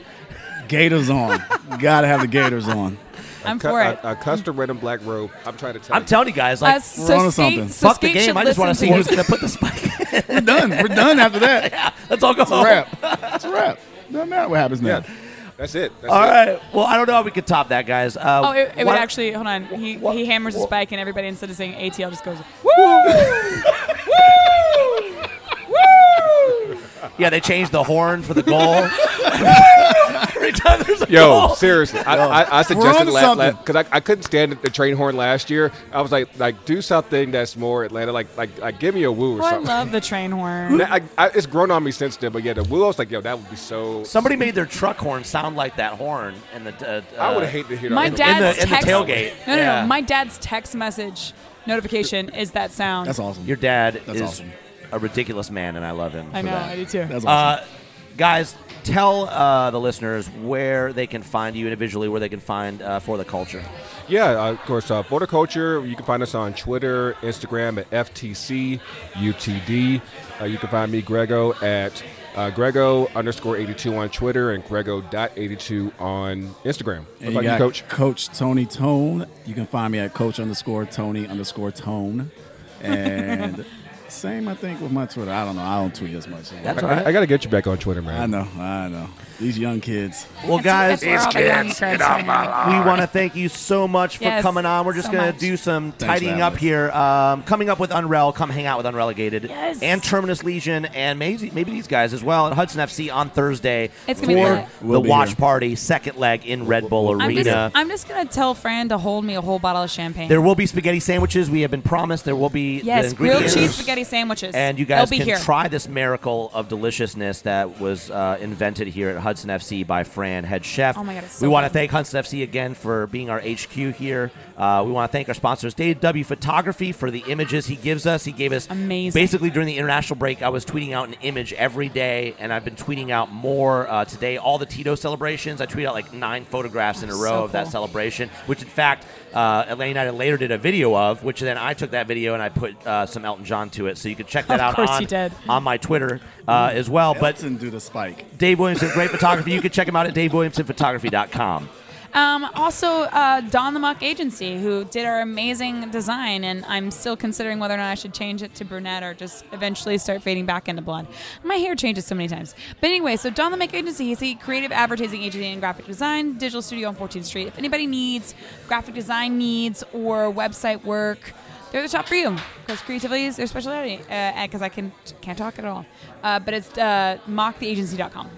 Speaker 3: Gators on. Gotta have the Gators on.
Speaker 4: I'm
Speaker 1: cu-
Speaker 4: for it.
Speaker 1: a, a custom red and black robe. I'm trying to tell
Speaker 5: I'm
Speaker 1: you.
Speaker 5: telling you guys,
Speaker 4: Uh,
Speaker 5: like
Speaker 3: we're
Speaker 4: so
Speaker 3: onto
Speaker 4: skate,
Speaker 3: something.
Speaker 4: so
Speaker 5: fuck the
Speaker 4: skate should
Speaker 5: game. I just want to
Speaker 4: listen
Speaker 5: see who's gonna put the spike. in.
Speaker 3: We're done. We're done after that.
Speaker 5: Let's all go
Speaker 3: It's a
Speaker 5: home.
Speaker 3: wrap. It's a wrap. Doesn't matter what happens now.
Speaker 1: yeah, that's it. That's
Speaker 5: All
Speaker 1: it.
Speaker 5: right. Well, I don't know how we could top that, guys. Uh,
Speaker 4: Oh, it, it
Speaker 5: why-
Speaker 4: would actually. Hold on. He
Speaker 5: What-
Speaker 4: he hammers a
Speaker 5: what-
Speaker 4: spike, and everybody instead of saying ATL just goes.
Speaker 5: Yeah, they changed the horn for the goal. Every time there's a
Speaker 1: Yo,
Speaker 5: goal.
Speaker 1: seriously, I, I, I suggested
Speaker 3: onto
Speaker 1: last
Speaker 3: something.
Speaker 1: because I, I couldn't stand the train horn last year. I was like, like do something that's more Atlanta, like like, like give me a woo or
Speaker 4: Oh, I
Speaker 1: something.
Speaker 4: love the train horn.
Speaker 1: Now, I, I, it's grown on me since then, but yeah, the woo. I was like, yo, that would be so.
Speaker 5: Somebody made their truck horn sound like that horn, and the uh,
Speaker 1: I would
Speaker 5: uh,
Speaker 1: hate to hear
Speaker 4: My
Speaker 1: that.
Speaker 4: dad's
Speaker 5: in the
Speaker 4: text,
Speaker 5: tailgate.
Speaker 4: No, no,
Speaker 5: Yeah.
Speaker 4: no. My dad's text message notification is that sound.
Speaker 3: That's awesome.
Speaker 5: Your dad
Speaker 3: That's
Speaker 5: is
Speaker 3: awesome.
Speaker 5: a ridiculous man, and I love him.
Speaker 4: I
Speaker 5: for
Speaker 4: know.
Speaker 5: that.
Speaker 4: I do too.
Speaker 3: That's awesome.
Speaker 5: Uh, guys, tell uh, the listeners where they can find you individually, where they can find uh, for the culture.
Speaker 1: Yeah, uh, of course, uh, Florida Culture. You can find us on Twitter, Instagram at FTC UTD. Uh, you can find me, Grego, at uh, Grego underscore 82 on Twitter and Grego.82 on Instagram. What
Speaker 3: And
Speaker 1: about you,
Speaker 3: got
Speaker 1: Coach?
Speaker 3: Coach Tony Tone. You can find me at Coach underscore Tony underscore Tone. And same, I think, with my Twitter. I don't know. I don't tweet as much.
Speaker 5: That's all
Speaker 1: I,
Speaker 5: right.
Speaker 1: got to get you back on Twitter,
Speaker 3: I
Speaker 1: man.
Speaker 3: know. I know. These young kids.
Speaker 5: Well, guys,
Speaker 4: That's where all the young creds hang out.
Speaker 5: we want to thank you so much for
Speaker 4: Yes,
Speaker 5: coming on. We're just
Speaker 4: so
Speaker 5: going to
Speaker 4: much.
Speaker 5: do some
Speaker 3: for
Speaker 5: tidying
Speaker 3: having
Speaker 5: up
Speaker 3: us.
Speaker 5: here. Um, coming up with Unrel, come hang out with Unrelegated
Speaker 4: Yes.
Speaker 5: and Terminus Legion and maybe, maybe these guys as well at Hudson FC on Thursday
Speaker 4: It's
Speaker 5: for
Speaker 4: gonna be lit.
Speaker 5: the
Speaker 3: We'll be
Speaker 5: watch
Speaker 3: here.
Speaker 5: party, second leg in Red Bull
Speaker 4: I'm
Speaker 5: Arena.
Speaker 4: just, I'm just gonna tell Fran to hold me a whole bottle of champagne.
Speaker 5: there will be spaghetti sandwiches. We have been promised. There will be the
Speaker 4: yes, grilled
Speaker 5: ingredients.
Speaker 4: cheese spaghetti sandwiches.
Speaker 5: And you
Speaker 4: They'll
Speaker 5: guys
Speaker 4: be
Speaker 5: can
Speaker 4: here.
Speaker 5: try this miracle of deliciousness that was uh, invented here at Hudson FC by Fran, head chef.
Speaker 4: Oh my God, it's
Speaker 5: we
Speaker 4: so
Speaker 5: want to
Speaker 4: good.
Speaker 5: thank Hudson FC again for being our HQ here. Uh, we want to thank our sponsors, Dave W Photography, for the images he gives us. He gave us
Speaker 4: Amazing.
Speaker 5: Basically, during the international break, I was tweeting out an image every day, and I've been tweeting out more uh, today. All the Tito celebrations, I tweeted out like nine photographs in a row
Speaker 4: That's
Speaker 5: row
Speaker 4: so
Speaker 5: of that
Speaker 4: cool.
Speaker 5: celebration, which in fact uh, Atlanta United later did a video of, which then I took that video and I put uh, some Elton John to it. So you can check that
Speaker 4: Of
Speaker 5: out
Speaker 4: course
Speaker 5: on,
Speaker 4: you did.
Speaker 5: on my Twitter uh, as well. But
Speaker 3: Elton do the spike.
Speaker 5: Dave Williamson, great photography. You can check him out at davewilliamsonphotography.com.
Speaker 4: Um, also, uh, Don the Muck Agency, who did our amazing design, and I'm still considering whether or not I should change it to brunette or just eventually start fading back into blonde. My hair changes so many times. But anyway, so Don the Muck Agency is a creative advertising agency and graphic design digital studio on 14th Street. If anybody needs graphic design needs or website work, they're the shop for you because creativity is their uh, specialty. Because I can can't talk at all, uh, but it's uh, mocktheagency.com.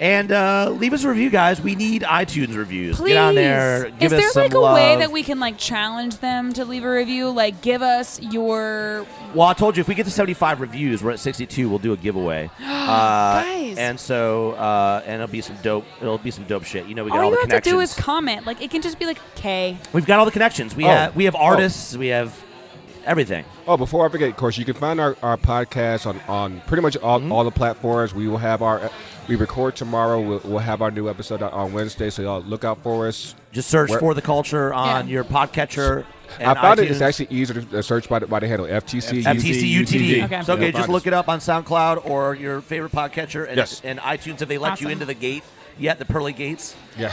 Speaker 5: And uh, leave us a review, guys. We need iTunes reviews.
Speaker 4: Please.
Speaker 5: Get on there. Give
Speaker 4: Is
Speaker 5: us
Speaker 4: there
Speaker 5: some
Speaker 4: like a
Speaker 5: love.
Speaker 4: way that we can like challenge them to leave a review? Like give us your
Speaker 5: Well, I told you if we get to 75 reviews, we're at 62. We'll do a giveaway. uh,
Speaker 4: Guys.
Speaker 5: And so, uh, and it'll be some dope. It'll be some dope shit. You know, we got
Speaker 4: all
Speaker 5: all
Speaker 4: you
Speaker 5: the
Speaker 4: have to
Speaker 5: connections.
Speaker 4: do is comment. Like it can just be like K.
Speaker 5: We've got all the connections. We
Speaker 1: Oh.
Speaker 5: have we have
Speaker 1: Oh.
Speaker 5: artists. We have everything.
Speaker 1: Oh, before I forget, of course, you can find our, our podcast on, on pretty much all,
Speaker 3: Mm-hmm.
Speaker 1: all the platforms. We will have our we record tomorrow. We'll, we'll have our new episode out on Wednesday, so y'all look out for us.
Speaker 5: Just search
Speaker 1: Where-
Speaker 5: for the culture on
Speaker 4: Yeah.
Speaker 5: your podcatcher. And
Speaker 1: I found it,
Speaker 5: iTunes.
Speaker 1: it's actually easier to search by the, by the handle FTC.
Speaker 5: FTC UTD.
Speaker 4: Okay.
Speaker 5: So, okay,
Speaker 1: Yeah,
Speaker 5: just
Speaker 1: find
Speaker 5: look
Speaker 1: us.
Speaker 5: it up on SoundCloud or your favorite podcatcher and,
Speaker 1: Yes.
Speaker 5: and iTunes if they let
Speaker 4: Awesome.
Speaker 5: you into the gate yet, the pearly gates.
Speaker 1: Yeah.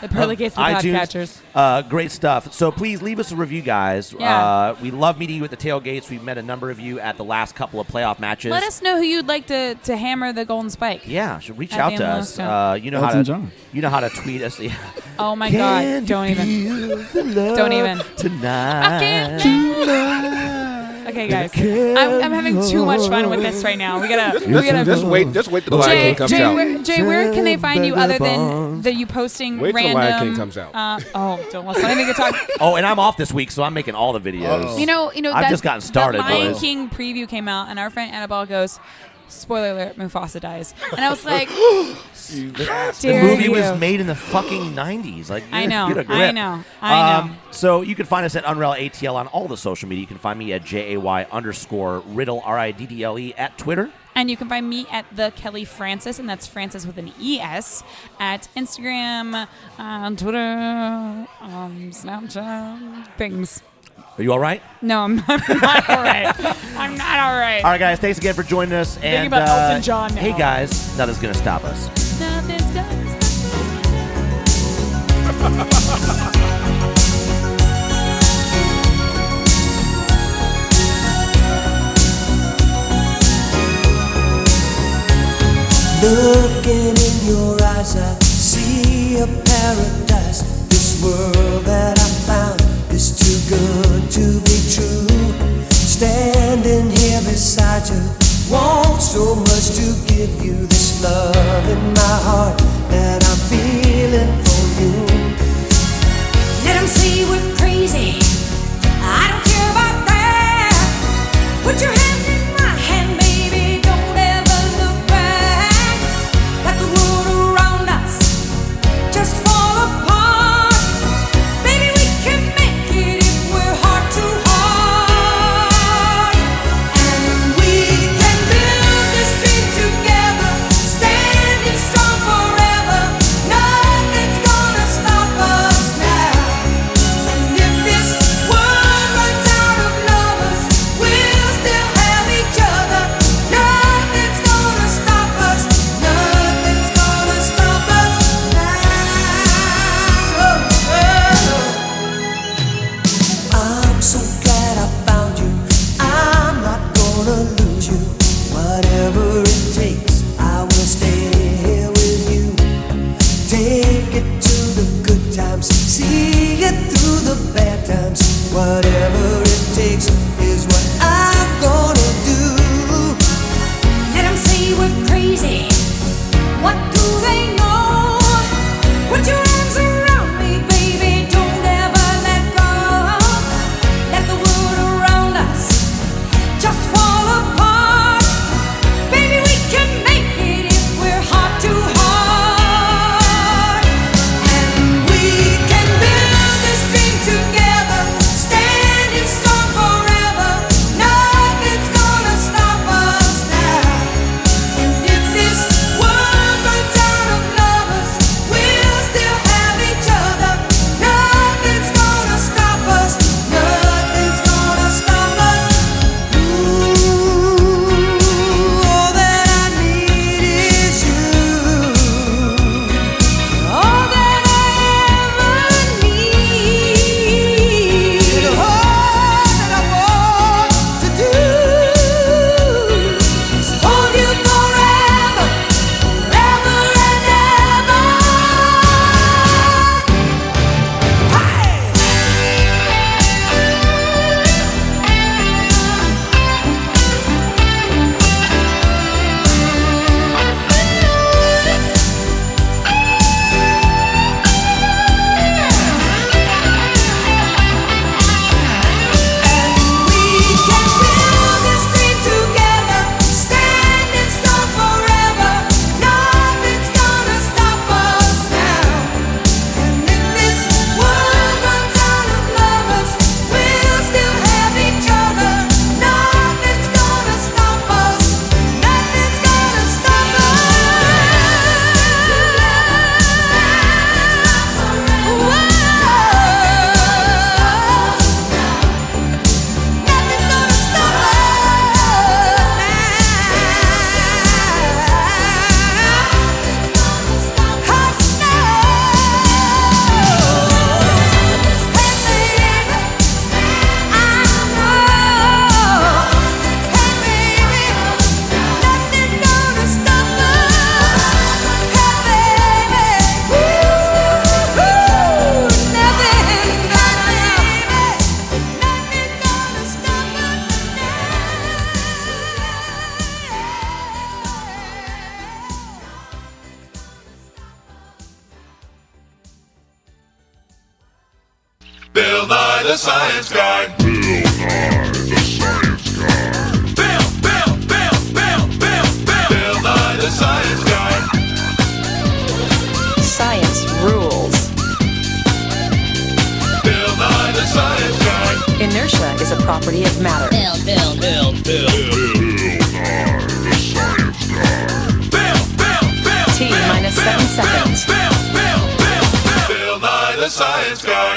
Speaker 4: The pearly gates of the
Speaker 5: iTunes.
Speaker 4: podcatchers.
Speaker 5: Uh, great stuff. So please leave us a review, guys.
Speaker 4: Yeah.
Speaker 5: Uh, we love meeting you at the tailgates. We've met a number of you at the last couple of playoff matches.
Speaker 4: Let us know who you'd like to, to hammer the golden spike.
Speaker 5: yeah, should reach
Speaker 4: At
Speaker 5: out
Speaker 4: the
Speaker 5: to
Speaker 4: MLS
Speaker 5: us.
Speaker 4: Dome.
Speaker 5: Uh, you know how
Speaker 3: Elton
Speaker 5: to
Speaker 3: John.
Speaker 5: you know how to tweet us. Yeah.
Speaker 4: Oh my god! Don't even. Don't even.
Speaker 5: Tonight.
Speaker 4: I can't Okay, guys, I'm, I'm having too much fun with this right now. We gotta. We
Speaker 1: just,
Speaker 4: gotta
Speaker 1: just wait. Just wait till the Lion
Speaker 4: Jay,
Speaker 1: King comes
Speaker 4: Jay,
Speaker 1: out.
Speaker 4: where, Jay, where can they find you other than that you posting
Speaker 1: Wait till
Speaker 4: random?
Speaker 1: Lion King comes out.
Speaker 4: Uh, oh, don't let's not even get talk.
Speaker 5: Oh, and I'm off this week, so I'm making all the videos.
Speaker 4: You know, you know.
Speaker 5: I've
Speaker 4: that-
Speaker 5: just gotten started,
Speaker 4: The Lion
Speaker 5: boys.
Speaker 4: King preview came out, and our friend Annabelle goes, "Spoiler alert: Mufasa dies," and I was like,
Speaker 5: the
Speaker 4: "Dear
Speaker 5: movie
Speaker 4: you."
Speaker 5: was made in the fucking 90s. Like,
Speaker 4: I
Speaker 5: get-
Speaker 4: know,
Speaker 5: get a
Speaker 4: I
Speaker 5: grip. Um,
Speaker 4: know, I know.
Speaker 5: so you can find us at Unreal ATL on all the social media. You can find me at J-A-Y underscore Riddle, R-I-D-D-L-E, E, at Twitter.
Speaker 4: And you can find me at the Kelly Francis, and that's Francis with an ES, at Instagram, on Twitter, um, Snapchat, things.
Speaker 5: Are you all right?
Speaker 4: No, I'm, I'm not all right. I'm not all right.
Speaker 5: All right, guys. Thanks again for joining us. and
Speaker 4: about
Speaker 5: uh,
Speaker 4: Elton John now.
Speaker 5: Hey, guys. Nothing's going to stop us.
Speaker 4: Nothing's gonna
Speaker 8: Looking in your eyes, I see a paradise. This world that I found is too good to be true. Standing here beside you, want so much to give you this love in my heart that I'm feeling for you.
Speaker 9: Let 'em see we're crazy. I don't care about that. Put your hand in my hand, baby. Don't ever look back. Let the world around us just fall apart. Baby, we can make it if we're heart to heart. And we can build this dream together. Stay
Speaker 8: Oh,
Speaker 10: the science guy. Bill Nye, the science guy. Bill, Bill, Bill, Bill, Bill, Bill. Bill Nye, the science guy.
Speaker 8: Science rules.
Speaker 10: Bill Nye, the science guy.
Speaker 8: Inertia is a property of matter.
Speaker 10: Bill, Bill, Bill, Bill, Bill, Bill Nye, the science guy. Bill, Bill, Bill,
Speaker 8: T minus seven seconds.
Speaker 10: Bill, Bill, Bill, Bill, Bill Nye, the science guy.